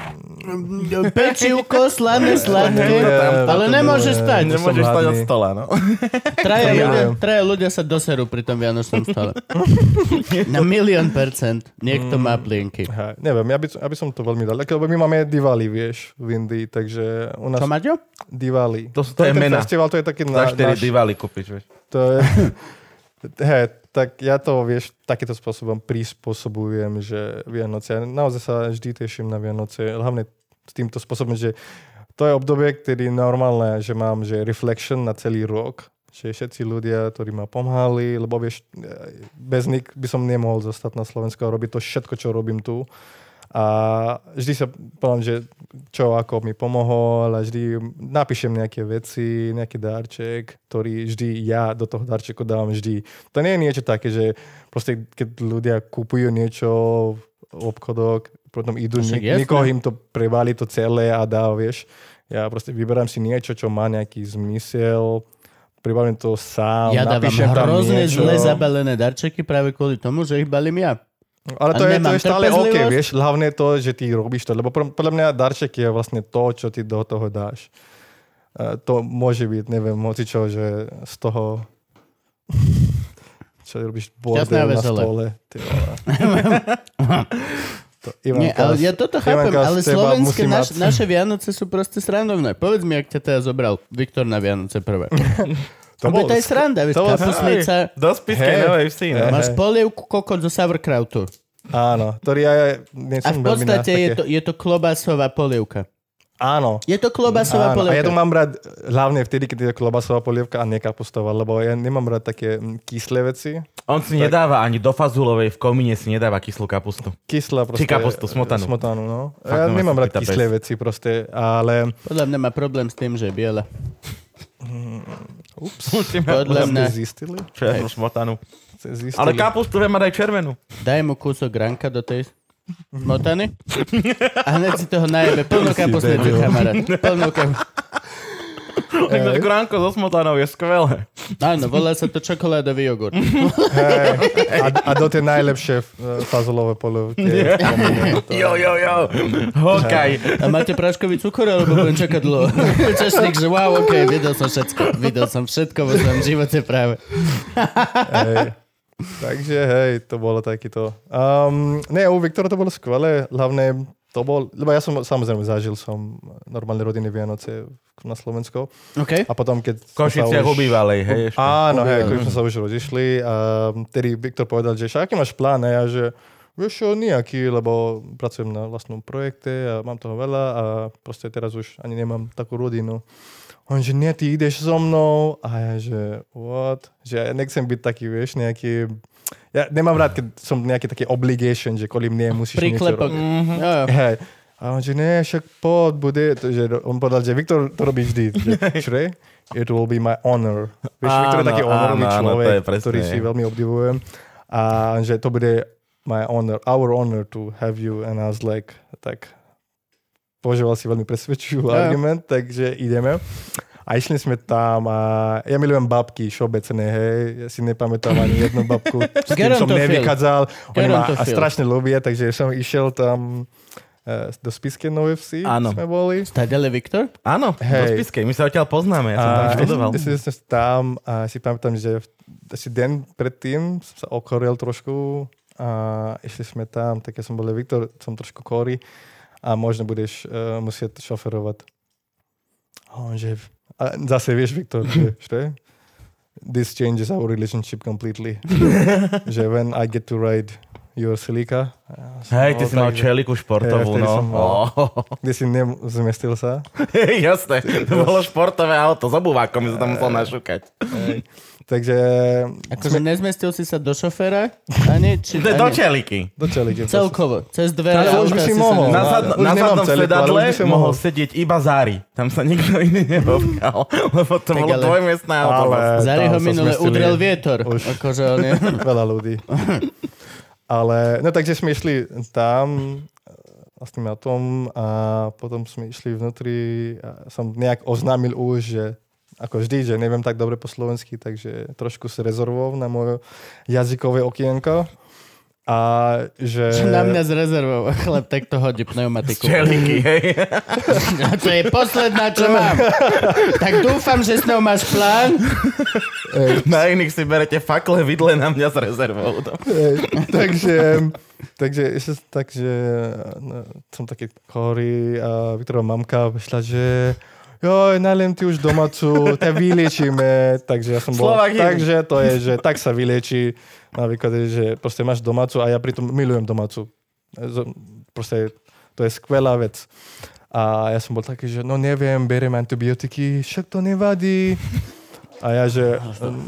pečivko, slané, sladké,
Nie,
ale
to
nemôžeš
bolo-
stať.
Nemôžeš
Som
stať od
hladný.
stola, no.
Traja
Ja.
ľudia, traja ľudia sa doserú pri tom vianočnom stole. (laughs) Na milión percent niekto má
Mm.
plienky.
Hej, neviem, ja by, som- ja by som to veľmi dal. Lebo my máme Diwali, vieš, v Indii, takže u nás...
Čo, Maťo?
Diwali.
To sú- to je
ten
mena.
festival, to je taký
Za
na,
štyri
náš,
divály kúpiš, vieš.
to je, hej, tak ja to, vieš, takýmto spôsobom prispôsobujem, že Vianoce, ja naozaj sa vždy teším na Vianoce, hlavne s týmto spôsobom, že to je obdobie, ktorý normálne, že mám, že reflection na celý rok, že všetci ľudia, ktorí ma pomáhali, lebo vieš, bez nich by som nemohol zostať na Slovensku a robiť to všetko, čo robím tu. A vždy sa poviem, že čo ako mi pomohol a vždy napíšem nejaké veci, nejaký darček, ktorý vždy ja do toho darčeku dám vždy. To nie je niečo také, že proste keď ľudia kúpujú niečo v obchodok, potom idú,
Však
ni-
jasné.
nikoho im to prevalí to celé a dá, vieš. Ja proste vyberám si niečo, čo má nejaký zmysel, pribalím to sám,
Ja dávam
napíšem tam
hrozne
niečo.
zle zabalené darčeky práve kvôli tomu, že ich balím ja.
Ale
A
to je, to
nemám
je stále OK,
trpezlivosť.
vieš, hlavne je to, že ty robíš to, lebo pr- podľa mňa darček je vlastne to, čo ty do toho dáš. E, to môže byť, neviem, hoci čo, že z toho, (laughs) čo robíš
Šťastné a
bordel na
veselé.
stole. Ty
(laughs)
vole. to Ivanka,
Nie, ale ja toto chápem,
Ivanka z
ale
teba
slovenské
musí
naš,
mať-
naše Vianoce sú proste srandovné. Povedz mi, ak ťa teda zobral Viktor na Vianoce prvé.
(laughs) To
Lebo to
bol-
je sranda, vieš,
to bol-
kapusnica,
Do spiskej
Hej.
novej vsi, no.
Hej.
máš polievku kokot zo sauerkrautu.
Áno, ktorý ja nie
A v
som veľmi na
podstate je
také-
to, je to klobásová polievka.
Áno,
Je to klobásová
Áno, a ja to
polievka.
mám rád hlavne vtedy, keď je klobasová polievka a nie kapustová, lebo ja nemám rád také mm, kyslé veci.
On si nedáva ani do fazulovej, v komíne si nedáva kyslú kapustu.
kyslá proste.
Či kapustu, smotanu.
Smotanu, no. ja
Fakt, no,
nemám
som
rád
pýta
kyslé
pes.
veci proste, ale
Podľa mňa má problém s tým, že je biela.
Mm,
Musím
Podľa
ste
mňa.
zistili?
černú smotanu.
Ste zistili?
Ale kapustu viem mať aj červenú.
Daj mu kúsok ranka do tej motany a hneď si toho najebe. Plnú kapusnicu, kamarát. Plnú kapusnicu.
Takže gránko so smotanou je skvelé.
Áno, no, volá sa to čokoládový jogurt.
(laughs)
Hej. A, a do tie najlepšie eh, fazolové polovky.
Jo, jo, jo. Hokaj.
A máte práškový cukor, alebo budem čakať dlho? (laughs) Češník, že wow, ok, videl som všetko. Videl som všetko vo svojom živote práve.
Hej. Takže hej, to bolo takýto. Um, ne, u Viktora to bolo skvelé, hlavne to bol, lebo ja som samozrejme zažil som normálne rodiny Vianoce na Slovensku.
OK.
A potom, keď... sme sa
Košiciach
už-
ubývalej, hej. ešte.
Áno, hej, keď sme sa už rodišli a tedy Viktor povedal, že "Že aký máš plán? A ja, že vieš čo, nejaký, lebo pracujem na vlastnom projekte a mám toho veľa a proste teraz už ani nemám takú rodinu. On, že nie, ty ideš so mnou. A ja, že what? Že ja nechcem byť taký, vieš, nejaký... Ja nemám rád, keď som nejaký taký obligation, že kvôli mne musíš niečo Mhm.
Príklepok. Mhm.
robiť.
Jo, jo.
Hej. A on že ne, však pod, bude, to, že on povedal, že Viktor to robí vždy.
(laughs)
Že, Šre, it will be my honor. Vieš, Viktor je
Áno,
taký honorový
áno, áno,
človek,
to je presne.
ktorý si veľmi obdivujem. A on že to bude my honor, our honor to have you. And I was like, tak považoval si veľmi presvedčivý
Ja.
argument, takže ideme. A išli sme tam a ja milujem babky všeobecné, hej. Ja si nepamätám ani jednu babku,
(laughs)
s kým som
Gerontofil.
nevychádzal. Oni ma a
Gerontofil.
strašne ľúbia, takže som išiel tam eh, do Spiske Nové Vsi,
Áno.
sme boli.
Stadele Viktor?
Áno, do
Hej.
spiskej. My sa odtiaľ poznáme, ja som tam
A
študoval.
ja si- ja som tam a si pamätám, že v- asi deň predtým som sa okoril trošku a išli sme tam, tak ja som bol Viktor, som trošku kory a možno budeš eh, musieť šoferovať. A on že, a zase vieš, Viktor,
(laughs)
že, že this changes our relationship
(laughs)
completely. že when I get to ride your silika. a ja som
Hej, ty
bol
si mal
tak, že-
čeliku
Ja,
športovú,
vtedy
no.
som mal.
Oh.
Kde si nezmestil sa.
(laughs) Hej, jasné, to bolo športové auto s obuvákom, mi sa tam musel našúkať.
Takže eh,
Akože nezmestil si sa do šoféra? Ani? Či,
To je do
ani
čeliky.
dočali.
celkovo. Cez dvere.
Ale už
auta
by si
sa
mohol.
nezmestil.
Na,
No,
zad,
už
na
nemám celiku,
zadnom
ale
sedadle
už by som
mohol
mohol.
sedieť iba Zári. Tam sa nikto iný nebobkal, lebo to bolo
ale-
dvojmiestné auto.
Ale-
vlastne.
Zari
Tam
ho
sa
minule
zmestili.
udrel vietor.
Už.
Akože on je...
(laughs) veľa ľudí. Ale, no takže sme išli tam e, vlastným autom a potom sme išli vnútri a som nejak oznámil už, že ako vždy, že neviem tak dobre po slovensky, takže trošku sa rezervov na moje jazykové okienko. A že...
Na mňa z rezervou. Chlap takto hodí pneumatiku.
Čeliky, hej.
A to je posledná, čo
(laughs)
mám. Tak dúfam, že s ňou máš plán.
Na iných si berete fakle, vidle na mňa s rezervou. No.
Hej, (laughs) takže, takže, ešte, takže no, som taký chorý a Viktorova mamka vyšla, že joj, naliem ti už domácu, ťa vyliečíme. Takže ja som bol,
Slovak je.
takže to je, že tak sa vylieči. Na výklade, že proste máš domácu a ja pritom milujem domácu. Z- Proste to je skvelá vec. A ja som bol taký, že no neviem, beriem antibiotiky, však to nevadí. A ja, že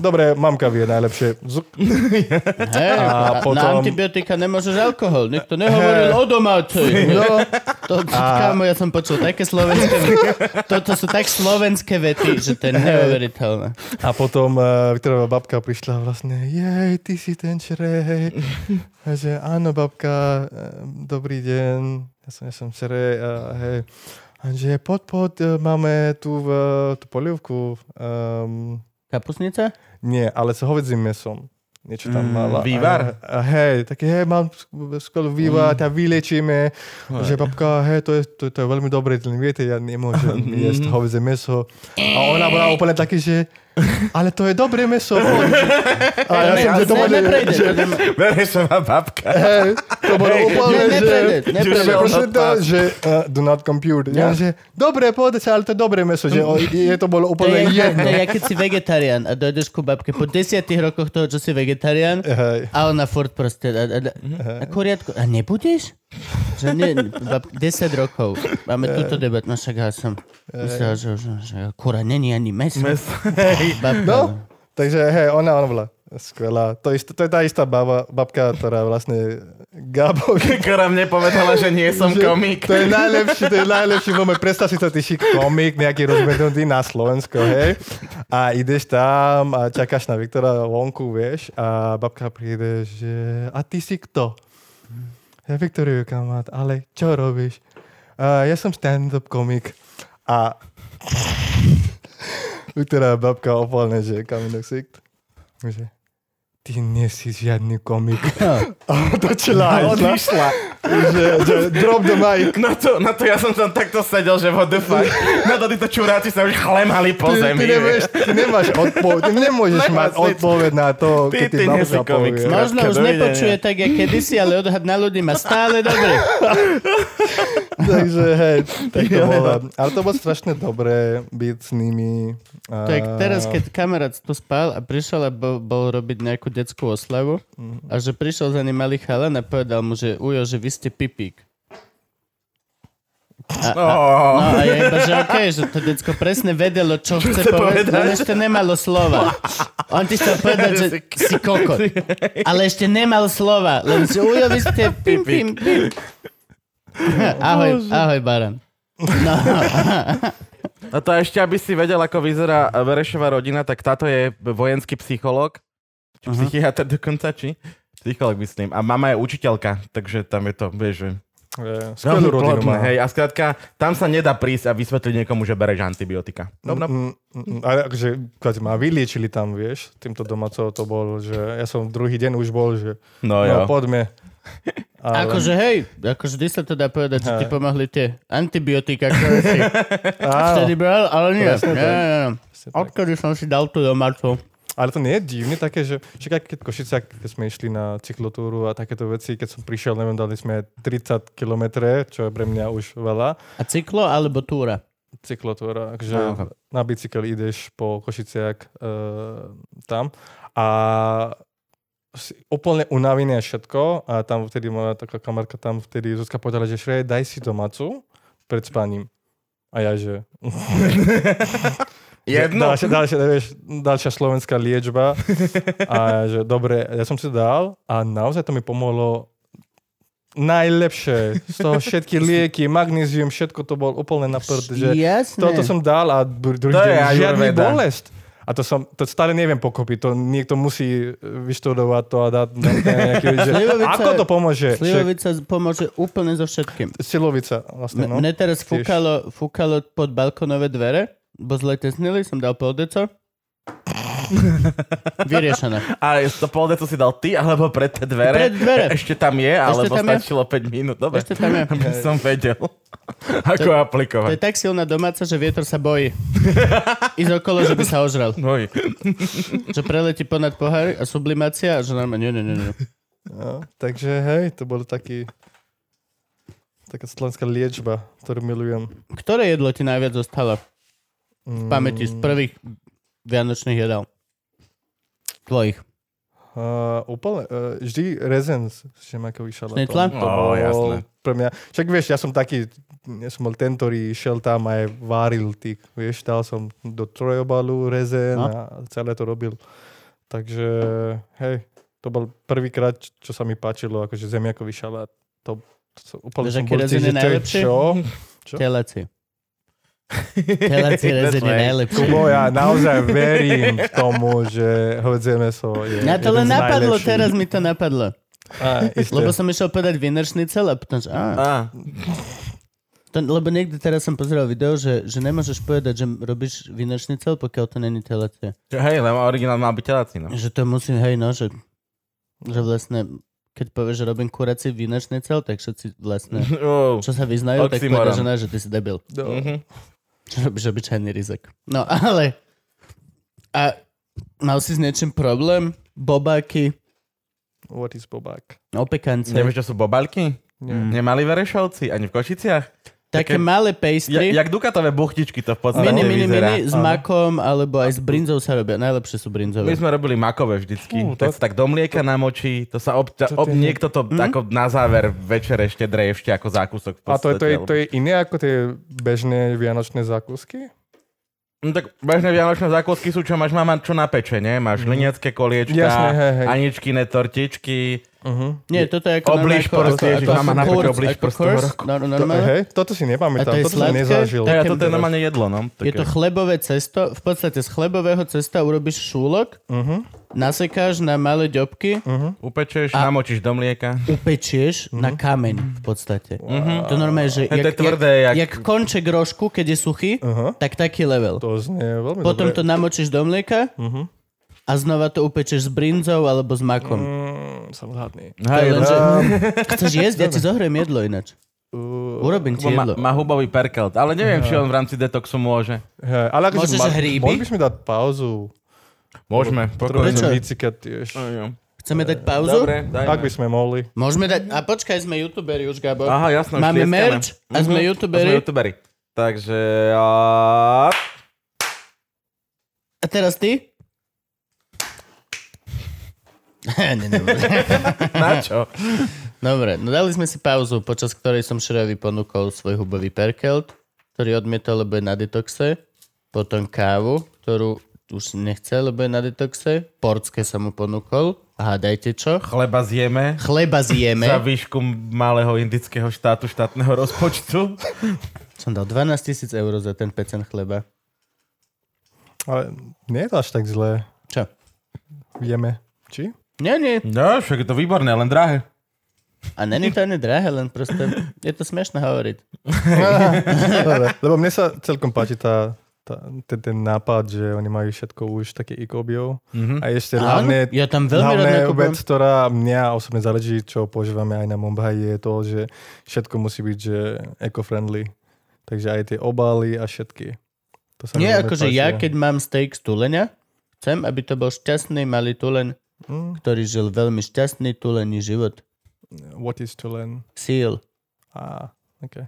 dobre, mamka vie najlepšie. Zuk,
Hej, a
A
potom... Na
potom-
antibiotika nemôžeš alkohol. Nikto nehovoril o (laughs) domácej. No, to, a... kámo, ja som počul také slovenské Toto sú tak slovenské vety, že to je neuveriteľné.
A potom uh, Viktorová babka prišla vlastne, jej, ty si ten črej. A že áno, babka, eh, dobrý deň, ja som, ja som črej. A, hej. a že pod, pod, eh, máme tu v, tú polievku. Um,
Kapusnica?
nie, ale s hovedzím mesom. Niečo tam
Mm,
mala.
vývar?
A, a hej, taký, hej, mám sk- skvelú vývar, ťa vylečíme. A Že babka, hej, to je, to, to je veľmi dobré, len viete, ja nemôžem jesť hovedzie meso. A ona bola úplne taký, že ale to je dobré meso. A ja som
Ne,
si to bol,
neprejde.
že,
Verešová babka.
hej, to bolo
Ne,
úplne, že...
neprejde.
Že,
Neprejde.
Že-
proste to, že uh, do not compute. Ja. že, dobre, povedať sa, ale to je dobré meso, že
No.
o, je to
To je,
bolo úplne
jak- to
jedno.
je, jak keď si vegetarián a dojdeš ku babke po desiatých rokoch toho, čo si vegetarián
Hej.
a ona furt proste a, a, a kuriatko, a nebudeš? Že nie, bab, 10 rokov máme túto debatu, no však ja som myslel, že, že, že kura není ani meso.
Mes-
Babka,
No, takže hej, ona, ona bola skvelá. To, ist, to je tá istá baba, babka, ktorá vlastne
(laughs)
Gabovi...
Kora mne povedala, že nie som komik.
To je najlepší, to je najlepší moment. Predstav si to, ty si komik, nejaký rozbednutý na Slovensko, hej. A ideš tam a čakáš na Viktora vonku, vieš. A babka príde, že a ty si kto? Ja Viktoriu kamat, ale čo robíš? A ja som stand-up komik. A ktorá babka opálne, že kamínok sikt. Že, ty nie si žiadny
(laughs)
komik. A otočila a išla.
Odišla.
Že, že drop the mic.
Na to, na to ja som tam takto sedel, že what the fuck. Na to títo čuráci sa už chlemali po
Ty, ty,
zemi.
nemáš, ty nemáš odpoveď, ty nemôžeš
Nemáš
mať
nič.
odpoveď na to,
Ty-
keď ty,
ty nie si
babka
komik,
povie. No,
smer.
Možno už
Dovidenia.
nepočuje tak, jak kedysi, ale odhad na ľudí má stále dobrý.
Takže hej, tak
(laughs)
to bolo. Ale to bolo strašne dobré byť s nimi. A...
Tak teraz, keď kamarát tu spal a prišiel a bol, bol robiť nejakú detskú oslavu a že prišiel za ním malý chalan a povedal mu, že ujo, že vy ste pipík.
Oh.
No a ja iba, že okej, že to decko presne vedelo, čo, chce
chce
povedať,
povedať?
len ešte nemalo slova. On ti chcel povedať, že si kokot. Ale ešte nemal slova, len že ujo, vy ste pim, pim, pim. Ahoj, ahoj, Baran. no.
No to ešte, aby si vedel, ako vyzerá Verešová rodina, tak táto je vojenský psychológ. Či psychiatr dokonca, či? Psychológ myslím. A mama je učiteľka, takže tam je to, vieš, že...
Eh, Skvelú
Veľmi
rodinu
plodné,
má.
Hej, a skrátka, tam sa nedá prísť a vysvetliť niekomu, že bereš antibiotika. Dobre?
Mm, mm, mm, ale akože, keď ma vyliečili tam, vieš, týmto domácov to bol, že ja som druhý deň už bol, že no,
No jo.
poďme. Ale,
Akože hej, akože vždy sa to dá povedať, že ti pomohli tie antibiotika, ktoré
(laughs)
si vtedy
áno,
bral, ale nie.
Presne
nie,
tak.
nie, nie. Odkedy som si dal tú domácu.
ale to nie je divné také, že však aj keď Košica, keď sme išli na cyklotúru a takéto veci, keď som prišiel, neviem, dali sme 30 kilometre, čo je pre mňa už veľa,
A cyklo alebo túra?
cyklotúra, takže
Áno, No, chápem.
na bicykel ideš po Košiciach e, tam a si úplne unavený a všetko a tam vtedy moja taká kamarka tam vtedy Zuzka povedala, že Šrej, daj si domácu pred spaním. A ja, že...
Jedno.
Ďalšia, ďalšia, vieš, ďalšia slovenská liečba. A ja, že dobre, ja som si to dal a naozaj to mi pomohlo najlepšie. Z toho všetky lieky, magnézium, všetko to bol úplne na prd. Že
Jasné.
toto som dal a dru- druhý
To je
deň žiadny
ajurveda.
bolest. A to som, to stále neviem pokopiť, to niekto musí e, vyštudovať to a dať na to
(laughs)
nejaký, že,
Slivovica-
ako to pomôže? Slivovica.
Slivovica pomôže úplne so všetkým.
Silovica vlastne,
No,
no.
Mne teraz
tiež.
fúkalo, fúkalo pod balkonové dvere, bo zle tesnili, som dal pol deco.
(laughs)
Vyriešené.
A to polde, to si dal ty, alebo pred tie dvere.
Pred dvere.
Ešte tam je, alebo
tam je.
stačilo 5 minút. Dobre.
Ešte tam je.
Aby som vedel, ako
To
aplikovať.
je tak silná domáca, že vietor sa
(laughs)
bojí. Ísť okolo, že by sa ožral.
Oj.
Že preletí ponad pohár a sublimácia a že normálne, nie, nie, nie. nie.
No, takže hej, to bol taký taká slovenská liečba, ktorú milujem. Mm.
Ktoré jedlo ti najviac zostalo v pamäti z prvých vianočných jedál? Tvojich.
Uh, úplne, uh, vždy rezen s s žemakový šalát.
Snitla?
To
Ó,
bol
No, jasné.
pre mňa. Však vieš, ja som taký, ja som bol ten, ktorý šiel tam a aj varil tých, vieš, dal som do trojobalu rezen
No.
a celé to robil. Takže, hej, to bol prvýkrát, č- čo sa mi páčilo, akože zemiakový šalát. To, to som úplne
Vieš,
som
aký
bol
rezen je
tiež, že to je
najlepší?
Čo? Čo?
Teleci.
(laughs)
(laughs)
Teleci rezeň je
That's right.
najlepší.
Kubo, ja naozaj verím tomu, že hovedzie meso je
Mňa to
jeden
len
z
napadlo,
najlepších.
teraz mi to napadlo.
Á, isté.
Lebo som išiel povedať vineršnicel a potom, že á,
Á.
to, lebo niekde teraz som pozeral video, že, že nemôžeš povedať, že robíš vineršnicel, pokiaľ to není telecie.
Čo, Hej, lebo originál mal byť teláci, no.
Že to musím, hej no, že, že vlastne, keď povieš, že robím kurací vineršnicel, tak všetci vlastne,
Ó.
čo sa vyznajú, tak
Oxymoron.
povedia, že ne, že ty si debil.
Do-
Mhm.
Čo robíš obyčajný rizek. No (laughs) ale, a mal si s niečím problém? Bobáky,
What is bobák?
opekance,
Nevieš, čo sú bobalky? Nemali verešovci ani v Košiciach.
také
také-
malé
Ja,
pastry.
jak dukatové buchtičky to v podstate
Mini, mini,
vyzerá.
mini, s makom, alebo aj s brinzou sa robia. Najlepšie sú brinzové.
My sme robili makové vždycky.
Fú,
tak
to-
sa tak do mlieka namočí, to sa obča,
To
ob,
tie-
niekto to ako na záver večer ešte dreje ešte ako zákusok. v
A to je, to, je,
podstate,
to je iné ako tie bežné vianočné zákusky?
No tak bežné vianočné zákusky sú, čo máš mama čo na peče, nie? Máš mm. linecké koliečka,
Jasné, Mhm. hej, hej.
aničkine tortičky,
Uh-huh.
Nie, toto je ako... normálne
Oblíž
ako-
prsty,
ako-
Ježiš,
ako
mama napríklad
kurz,
oblíž
ako
prstom
kurz,
v roku.
no, no,
To,
normálne.
hej, toto
A
si
to
nepamätám,
je
toto som
sladké?
nezažil.
Ja,
Také
toto je
teraz.
normálne jedlo, no.
Je to chlebové cesto, v podstate z chlebového cesta urobíš šúlok,
Mhm.
nasekáš na malé ďobky,
Upečeš, namočíš do mlieka.
upečieš na kameň v podstate. To normálne, že
Hej, Mhm. to je tvrdé,
jak,
jak-
jak konček rožku, keď je suchý, tak taký level.
To znie veľmi
Potom to
dobre.
namočíš do mlieka
Mhm.
a znova to upečieš s brinzou alebo s makom.
Mm, som hladný.
To je
Mhm. Hej, no.
len, že... (laughs) Chceš jesť? Ja ti zohriem jedlo ináč. Urobím ti
Kubo má,
jedlo.
má hubový perkelt, ale neviem, či on v rámci detoxu môže.
Hej, ale akože
Môžeš
ma-
hríby?
Mohli by sme dať pauzu?
Môžeme,
Potrebujem
Prečo?
vycikať tiež.
Chceme dať pauzu?
No, Dobre, dajme.
Ak by sme mohli.
Môžeme dať... A počkaj, sme youtuberi už, Gabo.
Aha, jasno. už
Máme
tlieskame.
merch a sme
Mhm,
youtuberi.
A sme youtuberi. Takže... A...
A teraz ty? (laughs) Ne, ne, dobre.
Na
(laughs)
čo?
dobre, no dali sme si pauzu, počas ktorej som Šerovi ponúkol svoj hubový perkelt, ktorý odmietol, lebo je na detoxe. Potom kávu, ktorú už nechce, lebo je na detoxe. Portské som mu ponúkol. Hádajte čo?
Chleba zjeme
Chleba zjeme.
za výšku malého indického štátu, štátneho rozpočtu.
Som dal 12 tisíc eur za ten pecen chleba.
Ale nie je to až tak zlé.
Čo?
Jeme.
(laughs)
Či?
Nie, nie.
No, však je to výborné, len drahé.
A není to ani drahé, len proste je to smiešne hovoriť.
Dobre, Lebo mne sa celkom páči tá, tá, ten, ten nápad, že oni majú všetko už také ikobiou. Mm-hmm. A ešte
Mhm. Áno,
hlavne,
ja tam veľmi rád
hlavne
nakupujem.
vec, ktorá mňa osobne záleží, čo používame aj na Mumbai, je to, že všetko musí byť že eco-friendly. Takže aj tie obaly a všetky. To sa mi
Nie,
veľmi
akože
páči.
ja, keď mám steak z tulenia, chcem, aby to bol šťastný malý tulen,
Mm,
ktorý žil veľmi šťastný tulený život.
what is to len?
Síl.
Á, okay.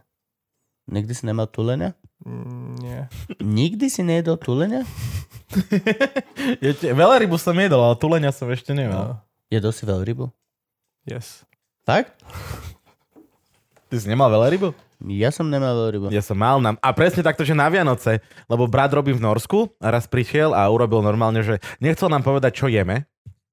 Nikdy si nemal tulenia?
Mm, nie.
Nikdy si nejedol tulenia?
Je te... Veľa rybu som jedol, ale tulenia som ešte
No.
nemal.
Jedol si veľrybu?
Yes.
Fakt?
Ty si nemal veľa rybu?
Ja som nemal veľrybu.
Ja som mal nám. A presne takto, že na Vianoce, lebo brat robím v Norsku a raz prišiel a urobil normálne, že nechcel nám povedať, čo jeme.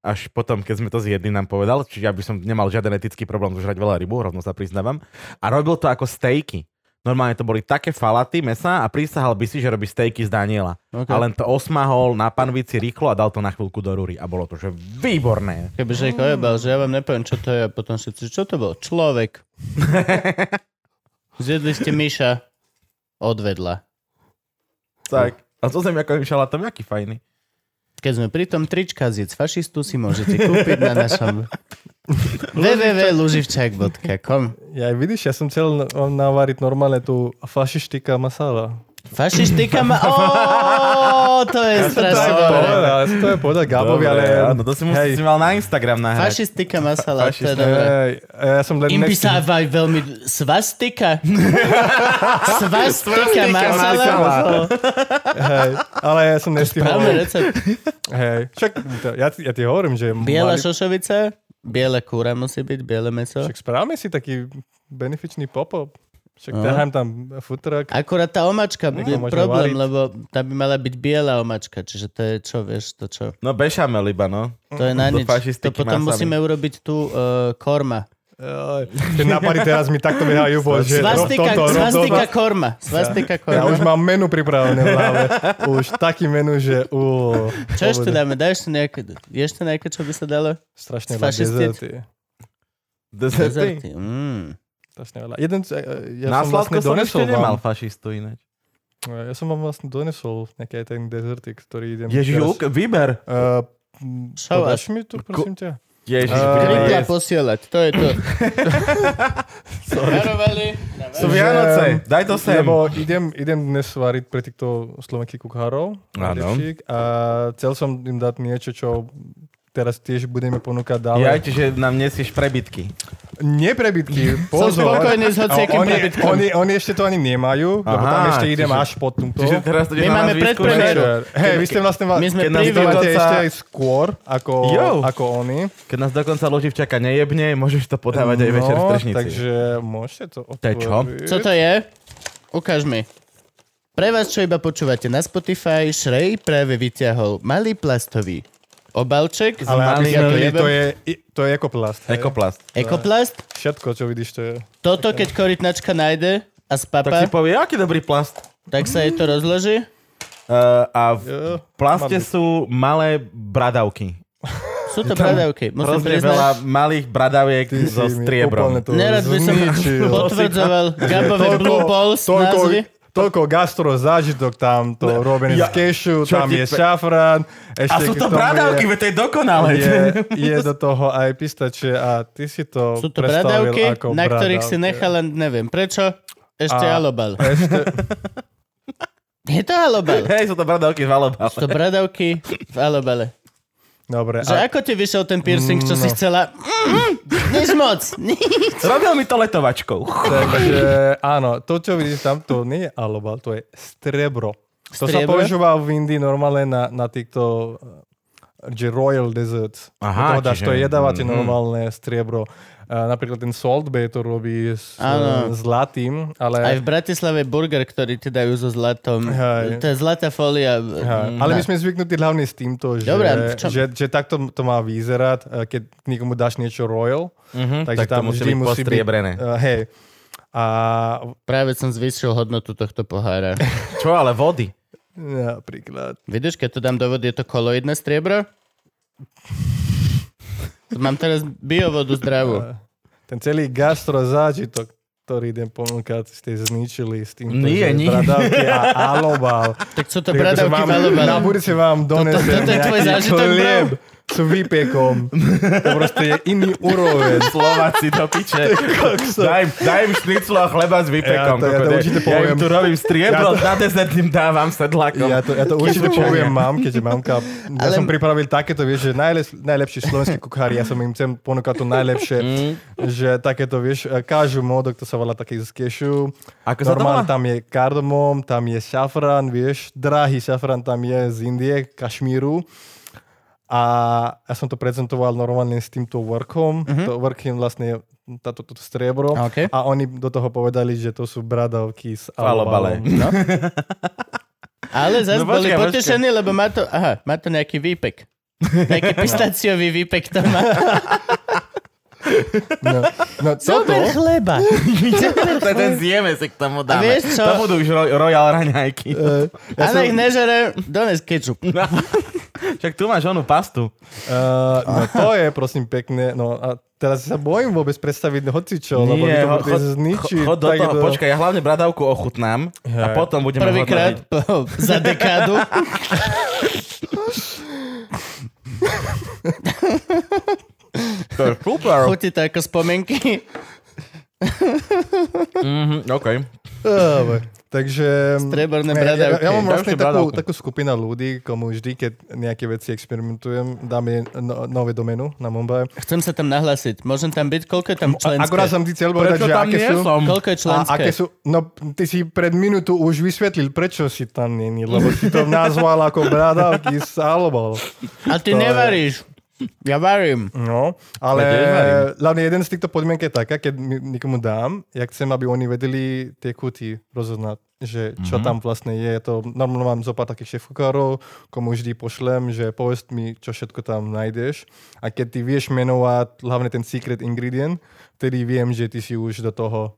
Až potom, keď sme to zjedli, nám povedal, čiže ja by som nemal žiaden etický problém zožrať veľa rybu, rovno sa priznávam. A robil to ako stejky. Normálne to boli také falaty mesa a prísahal by si, že robí stejky z Daniela.
Ok.
A len to osmahol na panvici rýchlo a dal to na chvíľku do rúry. A bolo to, že výborné.
Kebyže ich ojebal, že ja vám nepoviem, čo to je, a potom všetci, čo to bol? Človek. Zjedli ste Miša. Odvedla.
Tak. A to som ako vyšala, tam nejaký fajný.
Keď sme pri tom trička z Jedz fašistu si môžete kúpiť na našom www.luživčak.com
Ja aj vidíš, ja som chcel vám navariť normálne tú fašištika masala.
Fašistika ma... Ó, to je strašne dobré.
povedal, ja som to je povedal Gabovi, ale...
áno, No to si, musel,
hej,
si mal na Instagram nahrať.
Fašistika masala, to je
Fašistika.
dobré.
hej, ja som len
Im by sa
nechcel-
aj veľmi... Svastika? Svastika
masala.
masala?
Hej, ale ja som nestihol.
Právny recept.
Hej, však to- ja, ti- ja ti hovorím, že...
Biela
mali-
šošovica, biela kúra musí byť, biele meso.
Však správame si taký benefičný pop-up. Však
No.
ťahám tam futrak.
Akurát tá omačka bude
môžeme
problém,
variť.
lebo tá by mala byť biela omačka, čiže to je čo, vieš, to čo.
No bešamel iba, no.
To je na
Do
nič.
fašistiky
To potom musíme
masami.
urobiť tú uh, korma.
Ej, Tie nápady teraz mi takto behajú, bože. rob
Svastika,
toto, rob
svastika
toto.
korma. Svastika
Ja už
korma.
mám menu pripravené v hlave. Už taký menu, že... Ú,
Čo ešte dáme? Dáš ešte nejaké, ešte nejaké, čo by sa dalo?
Strašne
S
veľa
fašistič-
dezerty.
Dezerty.
Dezerty. Mm.
Strašne veľa. Jeden, e, e, ja
Na
som vlastne
sladko som ešte
donesol
nemal
vám.
fašistu ináč.
Ja som vám vlastne donesol nejaký aj ten dezertik, ktorý idem...
Ježiš, vyber.
Uh,
Show
podáš mi tu, prosím ťa?
Ježiš,
Eh,
budeme
Kripla
jesť.
posielať, to je to. Varovali.
Sú Vianoce, daj to sem.
Lebo idem, idem dnes variť pre týchto slovenských kuchárov. najlepších, A chcel som im dať niečo, čo teraz tiež budeme ponúkať ďalej.
Jajte, že nám nesieš prebytky. (laughs)
Neprebytky, pozor.
spokojný s hociakým
oni,
prebytkom.
oni, oni, ešte to ani nemajú, lebo
Aha,
tam ešte idem
čiže-
až po tomto.
Čiže teraz to
My
na nás
máme
vyskúšať.
predpremieru.
Hej, vy ste vlastne...
My sme
keď nás
preview
dávate
dokonca-
ešte aj skôr, ako,
Jo.
ako oni.
Keď nás dokonca loživčaka nejebne, môžeš to podávať aj večer v
no,
tržnici.
takže môžete to
To je
otvoriť.
čo?
Co to je? Ukáž mi. Pre vás, čo iba počúvate na Spotify, Shrey práve vyťahol malý plastový obalček. z-
Ale aby
ja
sme
to
videli, to
jebem.
je, i- to je ekoplast. hej?
Ekoplast.
Ekoplast?
Všetko, čo vidíš, to je...
Toto, keď korytnačka nájde a
Tak si
spapa, tak,
povie, aký dobrý plast.
sa jej to rozloží.
Uh, a v
Jo,
plaste
mám-
sú malé bradavky.
Sú to bradavky, musím
Hrozne
priznať.
veľa malých bradaviek
No Ty si
so
mi úplne
striebrom.
to
Nerad by som (laughs)
zničil.
potvrdzoval
(laughs)
Gabové Blue Balls
toľko,
názvy.
toľko gastro zážitok tam, to robené
ja-
z kešu,
čo
tam
ti
je
pe-
šafrán.
A
Ešte
sú
k
to
tomu
bradavky,
je-
veď to je dokonalé.
Je, je do toho aj pistače a ty si to
Sú to
predstavil
bradavky,
ako
na ktorých si
bradavky.
nechal len neviem prečo. Ešte
A-
alobal.
Ešte,
(laughs) Je to alobal.
(laughs) Hej, sú to bradavky v alobale.
Sú to bradavky v alobale.
dobre,
Že
a, No.
ako ti vyšiel ten piercing, čo si chcela? Nič moc.
(laughs)
Robil mi to letovačkou.
takže áno, to čo vidíš tam, to nie je alobal, to je strebro. To sa
Striebro?
používa v Indii normálne na, na týchto eh, že Royal Desert.
Aha,
to dáš
čiže-
to jedáva ti
mm-hmm.
mhm.
normálne striebro. A napríklad ten Salt Bay to robí s
Áno.
eh, zlatým,
Aj
ale...
v Bratislave burger, ktorý ti dajú so zlatom.
Hej.
To je zlatá folia. Mm,
Aha, ale my sme zvyknutí hlavne s týmto, že,
Mhm. Dobre, v čom-
že, že takto to má vyzerať, eh, keď niekomu dáš niečo royal,
Mhm,
takže
tak to
tam vždy
musí byť
musí byť-
postriebrené.
eh, hej. A
Práve som zvýšil hodnotu tohto pohára.
Čo, ale vody.
napríklad...
Vidíš, keď to dám do vody, je to koloidné striebro? Mám teraz biovodu zdravú.
eh, Ten celý gastro zážitok, ktorý idem ponúkať, ste zničili s týmto,
Nie,
že
nie.
bradavky a alobal.
Tak sú to
Takže
(laughs) bradavky v
vám, akože Na
alobale.
budúce vám donesem
toto je tvoj
nejaký
zážitok, bro?
chlieb s
(laughs)
výpekom. To proste je iný úroveň.
Slováci do piče.
(laughs)
Daj, daj im šniclu a chleba s výpekom.
Ja to- ja to
kokode.
určite
ja im
poviem.
tu robím striebro,
Ja
na desert im dávam sedlakom. (laughs)
Ja to, ja No. to určite
Kefčania.
poviem mamke, že mamka, ja
Ale-
som pripravil takéto, vieš, že najlep, najlepší slovenskí kuchári, ja som im chcem ponúkať to najlepšie, že takéto, vieš, kážu modok, to sa volá taký z kešu.
Ako sa to
Normálne
volá?
tam je kardamom, tam je šafran, vieš, drahý šafran tam je z Indie, Kašmíru. A ja som to prezentoval normálne s týmto workom. Mm-hmm. To work je vlastne táto, toto striebro.
OK.
A oni do toho povedali, že to sú bradavky s
Alobale.
alobalom.
Ale zase
No
no, boli
počkaj, počkaj.
potešení, lebo má to, aha, má to nejaký výpek. Nejaký pistaciový výpek to má.
No, no toto,
Super chleba.
To je ten zjeme si k tomu dáme.
vieš čo?
To budú už ro- royal raňajky.
Eh.
Ja Ale ich nežere, dones kečup.
(laughs) Však tu máš onú pastu.
Uh, no to je prosím pekné, no a teraz sa bojím vôbec predstaviť hocičo, lebo by to
ho-
bude zničiť.
chod do
tak
toho,
to-
počkaj, ja hlavne bradavku ochutnám a
Hej.
potom budeme
Prvýkrát
hodnotiť.
po- za dekádu.
To je super.
Chutí to ako spomienky.
Mhm, OK.
Dobre. Takže...
Strieborné
Ja-
bradavky.
Ja, ja mám vlastne
Ďalšie
takú,
bradavky.
takú skupinu ľudí, komu vždy, keď nejaké veci experimentujem, dám jej no, nové domenu na Mumbai.
Chcem sa tam nahlásiť. Môžem tam byť? Koľko je tam členské?
Akurát som ti chcel povedať,
Prečo
že
tam
aké
nie
sú...
som?
Koľko je
A
členské?
aké sú, no ty si pred minútu už vysvetlil, prečo si tam není, lebo
(laughs)
si to nazval ako bradavky s alobal.
A ty
To je-
nevaríš. Ja varím.
No, ale
Ja tiež verím.
hlavne jeden z týchto podmienk je taká, keď mi- niekomu dám, ja chcem, aby oni vedeli tie kuty rozoznať, že
Mhm.
čo tam vlastne je. To, normálne mám zopár takých šéfkukárov, komu vždy pošlem, že povedz mi, čo všetko tam nájdeš. A keď ty vieš menovať hlavne ten secret ingredient, vtedy viem, že ty si už do toho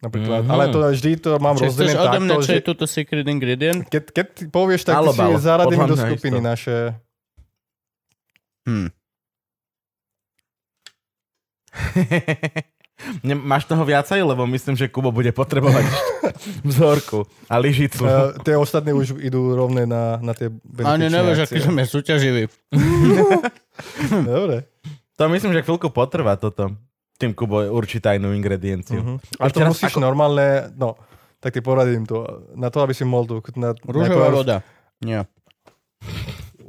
napríklad. Ale to vždy to
Mhm.
mám
Čiže chceš
rozdelené
odo mňa,
takto,
čo
že
je túto secret ingredient?
keď, keď ty povieš, tak ty
Alobal,
si zaradený
podľa
do
mňa
skupiny
isto.
naše.
Hm.
Ne- Máš toho viacej, lebo myslím, že Kubo bude potrebovať (laughs) vzorku a lyžicu.
Uh, tie ostatní už idú rovné na, na tie
Ani
benefičné
nevieš, aký
akcie.
som ja súťaživý.
Dobre.
To myslím, že chvíľku potrvá toto. Tým Kubo je určitá inú ingredienciu.
Mhm. A to
Ešte raz,
musíš ako... normálne, no, tak ti poradím to. Na to, aby si mohol to chutnať.
Rúžová
najprv-
voda. Nie.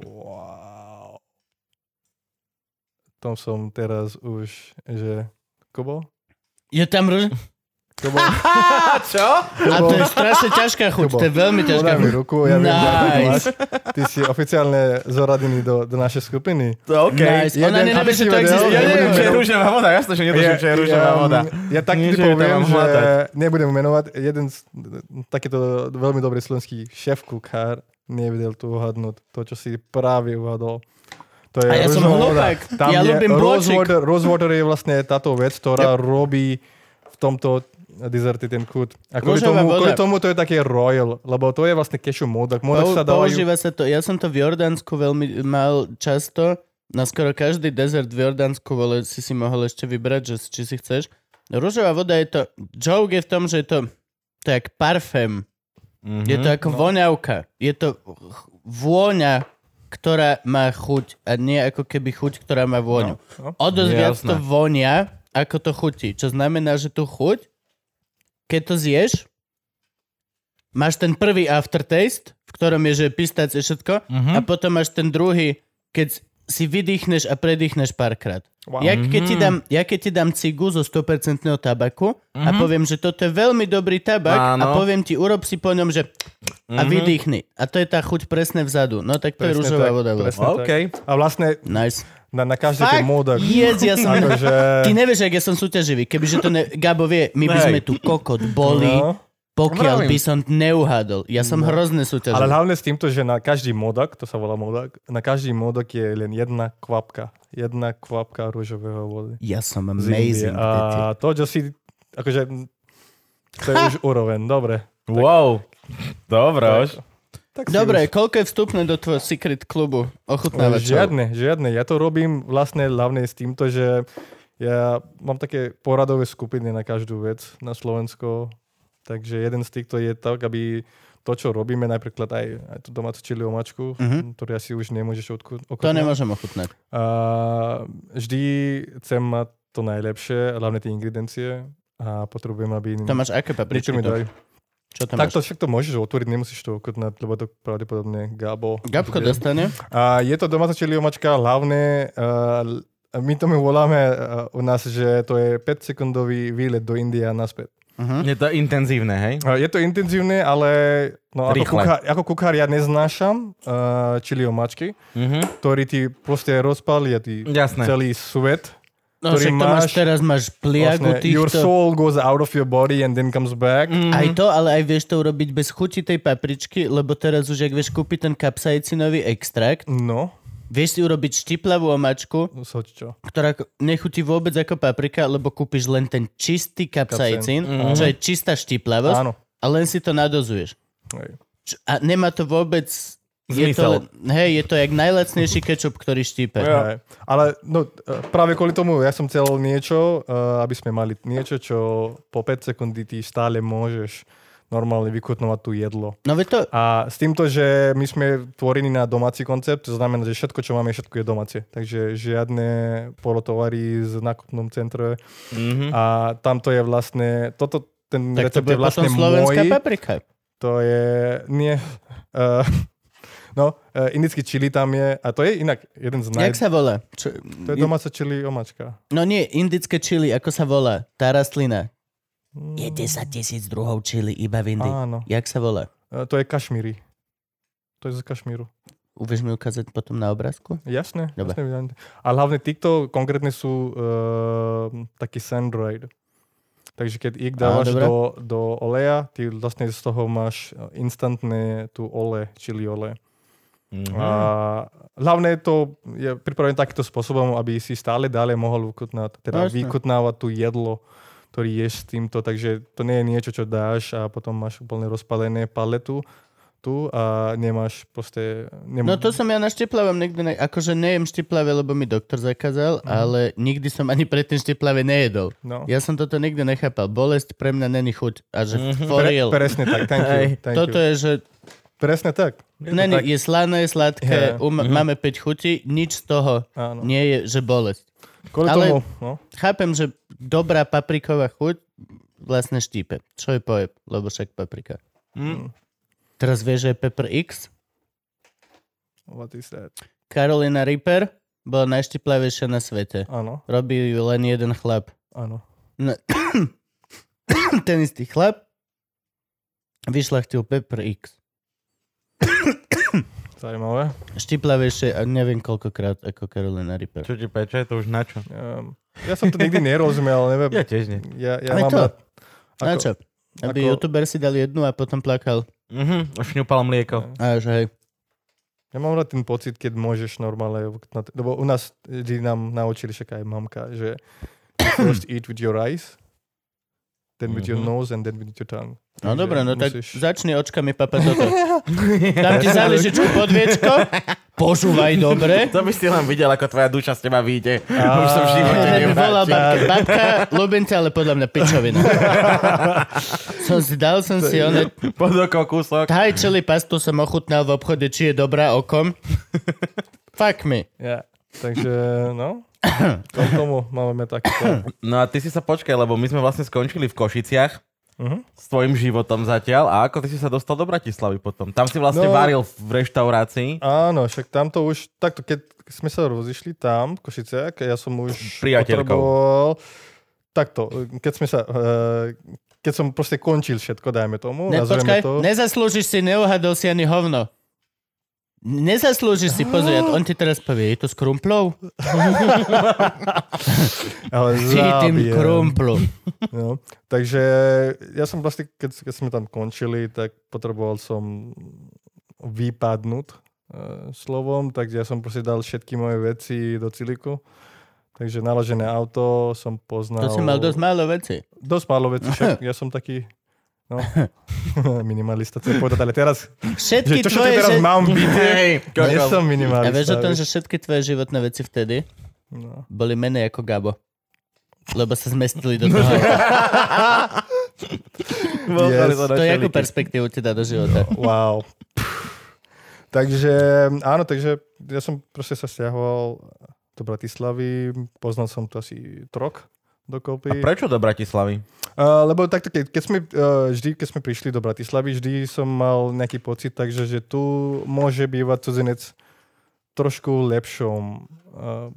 Wow. Tom som teraz už, že... Kubo?
Je tam rúž...
Kubo?
A čo?
A to je strašne ťažká chuť. To je veľmi (laughs) ťažká
Podaj mi
chuť.
ruku, ja viem, že to máš.
Nice.
Ty si oficiálne zoradený do, do našej skupiny.
To OK.
Nice. Ona
Jeden-
nenavie,
aby
že
si
to
vedel,
existuje.
Ja neviem,
nebudem
čo je
venovať-
rúžová voda. Jasné, že netuším, čo je rúžová
um,
voda.
Ja tak
Nie,
ti
že ju tam
poviem,
mám
že
hľadať.
nebudem menovať. Jeden z, takýto veľmi dobrý slovenský šéf kuchár nevedel tu uhadnúť to, čo si práve uhadol. To je
A ja som
rôzna
hlupák.
voda. Tam
Ja
je
ľúbim
rose
blowchick.
water, rose water je vlastne táto vec, ktorá robí v tomto dezerte ten kút. A kvôli
Rúžová
tomu,
voda.
kvôli tomu to je také royal, lebo to je vlastne kešu modak. Modak
Pou-
sa dávajú...
Používa sa to, ja som to v Jordánsku veľmi mal často, na skoro každý desert v Jordánsku vole, si si mohol ešte vybrať, že, či si chceš. Rúžová voda je to, joke je v tom, že je to, to je jak parfém, mm-hmm, je to ako no. voňavka, je to ch- vôňa, ktorá má chuť a nie ako keby chuť, ktorá má vôňu. No, no. O dosť viac
Jasné.
to vonia, ako to chutí, čo znamená, že tu chuť, keď to zješ, máš ten prvý aftertaste, v ktorom je, že pistácie všetko,
Mhm.
a potom máš ten druhý, keď si vydýchneš a predýchneš párkrát. Wow. Ja, keď
Mhm.
ti dám, ja keď ti dám cigu zo 100% tabaku a
Mhm.
poviem, že toto je veľmi dobrý tabak a
Áno.
poviem ti, urob si po ňom, že a vydýchni. A to je tá chuť presne vzadu. No tak to je
Mhm. Presne
rúžová
tak,
voda. vlastne.
presne tak.
OK.
A vlastne
Nice.
na, na každý ten
Fakt,
modak.
jedz, ja som...
Akože...
Ty nevieš, ak ja som súťaživý. Kebyže to ne... Gabo vie, my by
Hej.
sme tu kokot boli,
No.
pokiaľ
Vravím.
by som neuhádol. Ja som hrozne
Ale
súťaživý.
hlavne s týmto, že na každý modak, to sa volá modak, na každý modak je len jedna kvapka. Jedna kvapka rúžového vody.
Ja som
z Indie.
amazing. deti.
A to, čo si... Akože... To je
(laughs)
už úroveň, dobre.
Wow. Dobre už.
Tak si
Dobre,
už-
koľko je vstupné do tvojho secret klubu
Ale
ochutnávačov?
žiadne, žiadne. Ja to robím vlastne hlavne s týmto, že ja mám také poradové skupiny na každú vec na Slovensko. Takže jeden z týchto je tak, aby to, čo robíme, napríklad aj, aj tú domácu čili omačku, mm-hmm. ktorú asi už nemôžeš odku-
Mhm. To
okúpať.
nemôžem ochutnať.
A vždy chcem mať to najlepšie, hlavne tie ingrediencie a potrebujem, aby...
To máš aké
Niečo
papričky?
mi daj.
do- Čo tam máš?
Tak to však to môžeš otvoriť, nemusíš to okotnať, lebo to pravdepodobne Gabo...
Gabko
bude.
dostane?
A je to domáca čili omačka, hlavne uh, my tomu voláme uh, u nás, že to je 5 sekundový výlet do Indie a naspäť.
Je to intenzívne, hej?
Uh, je to intenzívne, ale no, ako,
Rýchle.
kuchár, ako kuchár ja neznášam uh, čili omačky,
Mhm.
ktorý ti proste rozpalia ti
Jasné.
celý svet.
No však
ktorý
to máš
máš-
teraz, máš pliagu
Vlastne, your
týchto.
soul goes out of your body and then comes back. Mm.
Aj to, ale aj vieš to urobiť bez chuti tej papričky, lebo teraz už, ak vieš kúpiť ten kapsaicinový extrakt,
No,
vieš si urobiť štiplavú omačku,
soď čo.
ktorá k- nechutí vôbec ako paprika, lebo kúpiš len ten čistý kapsaicín, čo je čistá štiplavosť
Mhm. Áno.
a len si to nadozuješ.
Hej.
Č- A nemá to vôbec... Je to,
Zmysel.
len- hej, je to jak najlacnejší kečup, ktorý štípe.
Hej. Ale no, e, práve kvôli tomu ja som chcel niečo, e, aby sme mali niečo, čo po 5 sekundy ty stále môžeš normálne vykutnovať tú jedlo.
No veď to...
A s týmto, že my sme tvorení na domáci koncept, to znamená, že všetko, čo máme, všetko je domáce. Takže žiadne polotovary z nákupnom centre. Mm-hmm. A tamto je vlastne, toto, ten
Mhm. Tak to
recept je
bude
vlastne
potom slovenská
môj.
paprika.
To je... Nie. (laughs) Uh, no, uh, indický čili tam je. A to je inak jeden z
Jak
naj...
sa volá? Čo,
To je domáca čili omačka.
no nie, indické čili, ako sa volá? Tá rastlina. Je 10 tisíc druhov čili iba v Indii.
Mm, Áno.
Jak sa volá?
Uh, to je kašmíri. To je z Kašmíru.
Uvieš mi ukázať potom na obrázku?
Jasné.
Dobre.
jasné vidím. A hlavne títo konkrétne sú eh, uh, taký sandroid. Takže keď ich dávaš
dobre.
do, do oleja, ty vlastne z toho máš eh, instantné tu ole, čili ole.
Mhm.
A hlavne to je pripravené takýmto spôsobom, aby si stále dále mohol
No
vykutnať, teda
jasné.
vykutnávať tú jedlo, ktorý ješ s týmto, takže to nie je niečo, čo dáš a potom máš úplne rozpalené paletu tu a nemáš proste... Nem-
No to som ja na štiplavom nikdy, ne... akože nejem štiplavé, lebo mi doktor zakázal,
Mhm.
ale nikdy som ani predtým štiplavé nejedol.
no.
Ja som toto nikdy nechápal. Bolesť pre mňa není chuť. A že for
Mhm. Pre,
real.
presne tak, thank you. Thank
Toto
you.
je, že
Presne tak.
Není, je slané, sladké,
Je.
um, máme 5 chutí, nič z toho
Mhm. Áno.
nie je, že bolesť.
Kvôli
Ale-
tomu, no.
Chápem, že dobrá papriková chuť vlastne štípe. Čo je pojeb, lebo však paprika.
Hm.
Mhm.
Teraz vieš, že je Pepper X?
What is that?
Carolina Reaper bola najštiplavejšia na svete.
Áno,
Robí ju len jeden chlap. (coughs)
áno.
No, ten istý chlap vyšlachtil Pepper X.
Zajímavé.
Štiplavejšie a neviem koľkokrát ako Carolina Reaper.
Čo ti peče, to už na čo?
Um, ja som to nikdy nerozumel, neviem.
Ja tiež nie.
Ja, ja
Ale
mám
to-
rád.
Na čo? Aby
ako-
youtuber si dal jednu a potom plakal.
Mhm, šňupal mlieko.
A že hej.
Ja mám rád ten pocit, keď môžeš normálne, na t- lebo u nás vždy nám naučili však aj mamka, že first eat with your eyes, then with your
Mhm.
nose and then with your tongue.
No
Takže
dobre, no tak
musíš-
začni očkami papať
(laughs)
toto. Dám ti záležičku podviečko, požúvaj dobre.
E,
(laughs)
To by si len videl, ako tvoja duša z teba vyjde. Už som v
(laughs)
živote
Volá babka, babka, ľúbim ťa, ale podľa mňa
(laughs)
pičovina. som si dal, som si one...
Pod oko kúsok.
Thai chili pastu som ochutnal v obchode, či je dobrá
(laughs)
okom. Fuck me.
Yeah. Takže, no, to
(coughs)
k tomu máme takýto.
No a ty si sa počkaj, lebo my sme vlastne skončili v Košiciach
Mhm.
s tvojim životom zatiaľ. A ako ty si sa dostal do Bratislavy potom? Tam si vlastne
No.
varil v reštaurácii
Áno, však tamto už, takto, keď sme sa rozišli tam, v Košiciach, ja som už
Priateľkou.
potreboval, takto, keď sme sa, eh, keď som proste končil všetko, dajme tomu,
Ne,
No, nazveme
počkaj,
to.
nezaslúžiš si, neuhadol si ani hovno. Nezaslúžiš si, pozri, on ti teraz povie, je to s krumplou?
ale
Či tým
zábijem.
krumplu.
No, takže ja som vlastne, keď, keď sme tam končili, tak potreboval som vypadnúť e, slovom, takže ja som proste dal všetky moje veci do ciliku. Takže naložené auto som poznal...
To si mal dosť málo veci.
Dosť málo
(laughs)
vecí, však ja som taký... No, (laughs) minimalista, chcem povedať, ale teraz... Že
Všetky
čo všetko
tvoje...
teraz
že-
mám byť? Nie som
A
minimalista.
vieš o tom, že všetky tvoje životné veci vtedy
No.
boli menej ako Gabo. Lebo sa zmestili do
No, (laughs)
toho.
Yes.
to je ako perspektívu ti dá do života.
Wow. takže, áno, takže ja som proste sa stiahoval do Bratislavy, poznal som tu asi trok
A
dokopy.
prečo do Bratislavy?
Uh, lebo takto, keď, keď sme, uh, vždy, keď sme prišli do Bratislavy, vždy som mal nejaký pocit, takže že tu môže bývať cudzinec trošku lepšom. Uh,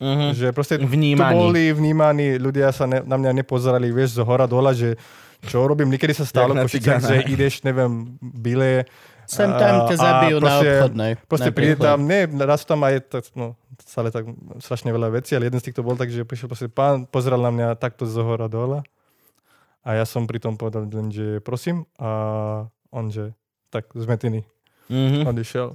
Mhm.
že proste
Vnímaní.
tu boli vnímaní, ľudia sa ne, na mňa nepozerali, vieš, z hora dola, že čo robím. Niekedy sa
Jak
stalo,
na
v Košiciach,
cigána.
že ideš, neviem, bile. eh,
Sem tam ťa
a- a
zabijú na no.
proste-
obchodnej.
Proste
Na
príde
priechodnej.
tam, ne, raz tam aj tak, no, stále tak strašne veľa vecí, ale jeden z týchto bol tak, že prišiel proste pán, pozeral na mňa takto z hora dole a ja som pri tom povedal len, že prosím a on, že tak zmetený
Hm.
Mhm.
odišiel.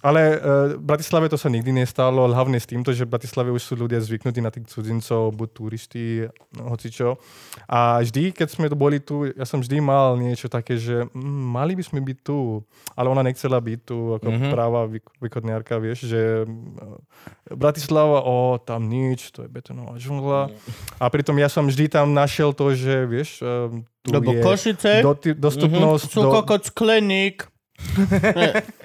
Ale eh, v Bratislave to sa nikdy nestalo, hlavne s týmto, že v Bratislave už sú ľudia zvyknutí na tých cudzincov, buď turisti, no, hocičo. A vždy, keď sme tu boli tu, ja som vždy mal niečo také, že mm, mali by sme byť tu, ale ona nechcela byť tu, ako
Mhm.
mm-hmm. práva vy- východniarka, vieš, že mm, Bratislava, o, tam nič, to je betonová žungla.
Mhm.
A pritom ja som vždy tam našiel to, že, vieš, eh, tu
Lebo
je
Košice Mhm.
doti- dostupnosť.
sú kokot
(laughs)
skleník.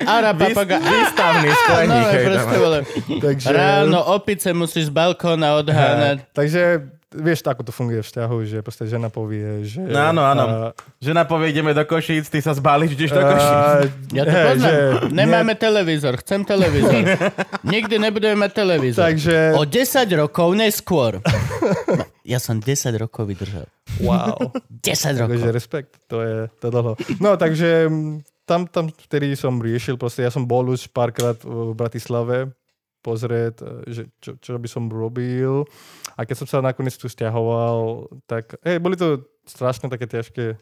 Ara papaga.
Výstavný
No,
skleník.
ale
hej,
proste,
tam.
vole,
takže...
Ráno opice musíš z balkóna odháňať.
Takže vieš, ako to funguje v vzťahu, že proste žena povie, že...
No, áno, áno. Žena povie, ideme do Košíc, ty sa zbališ, ideš
Ah.
do Košíc.
Ja to poznám. Nemáme televízor, chcem
(laughs)
televízor. Nikdy nebudeme mať televízor.
Takže...
O 10 rokov neskôr. No, Ja som 10 rokov vydržal.
Wow.
(laughs) 10 rokov.
Takže respekt, to je to dlho. No, takže mm, tam, tam vtedy som riešil, proste ja som bol už párkrát v Bratislave pozrieť, eh, že čo, čo by som robil. A keď som sa nakoniec tu stiahoval, tak hej, boli to strašne také ťažké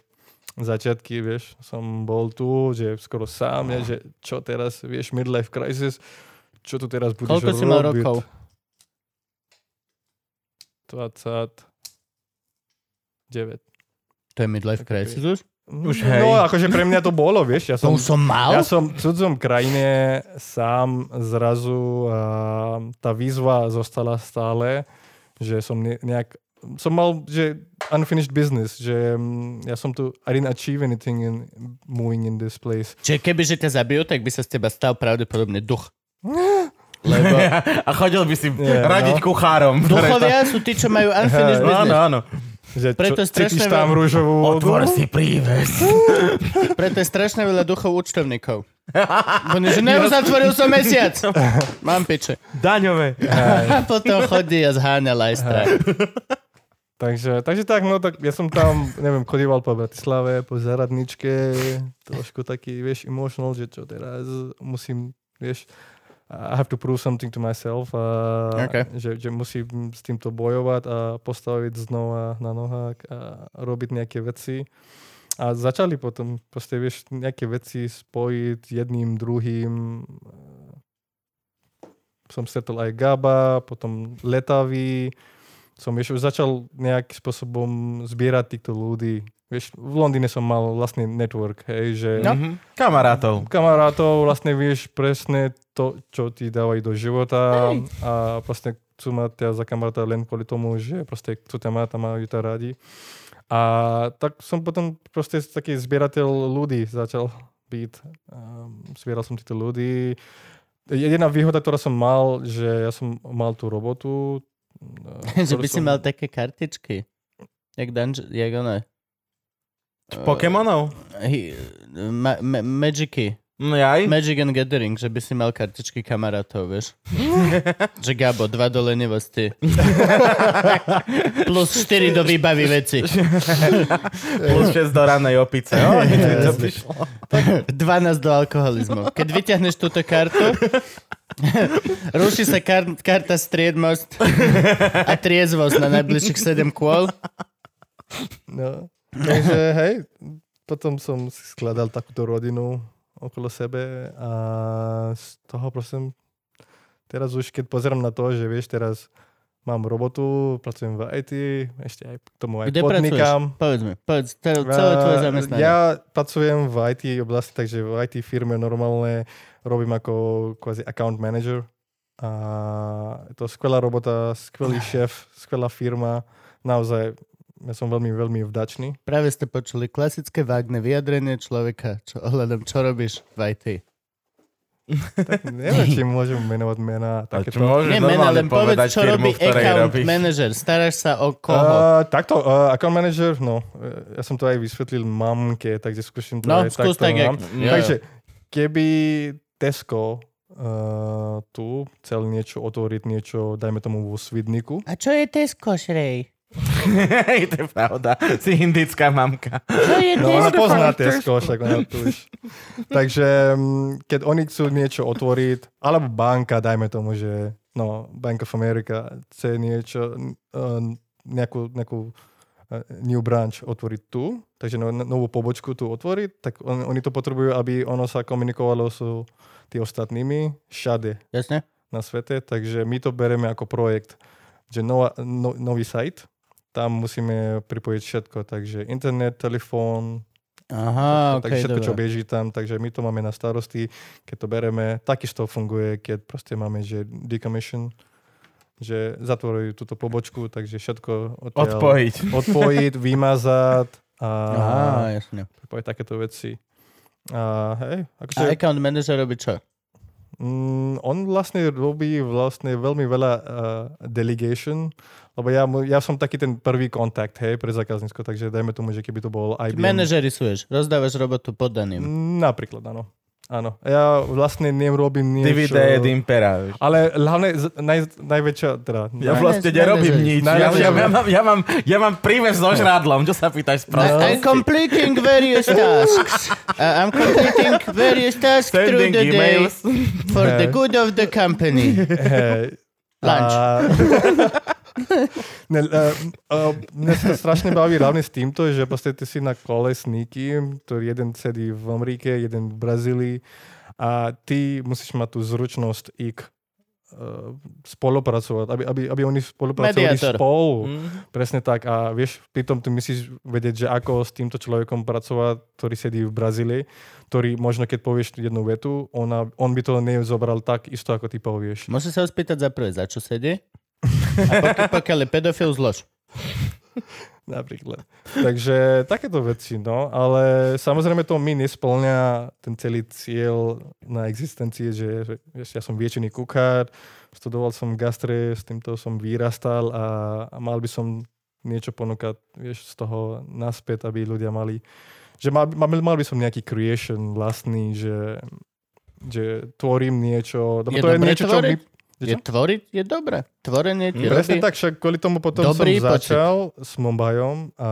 začiatky, vieš, som bol tu, že skoro sám, ja, že čo teraz, vieš, midlife crisis, čo tu teraz budeš
Koľko
robiť?
si mal rokov?
29.
To je midlife crisis už?
Už
hej.
No, akože pre mňa to bolo, vieš. Ja
To
som,
už som mal?
ja som v cudzom krajine sám zrazu a tá výzva zostala stále, že som ne- nejak som mal, že unfinished business, že mm, ja som tu, I didn't achieve anything in moving in this place.
Čiže keby že ťa zabijú, tak by sa z teba stal pravdepodobne duch. Lebo
A chodil by si
Nie,
radiť kuchárom.
duchovia sú tí, čo majú unfinished
No, áno,
business.
áno.
Že
Preto
čo,
strašne
cítiš tam
veľa-
rúžovú vodu?
Otvor si príves.
Preto je strašne veľa duchov
(laughs)
účtovníkov. Oni, že neuzatvoril som mesiac. Mám piče.
Daňové.
A potom chodí a zháňa lajstra.
Takže, takže tak, no tak ja som tam, neviem, chodíval po Bratislave, po zaradničke, trošku taký, vieš, emotional, že čo teraz musím, vieš, I have to prove something to myself, a
Okay.
že, že musím s týmto bojovať a postaviť znova na nohách a robiť nejaké veci. A začali potom proste, vieš, nejaké veci spojiť jedným, druhým. Som stretol aj Gaba, potom Letavý. Som ešte začal nejakým spôsobom zbierať týchto ľudí. Vieš, v Londýne som mal vlastný network, hej, že...
No.
Mhm.
Kamarátov.
kamarátov, vlastne vieš presne to, čo ti dávajú do života a vlastne chcú mať ťa za kamaráta len kvôli tomu, že proste chcú ťa mať a majú ťa radi. A tak som potom proste taký zbierateľ ľudí začal byť. Um, zbieral som títo ľudí. Jediná výhoda, ktorá som mal, že ja som mal tú
(laughs)
robotu.
(laughs)
eh,
že
ktorú
by si
som-
mal také kartičky. Jak dungeon, jak ono. Eh,
Pokémonov?
Hi- ma- ma- Magicy.
No jaj.
Magic and Gathering, že by si mal kartičky kamarátov, vieš. že Gabo, dva do lenivosti. Plus 4 do výbavy veci.
Plus 6 do ranej
(laughs)
opice. O, to prišlo.
12 do alkoholizmu. Keď vyťahneš túto kartu, ruší sa kar- karta striedmosť a triezvosť na najbližších 7 kôl.
No.
(laughs)
Takže hej, potom som si skladal takúto rodinu okolo sebe a z toho prosím, teraz už keď pozerám na to, že vieš, teraz mám robotu, pracujem v IT, ešte aj k tomu aj
Kde pracuješ?
podnikám.
Povedz mi, povedz cel- celé tvoje
A
zamestnanie.
Ja pracujem v IT oblasti, takže v IT firme normálne robím ako kvázi account manager. A je to skvelá robota,
(laughs)
skvelý šéf, skvelá firma. Naozaj, ja som veľmi, veľmi vdačný.
Práve ste počuli klasické vágne vyjadrenie človeka, čo ohľadom, čo robíš v IT.
Neviem, či môžem menovať mená.
A čo
Takéto.
môžeš
Nie, mena,
normálne
len
povedať
povedz, čo
firmu,
robí
v ktorej
account
robíš?
manager. Staráš sa o koho?
Uh, takto, uh, account manager, no, eh, ja som to aj vysvetlil mamke, takže skúsim to
no,
aj
skús tak, jak...
mám. Takže keby Tesco uh, tu chcel niečo otvoriť, niečo, dajme tomu vo Svidniku,
A čo je Tesco, Šrej?
(laughs) Hej, to je pravda. Si indická mamka.
Čo je
No ona
Tesco?
pozná Tesco, však ona tu už. Takže mm, keď oni chcú niečo otvoriť, alebo banka, dajme tomu, že no, Bank of America chce niečo, n- eh, nejakú, nejakú eh, new branch otvoriť tu, takže no, novú pobočku tu otvoriť, tak on, oni to potrebujú, aby ono sa komunikovalo s tí ostatnými všade
Jasne?
na svete, takže my to bereme ako projekt, že nová, no, nový site, tam musíme pripojiť všetko, takže internet, telefón,
Aha,
takže
okej,
všetko, čo
dobre.
beží tam, takže my to máme na starosti, keď to bereme. Takisto funguje, keď proste máme, že decommission, že zatvorujú túto pobočku, takže všetko odtiaľ-
Odpojiť.
(laughs)
odpojiť, vymazať a
Aha, jasne.
pripojiť takéto veci. A hej, akože,
A account manager robí čo?
mm, on vlastne robí vlastne veľmi veľa uh, delegation, lebo ja, mu- ja som taký ten prvý kontakt, hej, pre zákaznícko, takže dajme tomu, že keby to bol
Ty
IBM.
manažerisuješ, rozdávaš robotu poddaným.
Mm, Napríklad, áno. Áno. Ja vlastne nerobím niečo...
Divide et impera.
eh,
vieš.
Ale hlavne z- naj, najväčšia, teda...
Ja
naj-
vlastne
Manažer.
nerobím nič. Ja,
Manažer.
ja, ja, mám, ja, mám, ja mám príbeh so žrádlom. Čo sa pýtaš? Proste.
I, I'm completing various tasks. Uh, I'm completing various tasks through
Sending
the day
emails.
for the good of the
(laughs)
company.
(laughs) Hej.
Lunch.
A... (laughs) ne, e, e, mne sa to strašne baví hlavne s týmto, že proste ty si na kole s nikým, ktorý jeden sedí v Amerike, jeden v Brazílii a ty musíš mať tú zručnosť ich e, spolupracovať, aby, aby, aby oni spolupracovali
Mediátor. Mhm.
spolu. Presne tak. A vieš, pritom ty musíš vedieť, že ako s týmto človekom pracovať, ktorý sedí v Brazílii, ktorý možno keď povieš jednu vetu, ona, on by to nezobral tak isto, ako ty povieš.
Môžem sa ho spýtať za prvé, za čo
(laughs)
sedí? A pokiaľ, pokiaľ je pedofil, zlož.
Napríklad. Takže takéto veci, no. Ale samozrejme to mi nesplňa ten celý cieľ na existencie, že vieš, ja som viečený kuchár, studoval som gastre, s týmto som vyrastal a, a mal by som niečo ponúkať, vieš, z toho naspäť, aby ľudia mali, že mal, mal, mal by som nejaký creation vlastný, že, že tvorím niečo. lebo
Je
to je
dobré
niečo, čo
tvoriť?
mi,
Je tvoriť je dobré. Tvorenie ti
Presne
robí.
tak, však kvôli tomu potom
Dobrý pocit.
som začal s Mumbajom a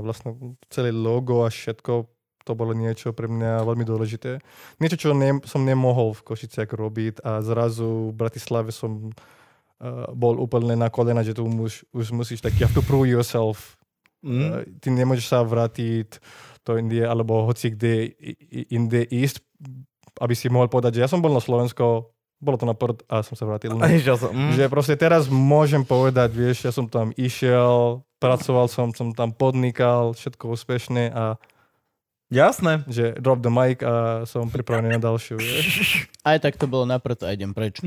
vlastne celé logo a všetko to bolo niečo pre mňa veľmi dôležité. Niečo, čo ne, som nemohol v Košiciach robiť a zrazu v Bratislave eh, som uh, bol úplne na kolena, že tu už, už musíš tak, you have to prove yourself
Hm.
Mm. Ty nemôžeš sa vrátiť do Indie alebo hoci kde i- i- inde ísť, aby si mohol povedať, že ja som bol na Slovensko, bolo to na Port a som sa vrátil.
A išiel som. Mm.
Že proste teraz môžem povedať, vieš, ja som tam išiel, pracoval som, som tam podnikal, všetko úspešne a
Jasné.
že drop the mic a som pripravený na ďalšiu. vieš.
Aj tak to bolo naprto a idem preč.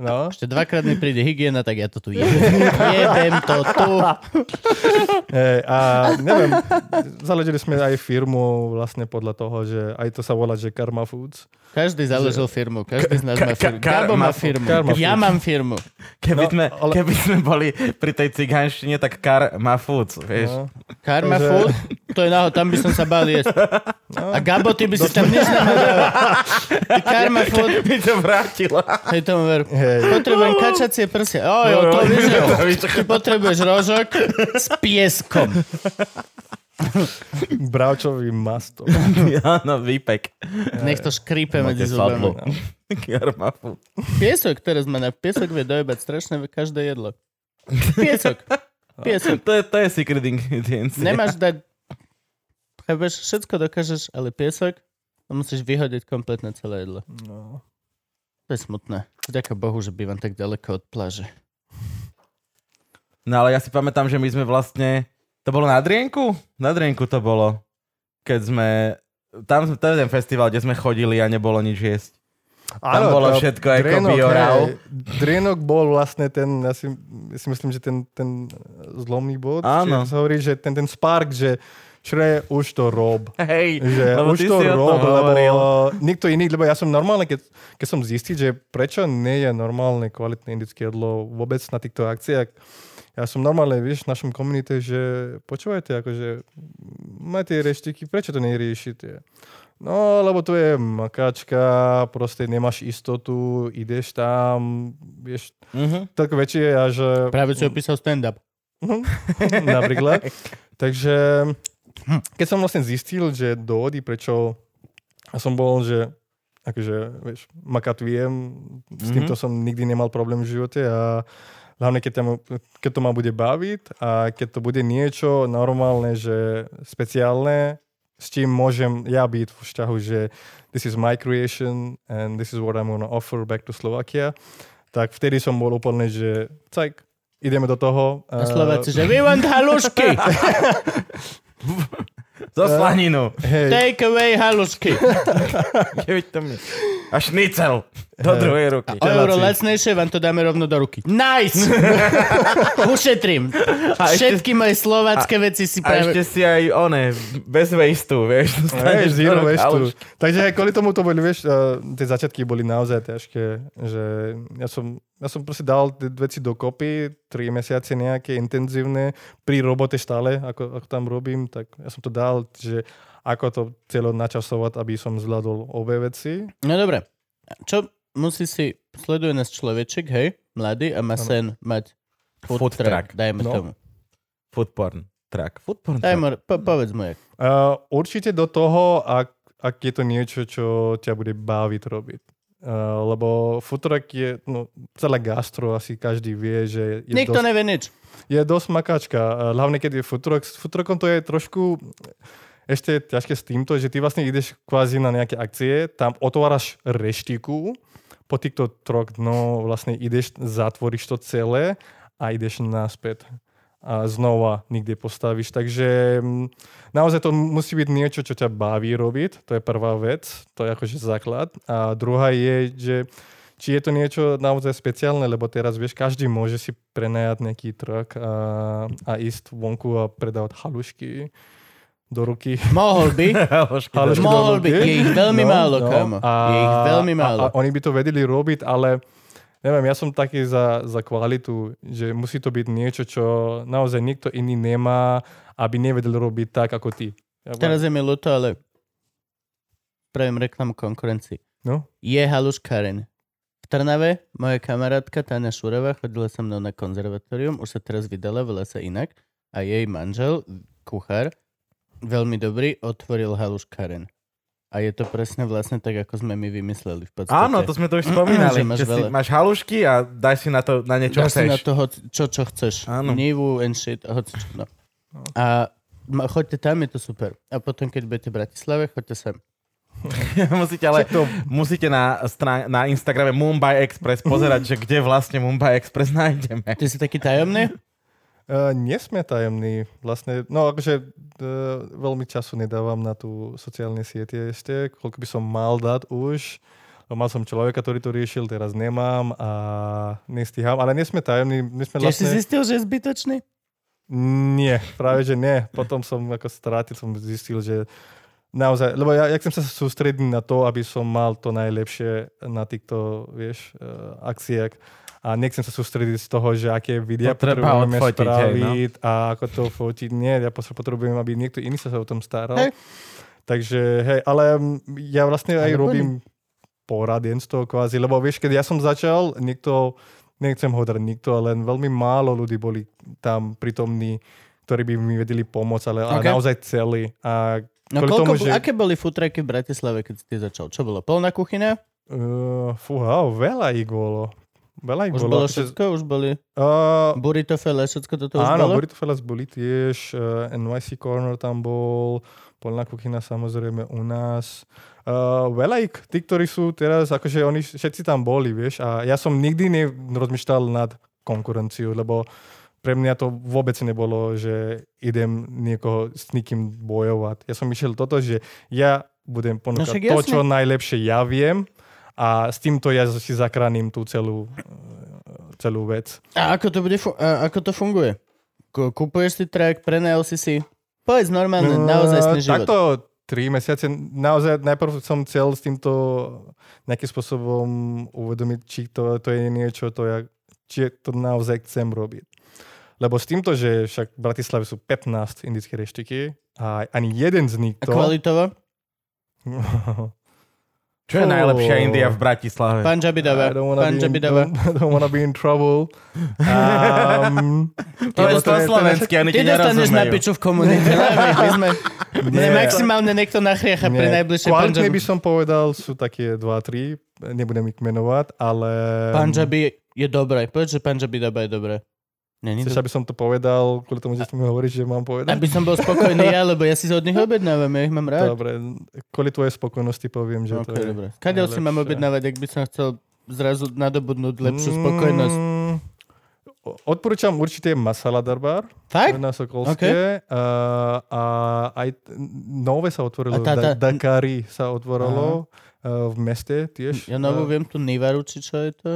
No,
Ešte dvakrát mi príde hygiena, tak ja to tu
(laughs)
jebem. jebem to tu.
hej, a neviem, založili sme aj firmu vlastne podľa toho, že aj to sa volá, že Karma Foods.
Každý založil firmu, každý z nás má
ka- ka-
firmu.
ka-
Gabo
má
má firmu,
firmu.
ja mám firmu.
Keby,
No,
sme,
ale-
keby sme boli pri tej cigánštine, tak kar má fúc, vieš.
No,
Karma
Takže-
Food, to je náhod, tam by som sa bál jesť.
No.
A Gabo, ty by si tam nič
(laughs)
nemal. Ty Karma Food,
Mi to vrátila.
hej tomu ver. Potrebujem kačacie prsia. Oj, jo, to
Jo, jo,
vieš, jo.
to víš.
Ty potrebuješ rožok s pieskom.
bravčový masto.
Áno, výpek.
Nech to škrípe medzi
Máte sadlo.
zubami.
Kar má fúc.
Piesok teraz má na piesok vie dojebať strašne každé jedlo. Piesok. Piesok.
To je, to je secret ingrediencia.
Nemáš dať... Chápeš, všetko dokážeš, ale piesok to musíš vyhodiť kompletne celé jedlo.
No.
To je smutné. Ďakujem Bohu, že bývam tak ďaleko od pláže.
No ale ja si pamätám, že my sme vlastne... To bolo na Drienku? Na Drienku to bolo. Keď sme... Tam sme, to je ten festival, kde sme chodili a nebolo nič jesť. Tam bolo
to-
všetko ako
Drenok,
biorau.
hej. Drenok bol vlastne ten, ja si, ja si myslím, že ten, ten zlomný bod,
Áno.
či sa hovorí, že ten, ten spark, že Šre, už to rob.
Hej,
(laughs) Že
lebo
už
ty
to
si o tom
rob, lebo
hovoril.
nikto iný, lebo ja som normálne, keď, keď som zistil, že prečo nie je normálne kvalitné indické jedlo vôbec na týchto akciách, ja som normálne, vieš, v našom komunite, že počúvajte, akože máte reštiky, prečo to neriešite? No, lebo to je makačka, proste nemáš istotu, ideš tam, vieš,
Mhm.
tak väčšie a že
Práve si opísal stand-up.
(laughs) napríklad. Takže keď som vlastne zistil, že dôvody, prečo a som bol, že akože, vieš, makať viem,
Mhm.
s týmto som nikdy nemal problém v živote a hlavne keď, tam, keď to ma bude baviť a keď to bude niečo normálne, že špeciálne, s čím môžem ja byť v vzťahu, že this is my creation and this is what I'm gonna offer back to Slovakia, tak vtedy som bol úplne, že cajk, ideme do toho.
A
eh,
Slováci, že we want (laughs) halušky,
Zo slaninu.
Hej,
take away halušky.
Keby to mi... A šnicel. Do druhej ruky.
O euro lacnejšie vám to dáme rovno do ruky. Nice! Ušetrím. Všetky moje slovácké veci si
A ešte
práve...
si aj one, bez wasteu,
Hej,
vieš. dostaneš
zero
do ruk,
waste.
ale už-
Takže aj kvôli tomu to boli, vieš, eh, tie začiatky boli naozaj ťažké, že ja som, ja som proste dal tie veci dokopy, tri mesiace nejaké intenzívne, pri robote stále, ako, ako tam robím, tak ja som to dal, že ako to celo načasovať, aby som zvládol obe veci.
No dobre. Čo musí si... Sleduje nás človeček, hej? Mladý a má sen mať
Food
food
truck.
truck. Dajme
No.
tomu.
Food porn. Track. Food porn.
Daj
track.
mu, po, povedz mu, jak.
Uh, určite do toho, ak, ak je to niečo, čo ťa bude baviť robiť. Uh, lebo futrak je, no, celé gastro asi každý vie, že je
Nikto
dosť,
nevie nič.
je dosť makačka. Uh, Hlavne, keď je futrak. S futrakom to je trošku ešte ťažké s týmto, že ty vlastne ideš kvázi na nejaké akcie, tam otváraš reštiku, po týchto troch dnoch vlastne ideš, zatvoríš to celé a ideš naspäť a znova nikde postavíš. Takže mm, naozaj to musí byť niečo, čo ťa baví robiť. To je prvá vec, to je akože základ. A druhá je, že či je to niečo naozaj speciálne, lebo teraz, vieš, každý môže si prenajať nejaký trh a, a ísť vonku a predávať halušky do ruky.
Mohol by,
Halušky.
Mohol
Ale škodovky.
byť. Je ich veľmi málo, kámo. Je ich veľmi málo.
No, A, a oni by to vedeli robiť, ale neviem, ja som taký za, za kvalitu, že musí to byť niečo, čo naozaj nikto iný nemá, aby nevedel robiť tak, ako ty. Ja,
teraz je mi ľúto, ale pravím reklamu konkurencii.
No,
je haluškáren. V Trnave moja kamarátka Táňa Šureva chodila so mnou na konzervatórium, už sa teraz vydala, volá sa inak a jej manžel, kuchár, veľmi dobrý, otvoril haluškáren. A je to presne vlastne tak, ako sme my vymysleli v podstate.
Áno, to sme (clears throat) to už spomínali.
Že máš
Máš, si,
veľa.
máš halušky a daj si na to na niečo
Dáš si
chceš.
na toho, čo, čo chceš.
Áno.
Nivu and shit, hoci čo. No. A ma- choďte tam, je to super. A potom, keď budete v Bratislave, choďte sem.
(laughs) musíte ale, musíte na, strán- na Instagrame Mumbai Express pozerať, že kde vlastne Mumbai Express nájdeme.
Ty si taký
(laughs)
tajomný?
Uh, nie sme tajemní. Vlastne, no akože uh, veľmi času nedávam na tú sociálne siete ešte, koľko by som mal dať už. Mal som človeka, ktorý to riešil, teraz nemám a nestíham. Ale nie sme tajemní, my sme
Tiež si
vlastne...
zistil, že je zbytočný?
Nie, práve že nie. Potom som ako strátil, som zistil, že naozaj, lebo ja, ja chcem sa sústrediť na to, aby som mal to najlepšie na týchto, vieš, uh, akciách. A nechcem sa sústrediť z toho, že aké
To
videa
treba
potrebujeme
odfotiť, hej, no.
spraviť a ako to fotiť. Nie, ja proste potrebujem, aby niekto iný sa o tom staral.
Hej.
Takže, hej, ale mm, ja vlastne
Ale
aj robím poradenstvo kvázi, lebo vieš, keď ja som začal, niekto, nechcem hodrať nikto, ale len veľmi málo ľudí boli tam prítomní, ktorí by mi vedeli pomôcť, ale
Ok.
okay. naozaj celý. A
No koľko,
Kvôli tomu,
bu-
že-
aké boli futreky v Bratislave, keď si ty začal? Čo bolo? Polná kuchyňa?
uh, fúha, veľa ich bolo. Veľa ich
Už
bolo.
bolo
akože-
všetko? Už boli
Uh,
burrito, fele, všetko toto už
áno,
bolo?
Burrito Fellas boli tiež, uh, NYC Corner tam bol, Polná kuchyna samozrejme u nás. Uh, veľa ich, tí, ktorí sú teraz, akože oni všetci tam boli, vieš, a ja som nikdy nerozmýšľal nad konkurenciou, lebo pre mňa to vôbec nebolo, že idem niekoho s nikým bojovať. Ja som išiel toto, že ja budem ponúkať
však
no, to,
jasne.
čo najlepšie ja viem a s týmto ja si zachránim tú celú, eh, celú vec.
A ako to, bude fu- a ako to funguje? Ku- Kupuješ si track, prenajal si si? Povedz normálne,
No,
naozaj sný život.
Takto tri mesiace. Naozaj najprv som chcel s týmto nejakým spôsobom uvedomiť, či to, to je niečo, to ja, či to naozaj chcem robiť. Lebo s týmto, že však v Bratislave sú 15 indické reštiky a ani jeden z nich
A
to...
kvalitovo?
Čo je
Oh.
najlepšia India v Bratislave?
Punjabi dáva.
(laughs) I don't wanna, be
Punjabi
in, (laughs)
dáva.
don't, don't wanna be in
(laughs)
trouble. Um,
To je
lebo
po slovensky, oni
Ty
ti
dostaneš na
nerozumejú.
piču v
(laughs)
komunite. My sme... Mne
Nie.
maximálne niekto nachriecha
Nie,
pre najbližšie
Kvalitne by
Punjabi.
som povedal, sú také 2-3, nebudem ich menovať, ale...
Punjabi je dobré. Povedz, že Punjabi dáva je dobré. Není
Chceš,
to...
aby som to povedal, kvôli tomu, že ste mi hovoríš, že mám povedať?
Aby som bol spokojný ja, lebo ja si od nich objednávam, ja ich mám rád.
Dobre, kvôli tvojej spokojnosti poviem, že
Ok,
to je...
dobre. Kadeľ si mám
najlepšie.
objednávať, ak by som chcel zrazu nadobudnúť lepšiu spokojnosť.
Mm, o- Odporúčam určite Masala Darbar
Fakt?
na Sokolské. Uh, a aj t- nové sa otvorilo,
A tá- tá-
da- Dakari sa otvorilo uh, v meste tiež.
Ja novú
Eh,
viem tu Nivaru, či čo je to?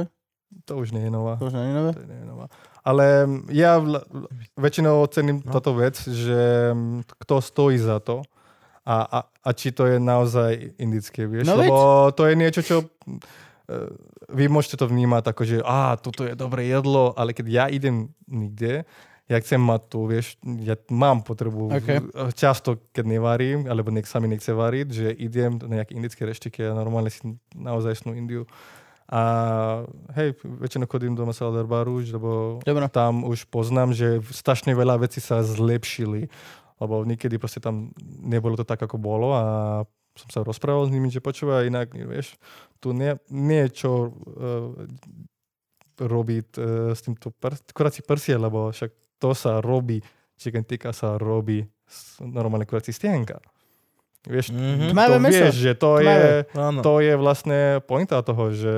To už nie je nová.
To už nie je nové?
To je nová. Ale mm, ja vl- vl- väčšinou cením no. toto vec, že mm, kto stojí za to a, a, a či to je naozaj indické, vieš?
No veď.
Lebo to je niečo, čo mm, eh, vy môžete to vnímať ako, že a, toto je dobré jedlo, ale keď ja idem nikde, ja chcem mať tu, vieš, ja mám potrebu
Ok.
okay. často, keď nevarím, alebo nech sa mi nechce variť, že idem na nejaké indické reštiky a normálne si naozaj snú Indiu. A hej, väčšinou chodím do Masala Darbaru, už, lebo
Dobre.
tam už poznám, že strašne veľa vecí sa zlepšili. Lebo niekedy proste tam nebolo to tak, ako bolo a som sa rozprával s nimi, že počúvaj, inak, vieš, tu nie, nie je čo uh, robiť uh, s týmto pr- kurací prsie, lebo však to sa robí, chicken tikka sa robí s- normálne kurací stienka. Vieš,
Mhm.
mm-hmm.
Tmavé
to
meso.
vieš, že to
Tmavé.
je
Áno.
(laughs) to je vlastne pointa toho, že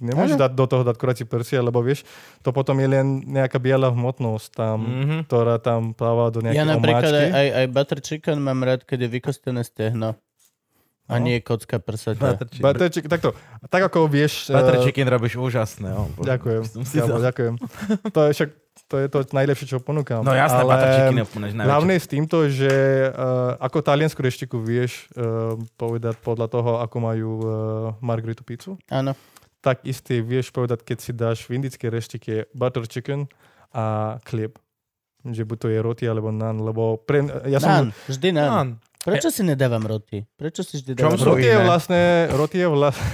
nemôžeš
Áno.
dať do toho dať kurací prsia, lebo vieš, to potom je len nejaká biela hmotnosť tam,
Mhm.
ktorá tam pláva do nejakej
Ja napríklad aj,
omáčky.
aj, aj butter chicken mám rád, keď je vykostené stehno. A
No.
nie kocka prsata.
Butter chicken.
Butter chicken, takto, tak ako vieš...
Butter
eh,
chicken robíš úžasné. oh, bože.
Ďakujem,
Som (laughs) si
kámo,
dal-
ďakujem. To je však to je to najlepšie, čo ponúkam.
No jasné,
ale
butter chicken je úplne najväčšie.
Hlavne s týmto, že uh, ako taliansku reštiku vieš uh, povedať podľa toho, ako majú uh, margaritu pizzu,
Áno.
tak isté vieš povedať, keď si dáš v indické reštike butter chicken a chlieb. Že buď to je roti alebo nan, lebo pre, ja som...
Nán, vždy nán. Prečo si nedávam roti? Prečo si vždy dávam
Čom sú
roti?
Roti je
iné.
vlastne... Roti je (laughs) vlastne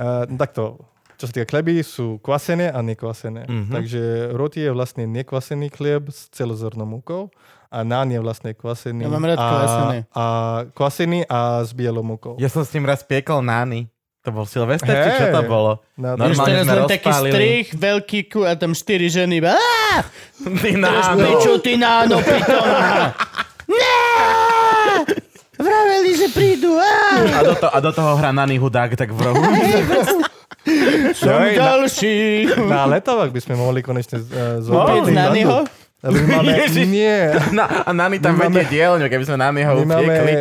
uh, takto, čo sa týka chleby, sú kvasené a nekvasené.
Mhm.
Mm-hmm. Takže roti je vlastne nekvasený chlieb s celozornou múkou a nán je vlastne kvasený.
Ja mám rád
a,
kvasený.
A kvasený a s bielou múkou.
Ja som s ním raz piekol nány. To bol Silvester, či čo to
Hej.
bolo?
No,
Normálne
Normálne.
Už teraz
sme
len taký
rozpálili.
strich, veľký ku a tam štyri ženy iba "Á,
Ty
Už
náno.
piču, ty náno, pitomá! Ne! Vraveli, že prídu, á!
A do, to, a do toho hrá Nani Hudák tak v
(laughs)
rohu.
Som
Joj, na-
ďalší!
Na letovách by sme mohli konečne uh,
Opäť
zobrať.
Naniho?
Aby máme...
(laughs) Ježiš.
Nie.
Na, a Nani tam
My máme-
vedie dielňu, keby sme Naniho
My máme,
upiekli.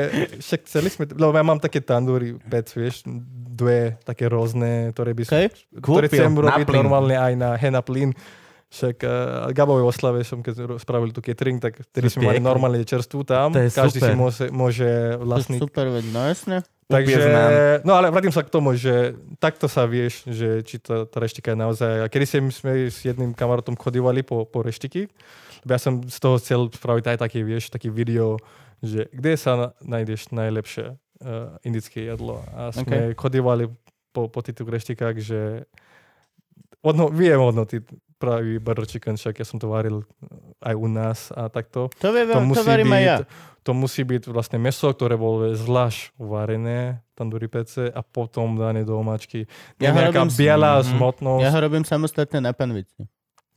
však chceli sme, lebo ja mám také tandúry pec, vieš, dve také rôzne, ktoré by som,
Hej.
ktoré
Kúpil
chcem
na
robiť
plyn.
normálne aj na hena plyn. Však uh, Gabovej oslave som, keď ro- spravil tu catering, tak vtedy
Sme
sme mali
piekli.
normálne čerstvú tam.
To je
Každý
super.
si môže, môže vlastniť
Super, veď, no jasne.
Takže,
Upiec nám.
no ale vrátim sa k tomu, že takto sa vieš, že či tá, tá reštika je naozaj... A kedy sem sme s jedným kamarátom chodívali po, po reštiky, lebo ja som z toho chcel spraviť aj taký, vieš, taký video, že kde sa na- nájdeš najlepšie uh, indické jedlo. A sme okay. chodívali po, po týchto reštikách, že odno, viem odnotiť pravý butter chicken, však ja som to varil eh, aj u nás a takto
To vie,
to
to
musí,
varím aj
byť,
ja.
to musí byť vlastne meso, ktoré bolo zvlášť uvarené, tandoori pece a potom dané do omáčky.
Ja
Ja
ho
nejaká
robím s-
biela
Mhm.
zmotnosť.
Ja ho robím samostatne na panvici.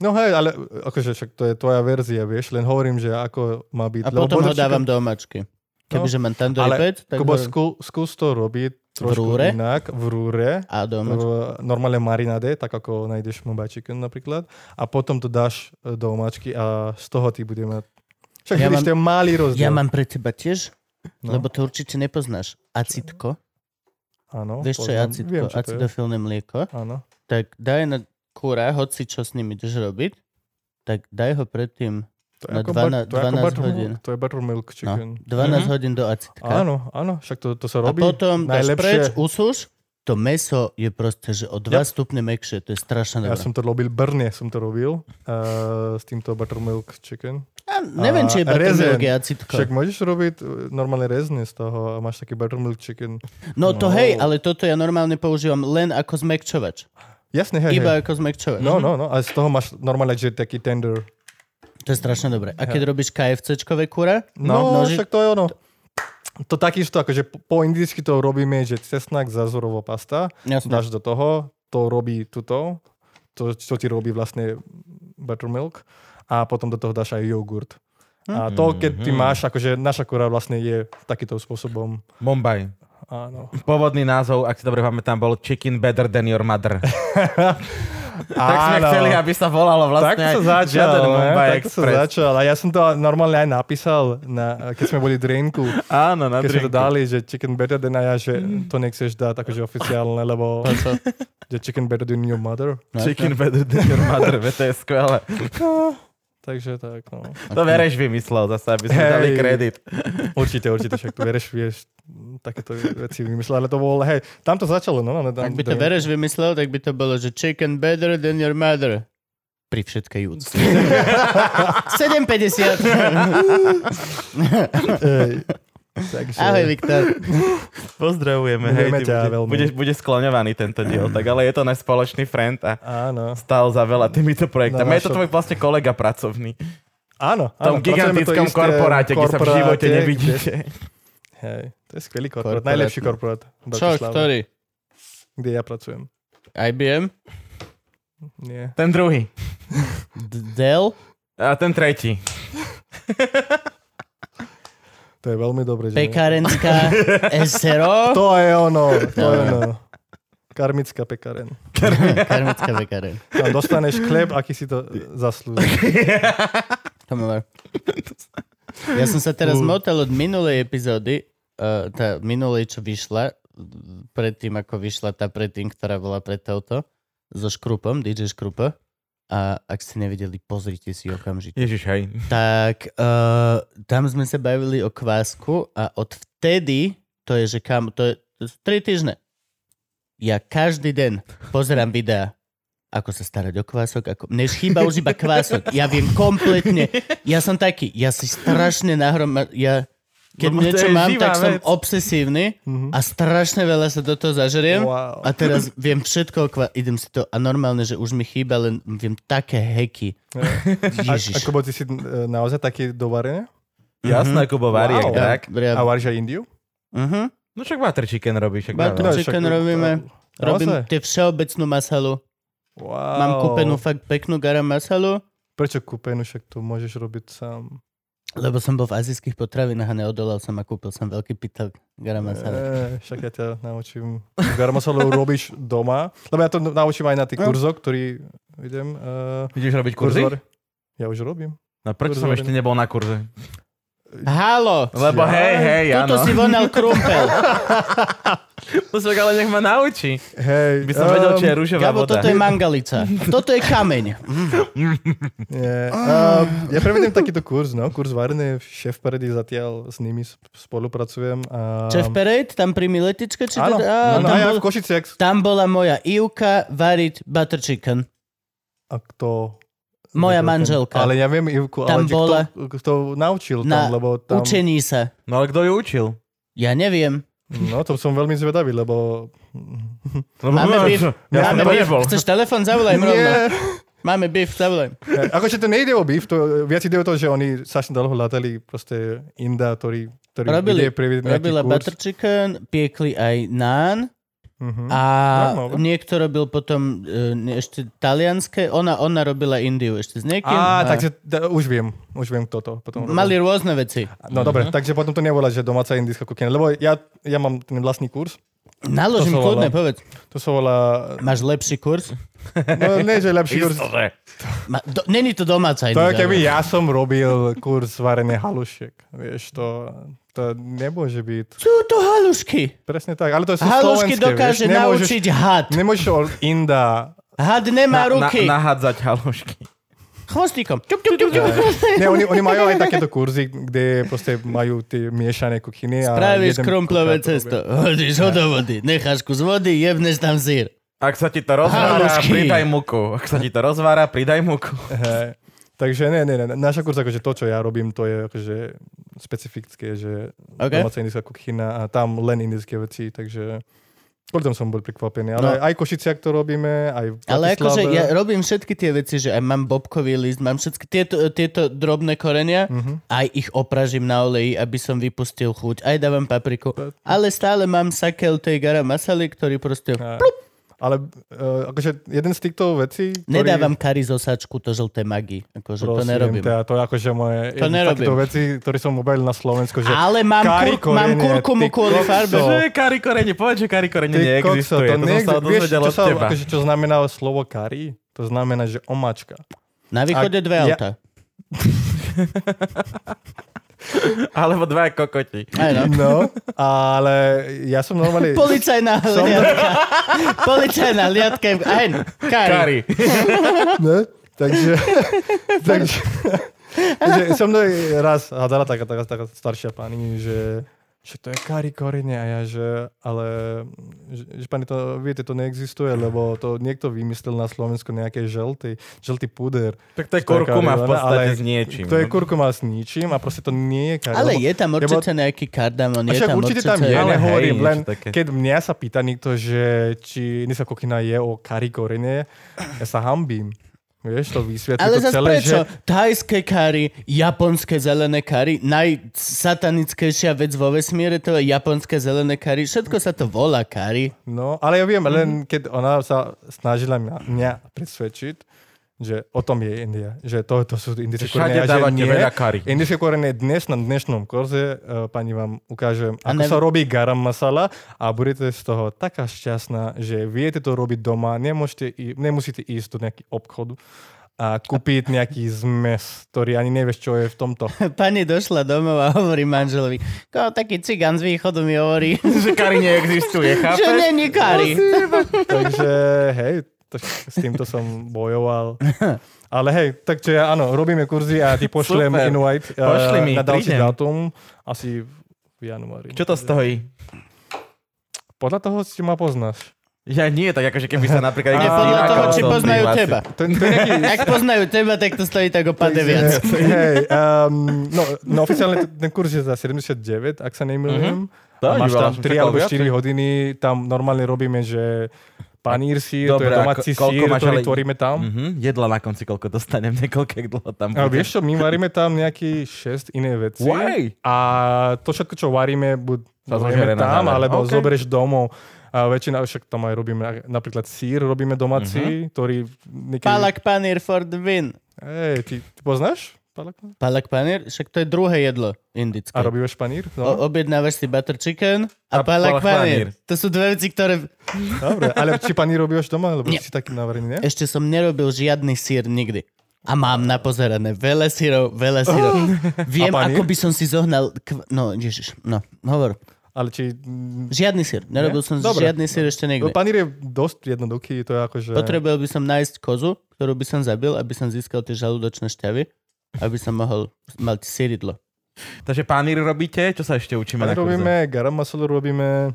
No hej, ale akože však to je tvoja verzia, vieš, len hovorím, že ako má
A
byť. lebo
potom ho
bodrčíka-
dávam do omačky. Kebyže mám tandoori
ale
pec, tak
Kubo,
ho...
skú, skús to robiť trošku
rúre?
inak, v rúre,
A do
v
omačky.
normálnej marinade, tak ako nájdeš Mumbai Chicken napríklad, a potom to dáš e, do omáčky a z toho ty bude mať... Však
Ja
ja vidíš,
mám-
to je malý rozdiel.
Ja mám pre teba tiež,
No.
lebo to určite nepoznáš. Acitko.
Áno,
Vieš, čo je
No, poznám.
acitko?
Viem, čo to je.
Acidofilné mlieko.
Áno.
Tak daj na kúra, hoci čo s ním ideš robiť, tak daj ho predtým no,
To
Na 12
ako to je ako
12
buttermilk-
hodín.
To je buttermilk
no,
chicken.
12 hodín do acitka.
Mhm. Áno, áno, však to, to sa
A
robí.
potom dáš preč,
najlepšie.
usúš, to meso je proste, že o 2
Yep.
stupne mekšie, to je strašne
Ja
dobré.
som to robil, Brne som to robil uh, s týmto buttermilk chicken.
A neviem, či je
a
buttermilk
rezen.
je acitko.
Však môžeš robiť eh, normálne rezne z toho a máš taký buttermilk chicken.
No to
No.
hej, ale toto ja normálne používam len ako zmekčovač.
Jasne, hej,
Iba Mhm.
hej.
ako zmekčovač.
No, no, no, a z toho máš normálne, že taký tender.
To je strašne dobré. A keď robíš KFCčkové kúra,
No, no
noži-
však to je ono. To takisto, akože po, po indicky to robíme, že cesnak, zazorová pasta,
Jasne.
(laughs) dáš do toho, to robí tuto, to, čo ti robí vlastne buttermilk a potom do toho dáš aj jogurt. A to, keď ty
Mhm.
máš, akože naša kura vlastne je takýmto spôsobom.
Mumbai.
Áno.
Pôvodný názov, ak si dobre pamätám, bol Chicken Better Than Your (laughs) Mother. tak sme
Áno.
chceli, aby sa volalo
Tak
vlastne
to
aj
sa začal,
žiaden
ne? tak to
Mumbai
sa
Express.
začal. A ja som to normálne aj napísal, na, keď sme boli v Drainku.
Áno, (laughs) na
Keď sme to
drinku. Mhm.
dali, že chicken better than a ja, že to nechceš dať
(laughs)
akože oficiálne, lebo že chicken better than your mother.
Chicken Better Than Your Mother, veď to je skvelé.
Takže tak, no.
To vereš vymyslel zase, aby sme
Hej.
dali kredit.
Určite, určite, však to vereš, vieš, takéto veci vymyslel, ale to bolo, hej, tam to začalo, no. Ale tam,
Ak by to
(laughs)
Vereš vymyslel, tak by to bolo, že chicken better than your mother. Pri všetkej úcte.
(laughs)
7,50.
Hej, takže,
Ahoj, Viktor.
(laughs) Pozdravujeme, hej,
Budeme
ty
ťa
bude,
veľmi.
bude, bude skloňovaný tento diel, tak ale je to náš spoločný friend a
Áno,
stal za veľa týmito projektami.
Na
Je to
našom-
tvoj vlastne kolega pracovný.
áno. áno,
V tom
pracujeme to
gigantickom
isté
korporáte, kde sa v
korporáte,
živote nevidíte.
kde- Hej, to je skvelý korporát,
Korporátny.
najlepší korporát v
Čo,
Bratislave,
ktorý?
kde ja pracujem.
IBM?
Nie.
Ten druhý.
D- Dell?
A ten tretí.
To je veľmi dobré, že...
Pekárenská? SRO?
To je ono, to je ono. Karmická pekaren.
Karmická pekáren.
Tam dostaneš chleb, aký si to zaslúži.
Come over. Ja som sa teraz motal od minulej epizódy, uh, tá minulej, čo vyšla, m, predtým ako vyšla tá predtým, ktorá bola pred touto, so Škrupom, DJ Škrupa. A ak ste nevideli, pozrite si okamžite.
Ježiš, hej.
Tak uh, tam sme sa bavili o kvásku a od vtedy, to je, že kam, to je, to sú 3 týždne. Ja každý deň pozerám videá, ako sa starať o kvások, ako... Mne chýba už iba kvások. Ja viem kompletne. Ja som taký, ja si strašne nahrom... Ja, keď
Lebo No, to
niečo
je
mám,
živá
tak som
vec.
obsesívny a strašne veľa sa do toho zažeriem.
Mhm. Wow.
A teraz viem všetko, o kva- idem si to a normálne, že už mi chýba, len viem také
(laughs)
heky.
A,
Ježiš.
ako bo ty si e, naozaj taký dovarený?
Jasné, Kubo Variak,
Wow.
tak? Mhm.
Ja,
A varíš aj Indiu?
uh-huh.
No však Butter Chicken robíš, však
Butter
dáva.
Chicken robíme. Robím
Naozaj?
tie všeobecnú masalu.
Wow.
Mám kúpenú fakt peknú garam masalu,
Prečo kúpenú? Však to môžeš robiť sám.
lebo som bol v azijských potravinách a neodolal som a kúpil som veľký pytel garam
Eh,
masala.
E, však ja ťa naučím. (laughs) Garmasalu robíš doma. Lebo ja to naučím aj na tých kurzoch, ktorý idem. Uh,
Ideš robiť kurzy?
Ja už robím.
No prečo
Kurz
som
hovorím.
ešte nebol na kurze?
Halo!
Lebo
Ja.
hej, hej,
Tuto
áno. (laughs)
si vonal krumpel.
Musok, ale nech ma naučí.
Hej.
By som vedel, či je
um,
rúžová
Gabo,
voda.
toto je mangalica. Toto je kameň.
nie. Um, ja prevedem takýto kurz, no. Kurz varný, šéf Peredy zatiaľ s nimi sp- spolupracujem. A...
Chef Parade, tam pri Miletičke? Či
Áno,
teda, á,
áno,
No,
tam,
a ja
bol,
v Košiciach.
tam bola moja Ivka variť butter chicken.
A kto...
Moja
Kto-
manželka.
Ale ja viem, Ivku,
Tam
ale že
bola-
kto, kto naučil
Na
tam, lebo tam...
Učení sa.
No ale kto ju učil?
Ja neviem.
No, to som veľmi zvedavý, lebo...
Lebo
Máme
no,
beef.
čo? Ja som
Máme
to
beef.
nebol.
Chceš telefon? Zavolaj im rovno.
Nie.
Máme beef, zavolaj.
E, Akože to nejde o beef, to, viac ide o to, že oni strašne dlho hľadali proste inda, ktorý, ktorý
Robili,
ide privieť nejaký
robila
kurz.
butter chicken, piekli aj nán
Mhm.
a
Zaujímavé.
niekto robil potom e, ne- ešte talianské. Ona, ona robila Indiu ešte s niekým. a
Á, takže da, už viem, už viem toto. Potom
Mali Mhm. rôzne veci.
No dobre, takže potom to nebola, že domáca indická kuchyňa, lebo ja, ja mám ten vlastný kurz,
Naložím
To sa volá-
kľudne, povedz.
to sa volá,
Máš lepší kurz?
no nie, že lepší kurz,
Istože.
Ma, do, není to domáca
to
India,
je keby
ale-
ja som robil kurz varenie halušiek, vieš, to, to nemôže byť,
Sú to halušky.
presne tak, ale to sú
Halušky
slovenské,
dokáže
vieš, nemôžeš,
naučiť had.
nemôžeš od inda
Had nemá
Na, na,
ruky.
nahádzať halušky.
Chvostíkom. Čup, čup, čup, čup.
Ne, oni, oni majú aj takéto kurzy, kde proste majú tie miešané kuchyny. A
Pravíš
jeden
krumplové
kuchár to
cesto. Hodíš ho do vody. Necháš kus vody, jebneš tam zír.
Ak sa ti to rozvára,
Halušky.
pridaj muku. Ak sa ti to rozvára, pridaj muku.
robí. Hej. Takže ne, ne, ne. Naša kurz, akože to, čo ja robím, to je akože specifické, že
OK.
okay. domáca indická kuchyna a tam len indické veci, takže kvôli tomu som bol prekvapený. Ale
No.
no. aj Košiciak to robíme, aj v
Ale
Bratislave.
akože ja robím všetky tie veci, že aj mám bobkový list, mám všetky tieto, tieto drobné korenia,
Mhm.
aj ich opražím na oleji, aby som vypustil chuť, aj dávam papriku. Ale stále mám sakel tej garam masaly, ktorý proste...
Hej. Eh, Ale uh, akože jeden z týchto vecí, ktorý...
Nedávam kari z osačku, to žlté magi. Akože to
Prosím
nerobím.
ťa, to je akože moje...
To
jeden z
nerobím.
takýchto vecí, ktoré som objavil na Slovensku, že
Ale mám,
Kari
kur, mám
korenie,
kurkumu
ty
kvôli
kokso.
farbe.
To-
Že kari korene, povedz, že kari korene
Ty kokso, to
neexistuje. To, som sa
niekde, vieš, čo,
dozvedel od
sa,
teba.
akože, čo znamená slovo kari? To znamená, že omačka.
Na východe
Ak-
dve
ja-
auta.
Alebo dva kokoti.
Aj no.
(laughs) No, ale ja som normálne...
Policajná hliadka. Policajná hliadka. Aj no. Kari.
Kari. (laughs)
Ne? Takže, (laughs) takže, takže so mnou raz hádala taká, taká, taká staršia pani, že, že to je kari korene a ja, že ale že, že pani to, viete, to neexistuje, lebo to niekto vymyslel na Slovensku nejaké žltý, žltý puder.
Tak to je kurkuma v
Kari,
podstate
ale
s niečím. no.
To je kurkuma s ničím a proste to nie je kari.
Ale
lebo-
je tam
lebo-
určite nejaký kardamon.
A
Je
však
No tam
určite tam je,
Ale hej,
nehovorím,
niečo
len
také.
keď mňa sa pýta niekto, že či Nisa Kokina je o karikorine, ja sa hambím. Vieš, to vysvetlí
Ale
to
zase
celé,
prečo?
že...
Thajské kari, japonské zelené kari, najsatanickejšia vec vo vesmíre, to je japonské zelené kari. Všetko sa to volá kari. (laughs)
No, ale ja viem, len
Mhm.
keď ona sa snažila mňa, mňa presvedčiť, že o tom je India, že to, to sú indické
Že všade
korene. a že
dávate
nie.
veľa kari.
Indické korene dnes na dnešnom kurze, eh, pani vám ukážem,
A
ako
nev-
sa robí garam masala a budete z toho taká šťastná, že viete to robiť doma, nemôžete, í- nemusíte ísť do nejakého obchodu a kúpiť nejaký zmes, ktorý ani nevieš, čo je v tomto.
Pani došla domov a hovorí manželovi, "Ko, taký cigán z východu mi hovorí, (laughs)
Že kari neexistuje,
že
chápeš?
není kari.
Takže hej, to, s týmto som
(laughs)
bojoval. Ale hej, takže ja, áno, robíme kurzy a ti pošlem
Super.
invite eh,
Pošli mi,
na ďalší
prídem.
dátum, asi v januári.
Čo to stojí?
Podľa toho, či ma
(laughs)
poznáš.
Ja nie, tak akože keby sa napríklad...
(laughs) A
niekto
podľa
spýtal,
toho, či
som
poznajú
prihlásil.
teba.
To, to je nejaký...
(laughs) Ak poznajú teba, tak to stojí tak o pade viac.
Hej, hej, um, no, no oficiálne t- ten kurz je za 79, ak sa nemýlim.
To
A
je
máš
veľa,
tam 3
som čakal
alebo
viac.
4 hodiny, tam normálne robíme, že panír sír, to je
Dobre, a
domáci
ko- koľko
sír,
máš
ktorý
ale-
tvoríme tam.
Mhm, jedla na konci, koľko (laughs) dostanem, nekoľko dlho tam
A
bude.
vieš čo, my varíme tam nejaký 6 iné veci.
Why?
A to všetko, čo varíme, buď
Sa
Zoberieme
zožere na
tam,
záver.
alebo
OK.
okay. zoberieš domov. A väčšina, však tam aj robíme, napríklad sír robíme
Mhm.
domáci, mm-hmm. ktorý... Niekedy...
Palak panír for the win.
Hej, ty, ty poznáš? Palak?
Palak panír, však to je druhé jedlo indické.
A robíš panír? No,
O, objednávaš si butter chicken a,
A
palak
palak
panír.
panír.
To sú dve veci, ktoré...
dobre. Ale či panír robíš doma? Lebo
Nie. E-
si taký navarený, nie?
Ešte som nerobil žiadny sír nikdy. A mám napozerané veľa sírov, veľa sírov.
Oh.
Viem,
panír?
ako by som si zohnal... Kv... No, ježiš, no, hovor.
Ale či... mm,
Žiadny sír. Nerobil som
Dobre.
žiadny sír ešte nikdy.
No, panír je dosť jednoduchý, to je akože...
Potreboval by som nájsť kozu, ktorú by som zabil, aby som získal tie žalúdočné šťavy, aby som mohol mať síridlo.
Takže panír robíte? Čo sa ešte učíme
Ale
na kurze?
robíme garam masala, robíme,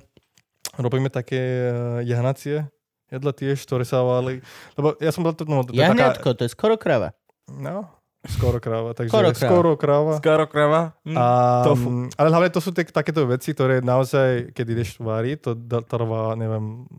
robíme také uh, jahnacie jedla tiež, ktoré sa vali. Lebo ja som bol to, no, to je taká,
Jahňatko, to je skoro krava.
no, skoro kráva, takže
Skoro
skoro
kráva.
kráva. Skoro kráva.
Skoro krava? Hm.
A,
tofu.
mm, ale hlavne to sú tie, takéto veci, ktoré naozaj, keď ideš váriť, to da- trvá, neviem,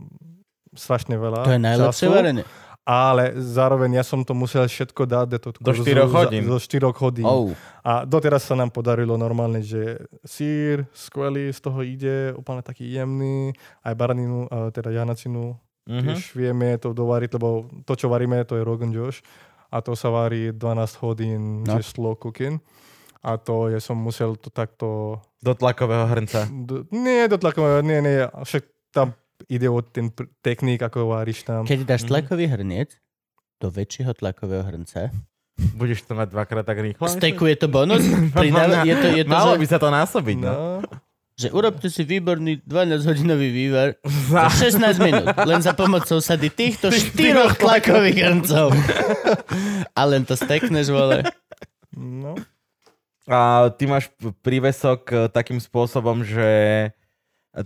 strašne veľa
To je najlepšie
času,
varenie.
Ale zároveň ja som to musel všetko dať do,
Do štyroch hodín.
Do 4 hodín.
Oh.
A doteraz sa nám podarilo normálne, že sír, skvelý, z toho ide, úplne taký jemný, aj baraninu, a teda jahnacinu,
Mhm.
mm-hmm. tiež vieme to dovariť, lebo to, čo varíme, to je Rogan Josh a to sa varí 12 hodín,
No.
no. že slow cooking. A to ja som musel to takto...
Do tlakového hrnca.
Do, nie, dotlakovať, nie, nie, však tam ide o ten pr- technik, ako varíš tam.
Keď dáš tlakový hrniec do väčšieho tlakového hrnca,
Budeš to mať dvakrát tak rýchlo?
steku je to bonus? Pridáva,
(laughs)
je to, je to že,
Malo by sa to násobiť,
No,
no.
že urobte si výborný 12-hodinový vývar za 16 minút, len za pomocou sady týchto štyroch tlakových hrncov. A len to stekneš, vole.
no.
A ty máš p- prívesok e, takým spôsobom, že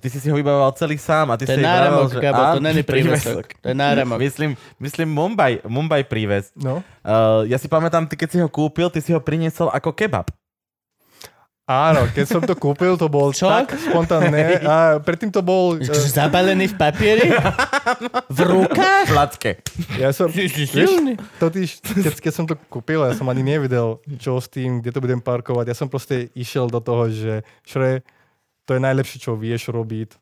ty si si ho vybavoval celý sám a ty
To je
si vybavoval,
náramok, kábo, to
Á, (laughs)
není prívesok. To je náramok.
Myslím, myslím Mumbai, Mumbai príves.
no.
Uh, ja si pamätám, ty keď si ho kúpil, ty si ho priniesol ako kebab.
Áno, keď som to kúpil, to bol
Čo?
tak spontánne. A predtým to
(laughs)
bol... e,
Že Zabalený v papieri? V rukách?
V lacke.
Ja som,
Silný.
totiž, keď, keď som to kúpil, ja som ani nevedel, čo s tým, kde to budem parkovať. Ja som proste išiel do toho, že šre, to je najlepšie, čo vieš robiť.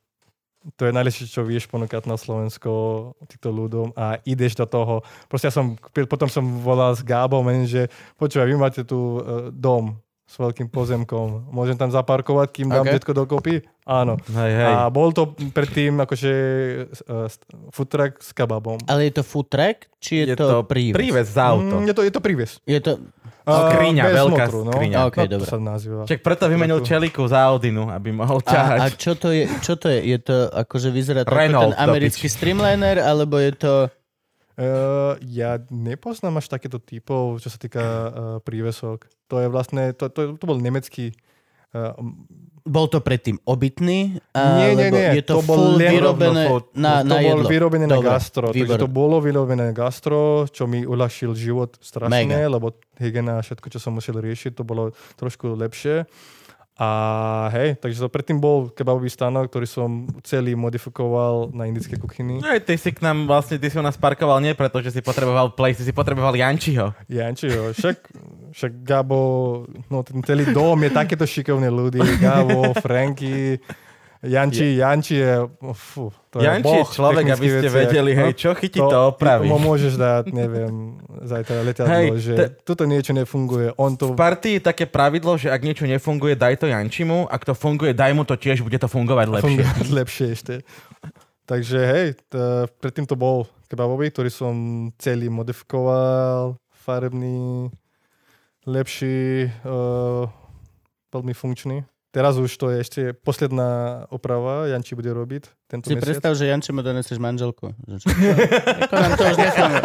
To je najlepšie, čo vieš ponúkať na Slovensko týmto ľuďom a ideš do toho. Proste ja som, kúpil- potom som volal s Gábom, len, že počúvaj, vy máte tu uh, dom s veľkým pozemkom. Môžem tam zaparkovať, kým dám
Ok.
okay. detko dokopy? Áno.
Hej, hej.
A bol to predtým akože uh, food truck s kababom.
Ale je to food track, či je, to, príves?
príves za auto.
Mm, je to, je to príves.
Je to...
A
Skriňa,
bez
veľká
motoru, no.
skriňa.
OK,
to
dobre.
sa nazýva.
Čak preto vymenil Čeliku za Audinu, aby mohol ťahať.
A, a čo to je? Čo to je? Je to akože vyzerá to ako
Renault,
ten americký
do
streamliner, alebo je to...
Uh, ja nepoznám až takéto typov, čo sa týka uh, prívesok. To je vlastne, to, to, to bol nemecký uh,
Bol to predtým obytný?
nie, nie,
alebo
nie,
Je to,
to bol
full
len
vyrobené
rovno food.
na,
to
na
bol
jedlo.
vyrobené na
Dobre,
gastro, takže to
výborné.
bolo vyrobené na gastro, čo mi uľahčil život strašne,
Mega.
lebo hygiena a všetko, čo som musel riešiť, to bolo trošku lepšie. A hej, takže to predtým bol kebabový stanok, ktorý som celý modifikoval na indické kuchyny.
No aj ty si k nám vlastne, ty si u nás parkoval nie preto, že si potreboval play, ty si potreboval Jančiho.
Janči, jo, však, (laughs) však Gabo, no ten celý dom je takéto šikovné ľudí. Gabo, Franky, Janči, Janči je, fú, to
Janči
je
je
boh
človek,
technických
aby ste
veciach.
vedeli, hej,
No,
čo chytí, to opraví.
Mu môžeš dať, neviem, zajtra
Hej,
letadlo, že
te-
toto niečo nefunguje, on to...
V partii je také pravidlo, že ak niečo nefunguje, daj to Jančimu, ak to funguje, daj mu to tiež, bude to fungovať lepšie.
Fungovať (laughs) lepšie ešte. Takže hej, t- predtým to bol kebabový, ktorý som celý modifikoval, farebný, lepší, uh, veľmi funkčný. Teraz už to je ešte posledná oprava, Janči bude robiť tento
Si
mesiac. (laughs)
predstav, že Janče mu donesieš manželku. Že čo? Ako nám to už
(laughs)
nefunguje.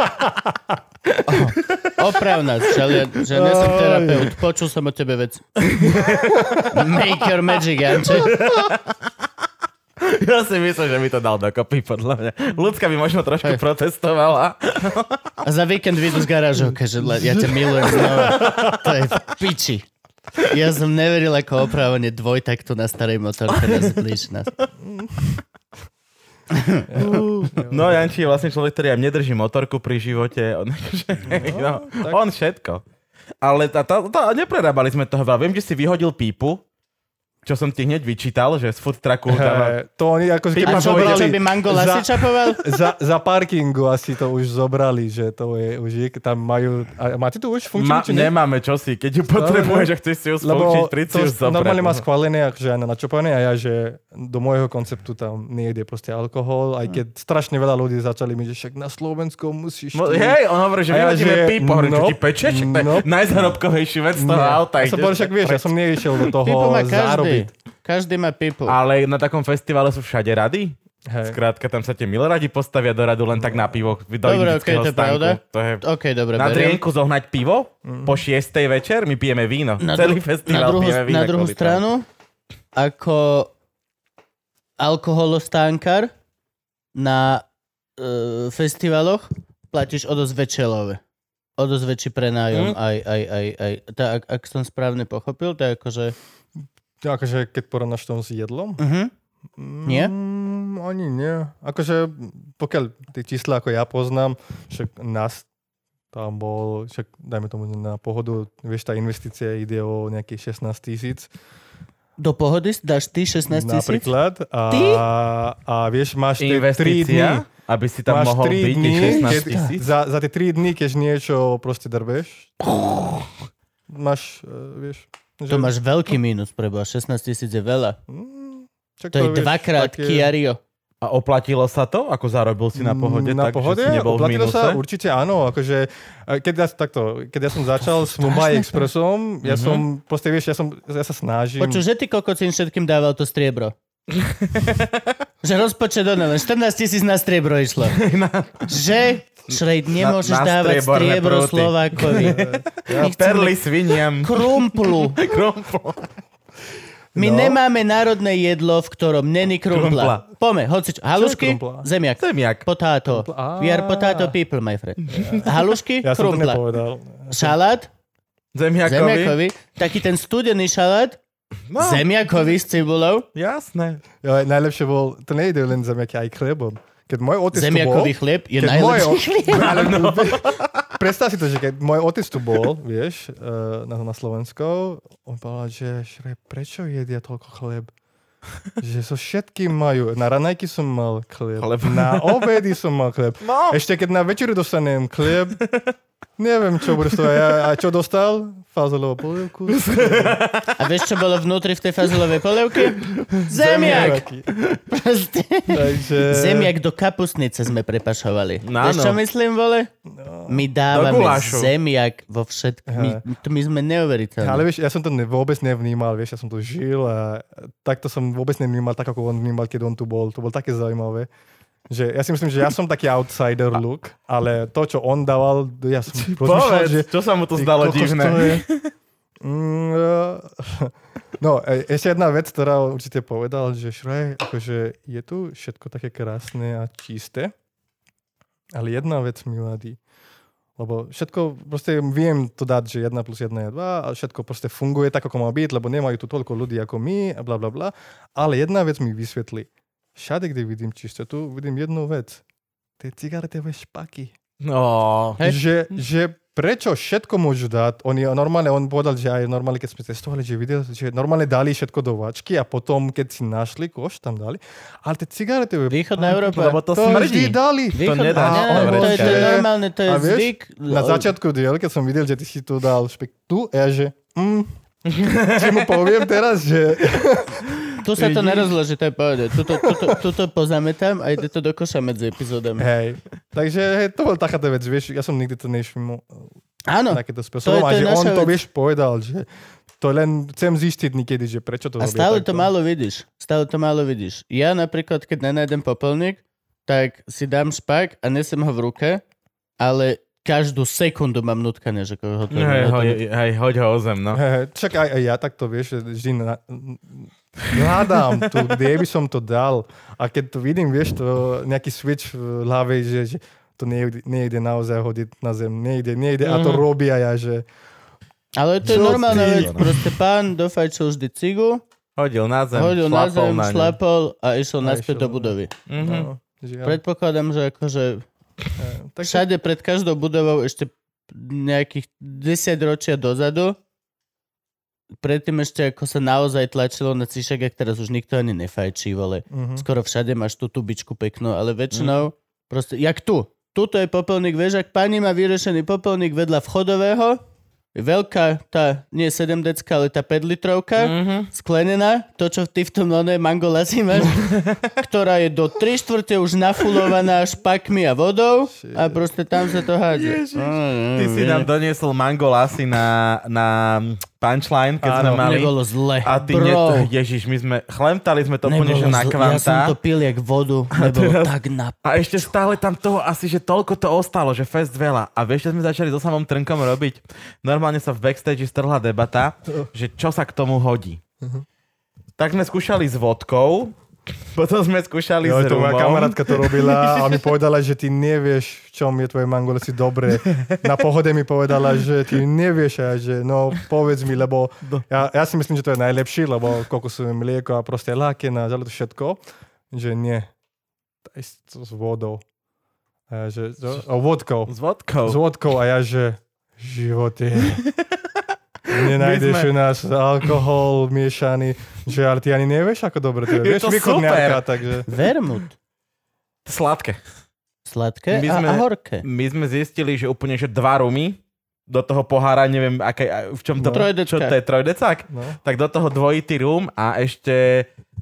Oh, oprav nás, že, že nie som terapeut. Počul som o tebe
(laughs)
vec. Make your magic, Janče.
(laughs) Ja si myslím, že mi to dal dokopy, podľa mňa. Ľudská by možno trošku protestovala.
A za víkend vyjdu z garážu. Kaže, le- ja ťa milujem znova. To je v piči. Ja som neveril, ako opravenie dvojtaktu na starej motorke nás blíži nás.
No Janči je vlastne človek, ktorý aj nedrží motorku pri živote. On, (laughs) že, no, on všetko. Ale tá, tá, tá, neprerábali sme toho veľa. Viem, že si vyhodil pípu čo som ti hneď vyčítal, že z food trucku dáva...
Hej, to oni ako
A
keby
čo,
povedali,
čo by Mango Lasi
za,
čapoval?
za, za parkingu asi to už zobrali, že to je už je, tam majú... A máte tu už
Ma,
funkčnú? či nie?
nemáme čosi, keď ju potrebuješ a chceš si ju spoučiť,
Lebo
príď si
to
ju
už
zobrať.
normálne má schválené, akože aj na načopané a ja, že do môjho konceptu tam nejde proste alkohol, aj
Hm.
keď strašne veľa ľudí začali mi, že však na Slovensku musíš... piť.
Mo- No, Hej, on hovorí,
A
že
ja,
vyhodíme
že
pipo, hovorím, čo ti
nope,
peče, Však to je
nope.
najzarobkovejší vec z toho
Nie.
auta.
Ja som
ideš
bol, však
tak
vieš, ja
preč.
som neišiel
(laughs)
do
Pipo
toho
má
zarobiť.
každý. Každý má pipo.
Ale na takom festivale sú všade rady.
Hej.
Skrátka, tam sa tie mileradi postavia do radu len tak na pivo do
Dobre, okej,
indického
to je
stánku.
pravda.
To je...
OK, dobre,
Na
beriem.
drienku zohnať pivo, po šiestej večer my pijeme víno.
Na
Celý
dru-
festival
na druhú,
pijeme víno.
Na druhú
kvôli tomu.
stranu, ako alkoholostánkar na e, festivaloch platíš o dosť väčšie love. O dosť väčší prenájom.
Mm.
Aj, aj, aj, aj. Tá, ak, ak som správne pochopil, to je akože...
Akože keď porovnáš tom s jedlom?
Uh-huh. Nie?
Mm, ani nie. Akože pokiaľ tie čísla, ako ja poznám, však nás tam bol, však dajme tomu na pohodu, vieš, tá investícia ide o nejakých 16 tisíc.
Do pohody dáš ty 16 tisíc?
Napríklad. A,
Ty?
a vieš, máš tie 3 dní.
Investícia, aby si tam
máš
mohol
tri
byť
dní,
tých 16
keď-
tisíc.
Za, za tie 3 dní, keď niečo proste drbeš, máš, e, vieš...
To máš veľký mínus, preboha. 16 tisíc je veľa.
Mm, čak
To je
vieš,
dvakrát
také-
Kia Rio.
A oplatilo sa to? Ako zarobil si na pohode?
Mm, Na
tak,
pohode?
Že si nebol v
Oplatilo
mínuse?
sa? Určite áno. Akože, e, keď, ja, takto, keď ja som začal s Mumbai Expressom, ja
Mhm.
som, proste vieš, ja, som, ja sa snažím.
Počuj, že ty kokocín všetkým dával to striebro. že rozpočet ono, len 14 tisíc na striebro išlo. že Šrejd, nemôžeš
na
dávať
strieborné
striebro
prúty.
Slovákovi.
Ja
My chceme-
perly
(laughs)
sviniam.
Krumplu.
Krompl.
My
No.
nemáme národné jedlo, v ktorom není krumpla. Pome, hoci čo. Halušky,
krumpla?
zemiak.
(laughs) Zemiak.
(laughs) Potáto.
Krumpla, á.
We are potato people, my friend. Halušky,
Ja som to
krumpla.
nepovedal.
Šalát,
Zemiakovi.
zemiakový. Taký ten studený šalát,
No,
zemiakový s cibulou.
jasné.
Ja, najlepšie bol, to nejde len zemiaky, aj chlebom. Keď môj otec tu bol,
Zemiakový chlieb je
keď
(laughs)
moje,
najlepší chlieb.
ale, no. (laughs) predstav si to, že keď môj otec tu bol, vieš, eh, na, na Slovensku, on povedal, že šre, prečo jedia toľko chleb? Že so všetkým majú. Na ranajky som mal chlieb.
Chleb.
Na obedy som mal chlieb.
No.
Ešte keď na večeru dostanem chlieb, neviem, čo bude stovať. A, a čo dostal? Fazolovú polievku.
A vieš, čo bolo vnútri v tej fazulovej polievke? Zemiak! Proste.
Eh.
Takže...
Zemiak do kapustnice sme prepašovali.
No,
Vieš, čo
áno.
myslím, vole? My
Do
dávame
gulášu.
zemiak vo všetkých. My, to my sme neuveriteľní.
Ale vieš, ja som to ne, vôbec nevnímal, vieš, ja som to žil a takto som vôbec nevnímal, tak ako on vnímal, keď on tu bol. To bolo také zaujímavé. Že ja si myslím, že ja som taký outsider look, ale to, čo on dával, ja som rozmýšľal, že...
Povedz, čo sa mu to
ty
zdalo
kokos, to
divné.
je- (laughs) Mm, (laughs) No, e, ešte jedna vec, ktorá určite povedal, že šraj, akože je tu všetko také krásne a čisté, ale jedna vec mi vadí. Lebo všetko, proste viem to dať, že 1 plus 1 je 2 a všetko proste funguje tak, ako má byť, lebo nemajú tu toľko ľudí ako my a bla bla bla. Ale jedna vec mi vysvetlí. Všade, kde vidím čistotu, vidím jednu vec. Tie cigaretové špaky.
No.
Hej. Hm.
Že, že prečo všetko môžu dať? On je normálne, on povedal, že aj normálne, keď sme testovali, že videl, že normálne dali všetko do váčky a potom, keď si našli koš, tam dali. Ale tie cigarety...
Východná Európa.
Lebo to
To vždy
smrdí.
dali.
Východ-
to nedá,
Á,
to
áno, to, je, to je
vrečka.
normálne, to je
A vieš,
zvyk.
Na začiatku diel, keď som videl, že ty si tu dal špek tu, a ja že...
(laughs)
Mm, či mu poviem teraz, že...
Tu sa to nerozloží, to je povedať. Tuto, tuto, tuto pozametám a ide to do koša medzi epizódami.
Hej. Takže hej, to bol takáto vec, vieš, ja som nikdy to nevšimol (laughs)
Áno,
takýto spôsobom.
to
A
je
že on
naša
to,
vec.
vieš, povedal, že to len chcem zistiť niekedy, že prečo to
A
robia
stále to
takto. (laughs)
málo vidíš. Stále to málo vidíš. Ja napríklad, keď nenájdem popelník, tak si dám špak a nesem ho v ruke, ale každú sekundu mám nutkanie, že koho to
Hej, hoď, hej, hoď ho o zem, no.
Hej, Čak aj, aj ja takto, vieš, že vždy na, hľadám tu, kde by som to dal. A keď to vidím, vieš, to nejaký switch v hlave, že, že to nejde, nejde naozaj hodiť na zem, nejde, nejde. A
Mhm.
to robia ja, že
Ale to je
Čo
normálna
ty?
vec. Proste pán dofajčil vždy cigu,
Hodil na zem,
hodil na
šlapol
zem,
na ňu.
šlapol a išiel naspäť
išiel.
do budovy.
Mhm.
no, žiaľ.
Predpokladám, že akože
Eh, tak,
všade pred každou budovou ešte nejakých 10 ročia dozadu predtým ešte ako sa naozaj tlačilo na cíšek, ak teraz už nikto ani nefajčí, vole.
Mhm.
Skoro všade máš tú tubičku peknú, ale
Mhm.
väčšinou proste, jak tu. Tuto je popelník, vieš, ak pani má vyriešený popelník vedľa vchodového, veľká tá, nie 7 decka, ale tá 5 litrovka,
Mhm.
sklenená, to, čo ty v tom oné mangolasi
(laughs)
máš, ktorá je do 3 štvrte už nafulovaná špakmi a vodou a proste tam sa to hádže.
Ty si nám doniesol mango lasy na, na punchline, keď sme
Áno.
mali.
Nebolo zle.
A ty, ne,
Bro.
ježiš, my sme, chlemtali sme to úplne, že
Nebolo
na
zle.
kvanta.
Ja som to pil jak vodu, nebolo
teraz-
tak na...
A ešte stále tam toho asi, že toľko to ostalo, že fest veľa. A vieš, čo sme začali so samom Trnkom robiť? Normálne sa v backstage strhla debata, že čo sa k tomu hodí.
Mhm.
Tak sme skúšali s vodkou, (laughs) potom sme skúšali
Jo,
s
to moja
rumom.
kamarátka to robila a
(laughs)
mi povedala, že ty nevieš, v čom je tvoje mangolesi dobré. Na pohode mi povedala, že ty nevieš a ja, že no povedz mi, lebo ja, ja si myslím, že to je najlepší, lebo kokosové mlieko a proste lákena, ale to všetko, že nie. Daj si to s vodou. A ja, že, čo? o, vodkou.
S
S
vodkou.
vodkou a ja, že živote. Nenájdeš
(laughs) My sme-
u nás alkohol miešaný, že ale ty ani nevieš, ako dobre to je.
Je
Vieš,
to
východňarka, takže...
Vermut.
Sladké.
Sladké
My
a,
sme-
a horké.
My sme zistili, že úplne, že dva rumy do toho pohára, neviem, aké, a v čom to...
No. Trojdecka.
Čo to je, trojdecák?
No.
Tak do toho dvojitý rum a ešte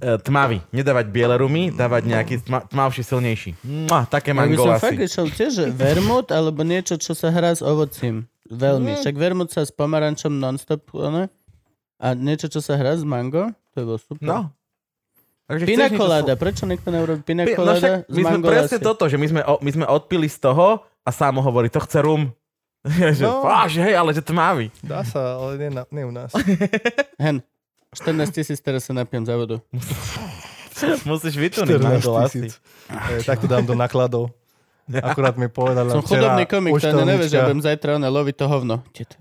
e, tmavý. Nedávať biele rumy, dávať nejaký tma, tmavší, silnejší. Mua, také
Ja by som
mangolasy.
fakt išiel tiež, že vermut alebo niečo, čo sa hrá s ovocím. Veľmi. Však vermut sa s pomarančom non-stop, ono. A niečo, čo sa hrá s mango, to je bolo super.
No. Takže chceš
Pina
niečo
colada, prečo niekto neurobi pina
sl- Pi- No však
colada z
my sme
mango
presne
lasy?
toto, že my sme, o, my sme odpili z toho a sám hovorí, to chce rum. (laughs) Ja, že,
No.
"Fá, že hej, ale že tmavý.
Dá sa, ale nie, na, nie u nás.
Hen, 14 tisíc teraz sa napijem za vodu.
Musíš
14
vytúniť mangolasy. (laughs)
tisíc. E, tak to dám do nakladov. Akurát mi
No,
povedala
Som
včera
chudobný komik, to nevie, že ja budem zajtra ona loviť to hovno. Tit.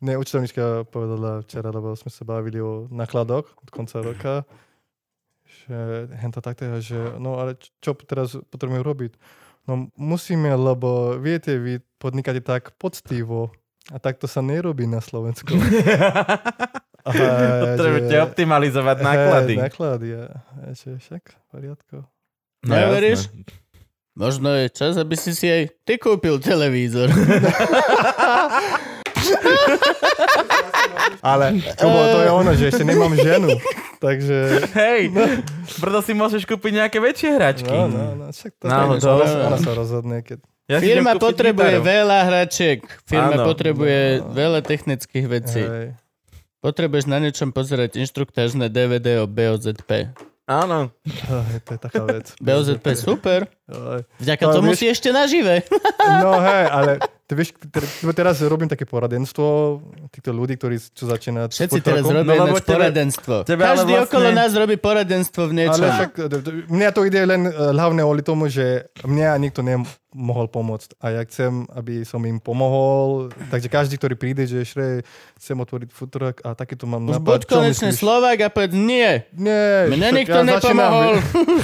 Ne, učitelnička povedala včera, lebo sme sa bavili o nakladoch od konca roka, že henta takto, že no ale č- čo teraz potrebujeme robiť? No musíme, lebo viete, vy podnikáte tak poctivo a takto sa nerobí na
(laughs)
Slovensku. A,
Potrebujete
že-
optimalizovať
Hej,
náklady.
Náklady, a, a že však, v poriadku.
No, Neveríš?
jasné.
Možno je čas, aby si si aj ty kúpil televízor.
Ale Kubo, to
Eh.
je ono, že ešte nemám
(laughs)
ženu. Takže...
Hej, preto si môžeš kúpiť nejaké väčšie hračky.
No, no, no, však to
Náhodou.
to ona, ona sa rozhodne, keď...
Ja si idem
Firma
kúpiť
potrebuje
gitaru.
veľa hračiek. Firma
Áno.
potrebuje veľa technických vecí.
Hej.
Potrebuješ na niečom pozerať inštruktážne DVD o BOZP.
Áno.
Hej, to je taká
(laughs)
vec.
BOZP super.
Hej.
Vďaka
Ale
tomu
vieš-
si ešte nažive.
No hej, ale ty vieš, ter- teraz robím také poradenstvo týchto ľudí, ktorí čo začínajú... s
Všetci
fotorakom.
teraz robia
No,
no,
lebo tebe-
poradenstvo.
tebe ale
Každý
vlastne-
okolo nás robí poradenstvo v niečom.
Ale však, e, d- d- mňa to ide len eh, hlavne kvôli tomu, že mňa nikto nemohol pomôcť a ja chcem, aby som im pomohol. Takže každý, ktorý príde, že šre, chcem otvoriť futrak a takýto mám
No,
Už buď
nápad. čo
konečne
myslíš?
Slovák a povedz nie.
Nie,
Mne
však
nikto
ja začínam,
nepomohol.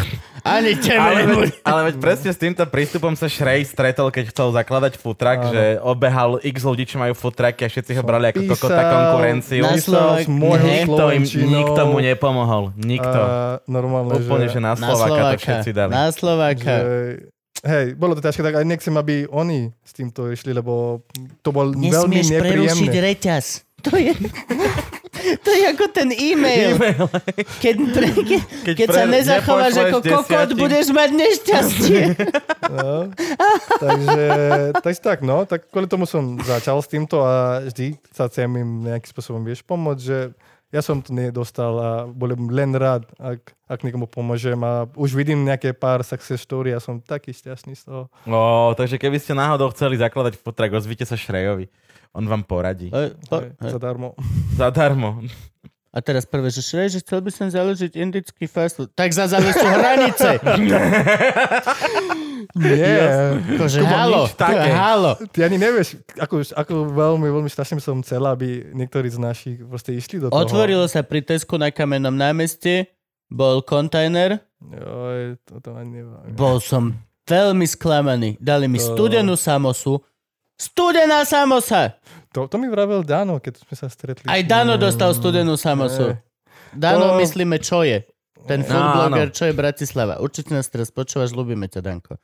(laughs) Ani
Ale,
tebe.
veď, ale veď presne s týmto prístupom sa Šrej stretol, keď chcel zakladať futrak, že obehal x ľudí, čo majú futraky a všetci ho brali ako
Písal
kokota konkurenciu.
na
Písal
Slovak-
s
Ne.
mojou
Nikto, im,
slovenčinou
nikto mu nepomohol. Nikto.
a normálne,
Úplne, že na
Na
Slováka to
Slováka.
všetci dali.
Na Slováka.
že hej, bolo to ťažké, tak aj nechcem, aby oni s týmto išli, lebo to bol veľmi nepríjemné.
reťaz. To je, (laughs) to je ako ten e-mail. Keď, pre, ke,
Keď pre- nepošleš desiatim.
mať
(laughs)
nešťastie.
No. (laughs) takže, takže tak, no, tak kvôli tomu som začal s týmto a vždy sa chcem im nejakým spôsobom, vieš, pomôcť, že ja som to nedostal a budem len rád, ak, ak niekomu pomôžem a už vidím nejaké pár success story a som taký šťastný z toho.
Ó, takže keby ste náhodou chceli zakladať futrak, ozvite sa Šrejovi. On vám poradí.
Hej, zadarmo.
Zadarmo.
E, A teraz prvé, že šrej, že chcel by som založiť indický fast food. Tak za založ sú hranice.
(laughs)
Nie,
Akože
Kubo,
halo,
nič také.
to je halo.
ty ani nevieš, ako, ako veľmi, veľmi strašne som chcela, aby niektorí z našich proste išli do toho.
Otvorilo sa pri Tesku na Kamennom námestí, bol kontajner,
Joj, to, to ani neviem.
Bol som veľmi sklamaný. Dali mi studenú samosu, Studená samosa.
To, to mi vravel Dano, keď sme sa stretli.
Aj Dano dostal studenú samosu. Dano,
To-
myslíme, čo je. Ten food
áno.
blogger, čo je Bratislava. Určite nás teraz počúvaš, ľúbime ťa, Danko.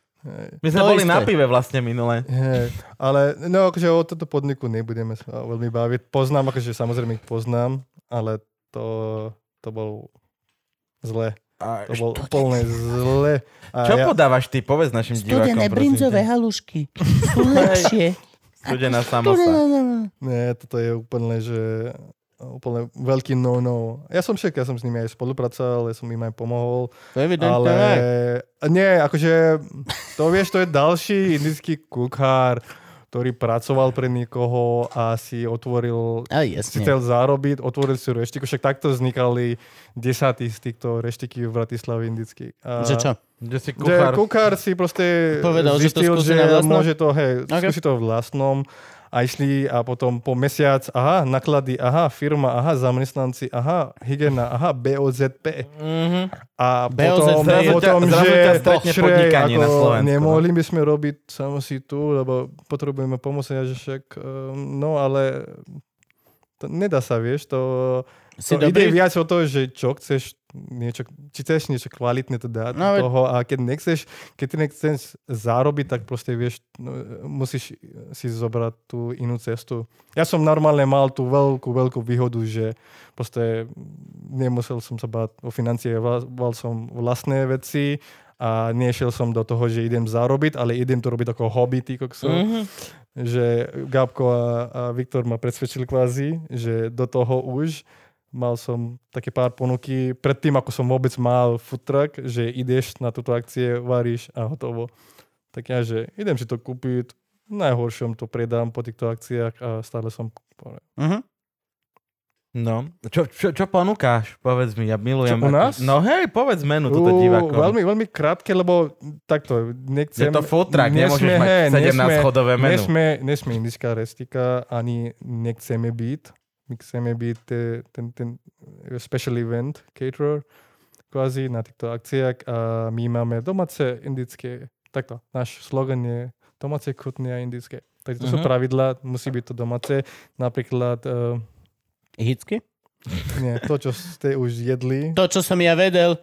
My sme
To
boli
isté.
na pive vlastne minule.
Hej, ale no, akože o toto podniku nebudeme sa veľmi baviť. Poznám, akože samozrejme ich poznám, ale to, to bol zle.
A
To bol úplne zle. A
čo podávaš ty? Povedz našim divákom. prosím ťa.
(laughs)
halušky sú lepšie.
Studená samosa.
Nie, toto je úplne, že úplne veľký no-no. Ja som však, ja som s nimi aj spolupracoval, ja som im aj pomohol,
To je evidentne
ale
ne.
nie, akože to vieš, to je ďalší indický kuchár, ktorý pracoval pre niekoho a si otvoril
A
si
jasne.
chcel zarobiť, otvoril si reštiku, však takto vznikali desatí z týchto reštiky v Bratislave indických. A-
Že čo?
Že si
Že
kuchár.
kuchár si proste
Povedal, že to
zistil,
skúsi
že,
na vlastnom?
môže to, hej,
Ok.
okay. skúsi to v vlastnom a išli a potom po mesiac, aha, naklady, aha, firma, aha, zamestnanci, aha, hygiena, aha, BOZP.
Mhm.
A
BOZP
potom,
Zrazu ťa-
potom
zrazu ťa
že
stretne
šrej,
podnikanie na Slovensku, no.
nemohli by sme robiť samo si tu, lebo potrebujeme pomoc, ja že však, ehm, no ale to nedá sa, vieš, to,
Si
to ide
dobrý?
viac o to, že čo chceš, niečo, či chceš niečo kvalitné to dať
No,
no,
veď-
toho a keď nechceš, keď ty nechceš zarobiť, tak proste vieš, no, musíš si zobrať tú inú cestu. Ja som normálne mal tú veľkú, veľkú výhodu, že proste nemusel som sa báť o financie, vla- mal som vlastné veci a nešiel som do toho, že idem zarobiť, ale idem to robiť ako hobby, ty kokso. Mm-hmm. Že Gabko a, a Viktor ma presvedčili kvázi, že do toho už mal som také pár ponuky predtým, ako som vôbec mal food truck, že ideš na túto akcie, varíš a hotovo. Tak ja, že idem si to kúpiť, najhoršom to predám po týchto akciách a stále som kúpal.
Mhm.
No, čo, čo, čo ponúkáš? Povedz mi, ja milujem.
Čo, u nás?
No hej, povedz menu toto divákom.
veľmi, veľmi krátke, lebo takto, nechcem...
Je to food truck, nemôžeš mať
hej,
17 chodové menu.
Nesme, nesme indická restika, ani nechceme byť. My chceme byť eh, ten, ten e, special event caterer kvázi na týchto akciách a my máme domáce indické, takto, náš slogan je domáce chutné a indické. Takže to sú
Mhm.
pravidla, musí byť to domáce. Napríklad, uh,
Hicky?
nie, to, čo ste už jedli.
To, čo som ja vedel,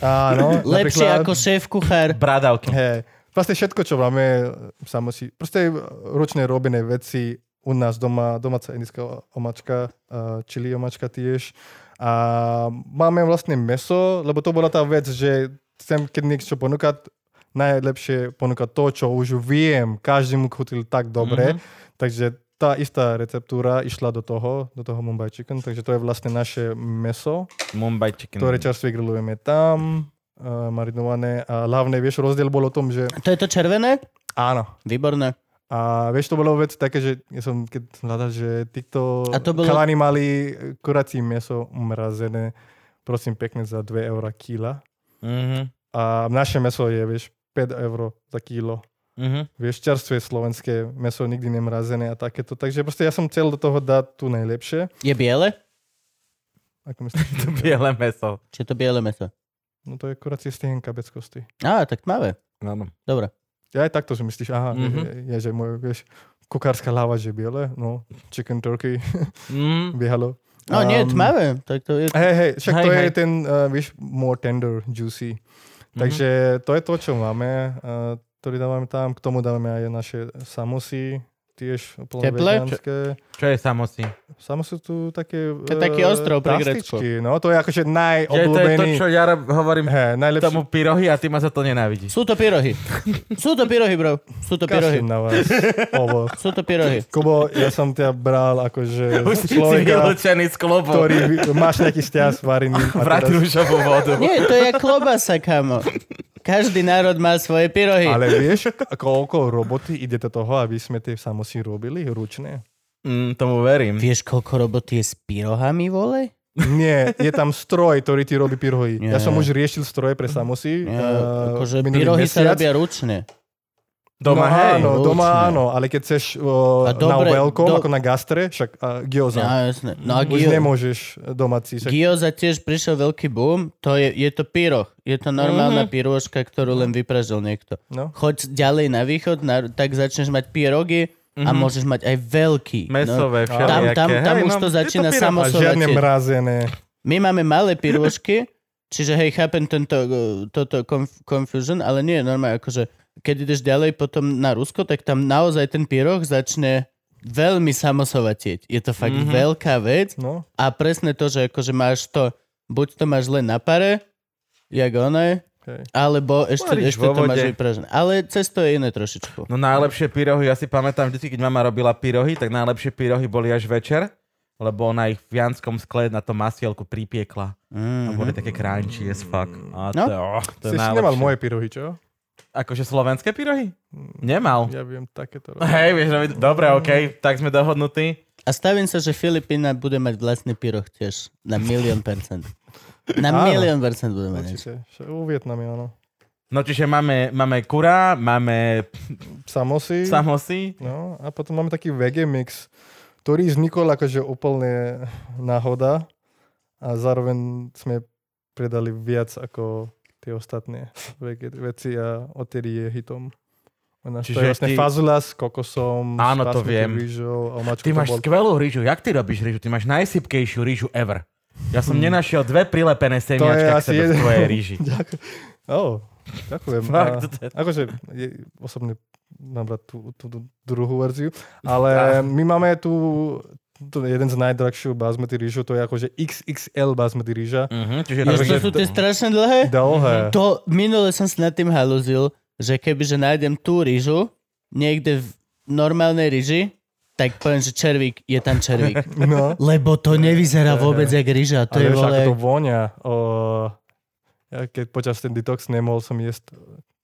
Áno,
lepšie
No, napríklad-
ako šéf kuchár.
Bradavky.
Hej. Proste všetko, čo máme, samo si, proste ručne robené veci u nás doma, domáca indická omačka, eh, chili omačka tiež. A máme vlastne meso, lebo to bola tá vec, že chcem, keď niečo ponúkať, najlepšie ponúkať to, čo už viem, každému chutil tak dobre. Mm-hmm. Takže tá istá receptúra išla do toho, do toho Mumbai Chicken, takže to je vlastne naše meso
Mumbai chicken.
ktoré čerstvie grillujeme tam, uh, marinované a hlavne, vieš, rozdiel bol o tom, že
To je to červené?
áno.
Výborné.
A vieš, to bolo vec také, že ja som keď som hľadal, že títo
A to bolo-
chalani mali kurací meso mrazené, prosím pekne, za 2 eurá kila.
Mhm,
A naše meso je, vieš, 5 eur za kilo.
mhm.
Vieš, čerstvé slovenské meso nikdy nemrazené a takéto. Takže proste ja som chcel do toho dať tu najlepšie.
Je biele?
Ako myslíš?
Biele meso.
Či je to biele meso?
No to je kuracie stehenka bez kosti.
Á, tak tmavé.
Áno.
Dobre.
Ja aj takto si myslíš, aha,
Mhm.
mm-hmm. je, je, že môj, vieš, kuchárska hlava, že biele, no, chicken turkey,
Mm,
(laughs) biehalo.
No nie,
Um,
tmavé. Tak to je...
Hej, hej, však
Hej,
to je
hej.
ten, uh, vieš, more tender, juicy.
Mhm.
Takže to je to, čo máme, uh, ktorý dávame tam, k tomu dávame aj naše samosy, tiež úplne
Teplé?
vegánske.
čo je samosi?
Samosy sú také...
To je taký ostrov pre Grécko.
tastičky, No, to je akože
To je to, je to,
najobľúbený,
čo ja rob- hovorím
hej, najlepší
tomu pyrohy a ty ma za to nenávidíš.
Sú to
(laughs)
pyrohy. Sú to pyrohy, bro. Sú to pyrohy.
kašlem na
(laughs)
vás, ovo.
Sú to pyrohy.
Kubo, ja som ťa bral akože
(laughs) Už si
človeka,
vylúčený z klubu.
ktorý vy- máš nejaký sťaz varený.
(laughs)
a
Vrať
teraz-
rúžovú vodu.
Nie, to je jak klobasa, kamo. Každý národ má svoje pyrohy.
Ale vieš, koľko roboty ide do toho, aby sme tie samosy robili ručne?
Mm, tomu verím.
Vieš, koľko roboty je s pyrohami, vole?
Nie, je tam stroj, ktorý ti robí pyrohy.
Nie.
Ja som už riešil stroje pre samosy.
Ja,
eh,
akože pyrohy
minulý
sa
mesiac.
robia ručne.
Doma,
no,
hej.
áno, doma
ručne.
áno, ale keď chceš
A
o,
dobre,
na veľkom,
do-
ako na gastre, však uh, gyoza.
No, jasne. No a
už
Gio,
nemôžeš domáci. Však,
Gioza tiež prišiel veľký boom. To je, je to pyroh. Je to normálna pyrôžka, ktorú len vypražil niekto.
no.
Choď ďalej na východ, na, tak začneš mať pyrogy, a môžeš mať aj veľký. no,
Mesové,
tam,
všelijaké.
tam, tam
Hej,
už
no,
to
je
začína
pyramida.
A žiadne
samosovať.
mrazené.
My máme malé pirôžky, čiže hej, chápem tento, uh, toto conf- confusion, ale nie je normálne, akože keď ideš ďalej potom na Rusko, tak tam naozaj ten pyroch začne veľmi samosovatieť. Je to
Mhm.
fakt mm-hmm. veľká vec
No,
a presne to, že akože máš to, buď to máš len na pare, jak ono,
Hej.
alebo ešte,
Varíš
ešte
vo
to máš
vode.
vypražené. Ale cesto je iné trošičku.
No najlepšie pyrohy, ja si pamätám vždy, keď mama robila pyrohy, tak najlepšie pyrohy boli až večer, lebo ona ich v Janskom skle na to masielku pripiekla. A
Mm.
boli také crunchy as fuck. Mhm. A
No.
to, oh, to
si
je
si
najlepšie.
nemal moje pyrohy, čo?
Akože slovenské pyrohy? Nemal.
Ja viem
(laughs)
takéto. robiť.
Hej, vieš, robiť- dobre, OK, tak sme dohodnutí.
A stavím sa, že Filipína bude mať vlastný pyroch tiež. Na milión percent. Na
Áno.
milión percent bude mať. niečo.
Určite. Však U Vietname, áno.
No čiže máme, máme kurá, máme
Samosy.
samosy.
No, a potom máme taký vege mix, ktorý vznikol akože úplne náhoda a zároveň sme predali viac ako tie ostatné (laughs) vege veci a odtedy je hitom. U nás to
Čiže
je vlastne
ty-
fazula s kokosom,
Áno,
s
to
pásnutou
viem.
rýžou a omáčkou
Ty máš
bol...
skvelú rýžu. Jak ty robíš rýžu? Ty máš najsypkejšiu rýžu ever. Ja som nenašiel dve prilepené semiačka k
asi
sebe v
jeden-
tvojej rýži.
Oh, ďakujem.
Fakt,
A-
to je-
Akože je, osobne mám rád tú, tú, tú druhú verziu, ale my máme tu, tu jeden z najdrahšiu basmati rýžu, to je akože XXL basmati rýža.
Mhm, čiže
Vieš,
takže-
čo sú tie strašne dlhé?
Dlhé.
Mhm. To minule som si nad tým halúzil, že kebyže nájdem tú rýžu niekde v normálnej ryži, tak poviem, že červík, je tam
(laughs)
červík.
No.
Lebo to nevyzerá vôbec jak ryža. To
Ale
je
vieš,
vole...
ako to vonia. O, ja keď počas ten detox nemohol som jesť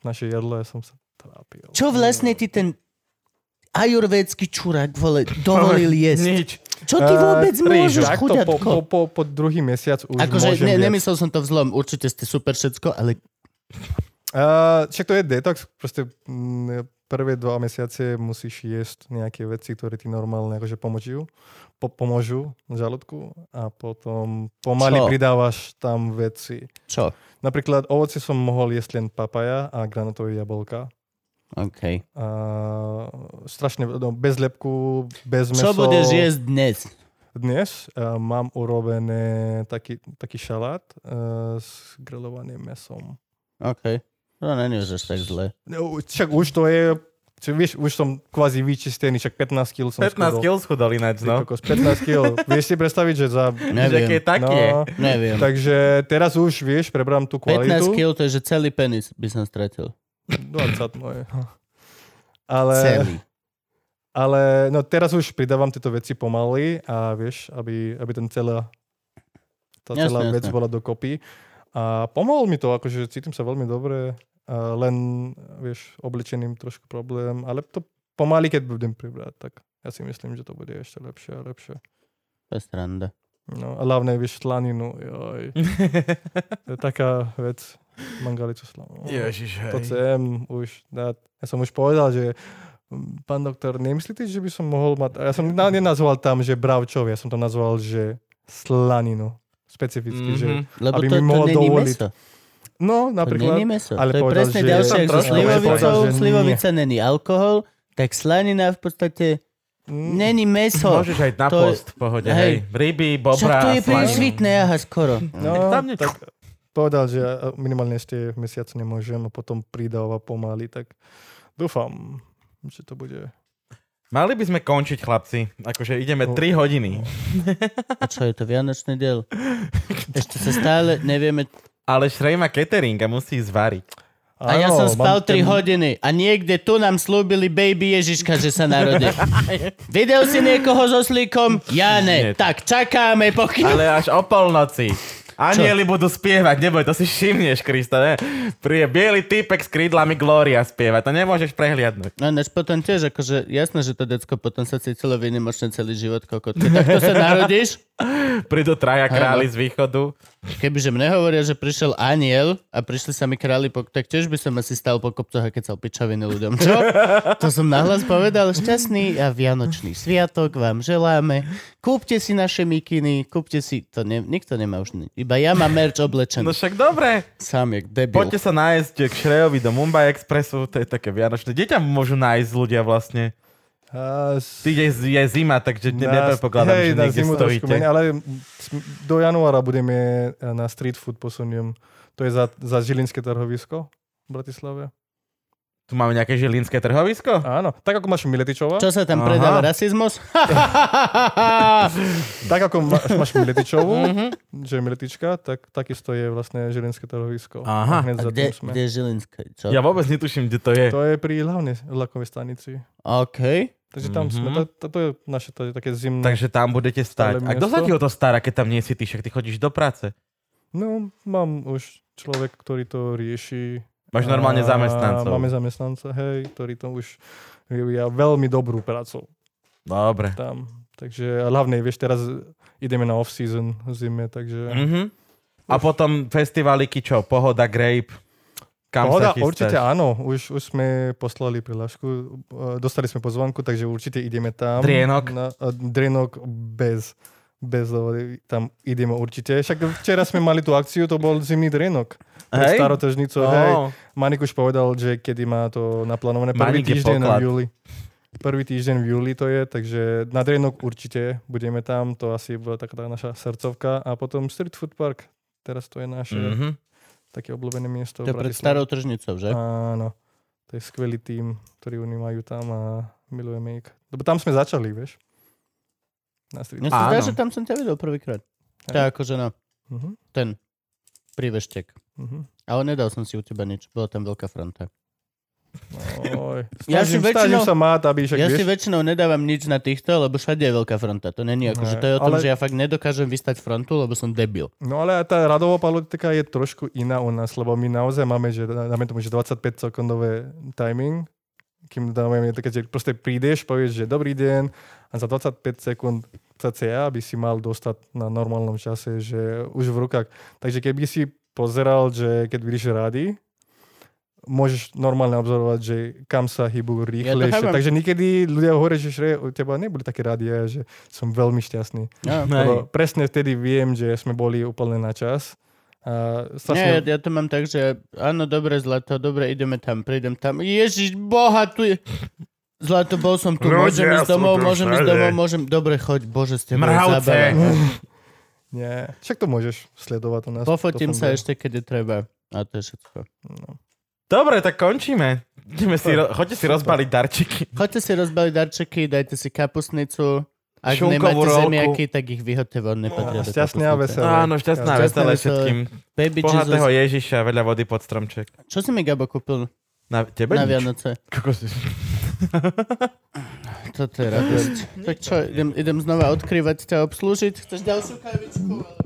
naše jedlo, ja som sa trápil.
Čo vlastne ti ten ajurvédsky čurák vole, dovolil jesť?
Nič.
Čo ty vôbec môžeš,
Takto po,
chuďatko?
po, po, po druhý mesiac už
Akože
môžem
ne,
jesť.
nemyslel som to v zlom, určite ste super všetko, ale
Uh, však to je detox, proste mm, prvé dva mesiace musíš jesť nejaké veci, ktoré ti normálne akože pomôžu, po, pomôžu v žalúdku a potom pomaly
Čo?
pridávaš tam veci.
čo?
Napríklad ovoci som mohol jesť len papaja a granatové jablka.
OK.
A strašne, no, bez lepku, bez meso.
Čo budeš jesť dnes?
Dnes uh, mám urobené taký, taký šalát uh, s grillovaným mesom.
OK. To není už až tak zle.
No, Však už to je, čo vieš, už som kvázi vyčistený, však 15 kg som
15
schudol.
kg schudol ináč,
Ty
no.
kokos, 15 kg. Vieš si predstaviť, že za... No,
Že aký
Neviem,
je tak je.
neviem.
Takže teraz už, vieš, prebrám tú
15
kvalitu.
kg to je, že celý penis by som stratil.
20 moje. no Ale,
Celý.
ale no, teraz už pridávam tieto veci pomaly a vieš, aby, aby ten celá, tá
Jasné,
celá vec
jasné.
bola dokopy. A pomohol mi to, akože cítim sa veľmi dobre, a len, vieš, oblečením trošku problém, ale to pomaly, keď budem pribrať, tak ja si myslím, že to bude ešte lepšie a lepšie.
To je sranda.
No, a hlavne, vieš, slaninu, joj.
(laughs)
to je taká vec, mangalicu slanu.
Ježiš, hej.
To chcem už dať. Ja som už povedal, že mm, pán doktor, nemyslíte, že by som mohol mať... Ja som na, nenazval tam, že bravčov, ja som to nazval, že slaninu. Specificky,
Mhm.
mm-hmm. že...
Lebo
Aby
to,
mi
to
mohol
není
dovoliť.
meso.
No,
To není
napríklad...
meso.
ale
to je
povedal,
presne
že-
ďalšie ako
Ja som
so
trošku
slivovicou.
povedal, že nie.
Slivovica není alkohol, tak slanina v podstate
Mm,
není meso.
Môžeš aj na
To je-
post, v pohode,
hej.
hej.
Však
Ryby,
to
bobra,
je príliš
slaninu.
vitné, aha, skoro.
No,
Tam nič.
tak povedal, že a, minimálne ešte mesiac nemôžem a potom pridáva pomaly, tak dúfam, že to bude...
Mali by sme končiť, chlapci. Akože ideme
No.
3 hodiny.
A čo je to, vianočný diel? Ešte sa stále nevieme.
Ale Šrej má catering a musí zvariť.
A ja
Áno,
som spal
mám
3
ten-
hodiny a niekde tu nám slúbili baby Ježiška, že sa narodí. Videl si niekoho so slíkom? Ja
Nie.
ne. Tak čakáme, pokiaľ...
Ale až o polnoci. Anieli budú spievať, neboj, to si všimneš, Krista, ne? Príde biely typek s krídlami Gloria spievať, to nemôžeš prehliadnúť.
No než potom tiež, akože jasné, že to decko potom sa cítilo vynimočne celý život kokot. Keď takto sa narodíš,
Prídu traja králi z východu.
kebyže mne hovoria, že prišiel aniel a prišli sa mi králi, pok- tak tiež by som asi stal po kopcoch a kecal pičoviny ľuďom. Čo? To som nahlas povedal. Šťastný a vianočný sviatok vám želáme. Kúpte si naše mikiny, kúpte si... To ne, nikto nemá už... ni- Iba ja mám merch
No
oblečený.
však dobre,
Sám jak debil.
poďte sa nájsť k Šrejovi do Mumbai Expressu, to je také vianočné. Deťa môžu nájsť ľudia vlastne.
A s-
Ty je, je zima, takže ne, nepredpokladám,
hej,
že
na
niekde
zimu trošku
stojíte.
menej, ale sm- do januára budeme na street food posuniem. To je za, za Žilinské trhovisko v Bratislave.
Tu máme nejaké žilinské trhovisko?
Áno, tak ako máš Miletičova,
Čo sa tam
Aha.
predáva?
(laughs)
Rasizmus?
tak ako
(laughs)
ma- máš Miletičovu,
Mhm.
že je Miletička, tak takisto je vlastne Žilinské trhovisko.
Aha,
Hneď
A
za
kde,
tým sme.
kde je Žilinské? Čo?
Ja vôbec netuším, kde to je.
To je pri hlavnej vlakovej stanici.
OK.
Takže tam sme,
Mhm.
to, to, to je naše to je také zimné.
Takže tam budete stať.
Stále
A kto sa
miesto?
ti o to stará, keď tam nie si ty, však ty chodíš do práce?
No, mám už človek, ktorý to rieši.
Máš normálne
A
zamestnancov.
Máme zamestnanca, hej, ktorý to už vyvíja veľmi dobrú prácu
Dobre.
tam. Takže a hlavne, vieš, teraz ideme na off-season v zime, takže...
Mhm. A potom festivaliky čo? Pohoda, Grape? Kam sa
Pohoda,
chystáš?
určite áno, už, už sme poslali prihlášku, e, dostali sme pozvanku, takže určite ideme tam.
Drienok?
Na, a drienok bez, bez dôvody, tam ideme určite. Však včera sme mali tú akciu, to bol zimný drienok. Pre
Hej?
Starotržnicu,
Ó,
hej. Manik už povedal, že kedy má to naplánované. Prvý
Manik je
týždeň
poklad.
v júli. Prvý týždeň v júli to je, takže na Drienok určite budeme tam, to asi bola taká tá naša srdcovka. A potom Street Food Park, teraz to je naše mm-hmm.
mhm.
také obľúbené miesto.
To je
v
pred
Bratislave.
starou tržnicou, že?
Áno, to je skvelý tým, ktorý oni majú tam a milujeme ich. Lebo tam sme začali, vieš. Na Street
Mne
Food.
sa zdá,
Áno.
že tam som ťa videl prvýkrát.
Hej.
Tak akože no,
Mhm,
ten príveštek. (laughs)
mhm.
Ale nedal som si u teba nič, bola tam veľká fronta.
Oj,
Ja si
snažím, snažím
väčšinou-
sa mať, aby však,
ja
vieš,
si väčšinou nedávam nič na týchto, lebo všade je veľká fronta. To není ako, že
Ne,
to je o tom,
ale-
že ja fakt nedokážem vystať frontu, lebo som debil.
No ale tá radová politika je trošku iná u nás, lebo my naozaj máme, že dáme tomu, že 25 sekundové timing, kým dáme také, že proste prídeš, povieš, že dobrý deň a za 25 sekúnd CCA by si mal dostať na normálnom čase, že už v rukách. Takže keby si pozeral, že keď vidíš rady, môžeš normálne obzorovať, že kam sa hýbu rýchlejšie.
chápem.
Takže niekedy ľudia hovoria, že šre, u teba neboli také rady, a ja, že som veľmi šťastný.
No.
Lebo presne vtedy viem, že sme boli úplne na čas. A
Nie,
strašne...
ja, ja to mám tak, že áno, dobre, zlato, dobre, ideme tam, prídem tam. Ježiš, boha, tu je... Zlato, bol som tu,
Ľudia
môžem ísť
sú
domov,
tu
môžem ísť
všade.
domov, môžem... Dobre, choď, bože, ste
Mravce.
(laughs) Nie. Však to môžeš sledovať u nás.
Pofotím
To
sa
funguje.
ešte, keď je treba. A to je všetko.
Dobre, tak končíme. Ideme si, ro- choďte si rozbaliť darčeky.
Choďte si rozbaliť darčeky, dajte si kapusnicu. Ak
Šunkovú
nemáte
rolku.
zemiaky, tak ich vyhoďte von, nepatria
A
do
šťastne a
kapusnice.
veselé.
Áno, šťastná
Šťastné
veselé
veselé.
všetkým.
Baby
Bohatého
Jesus.
Ježiša vedľa vody pod stromček.
Čo si mi Gabo kúpil
Na tebe
na
nič.
Vianoce?
Kokos. (laughs)
Toto je radosť. tak čo, idem, idem znova odkrývať ťa obslúžiť? Chceš ďalšiu kavičku? Ale...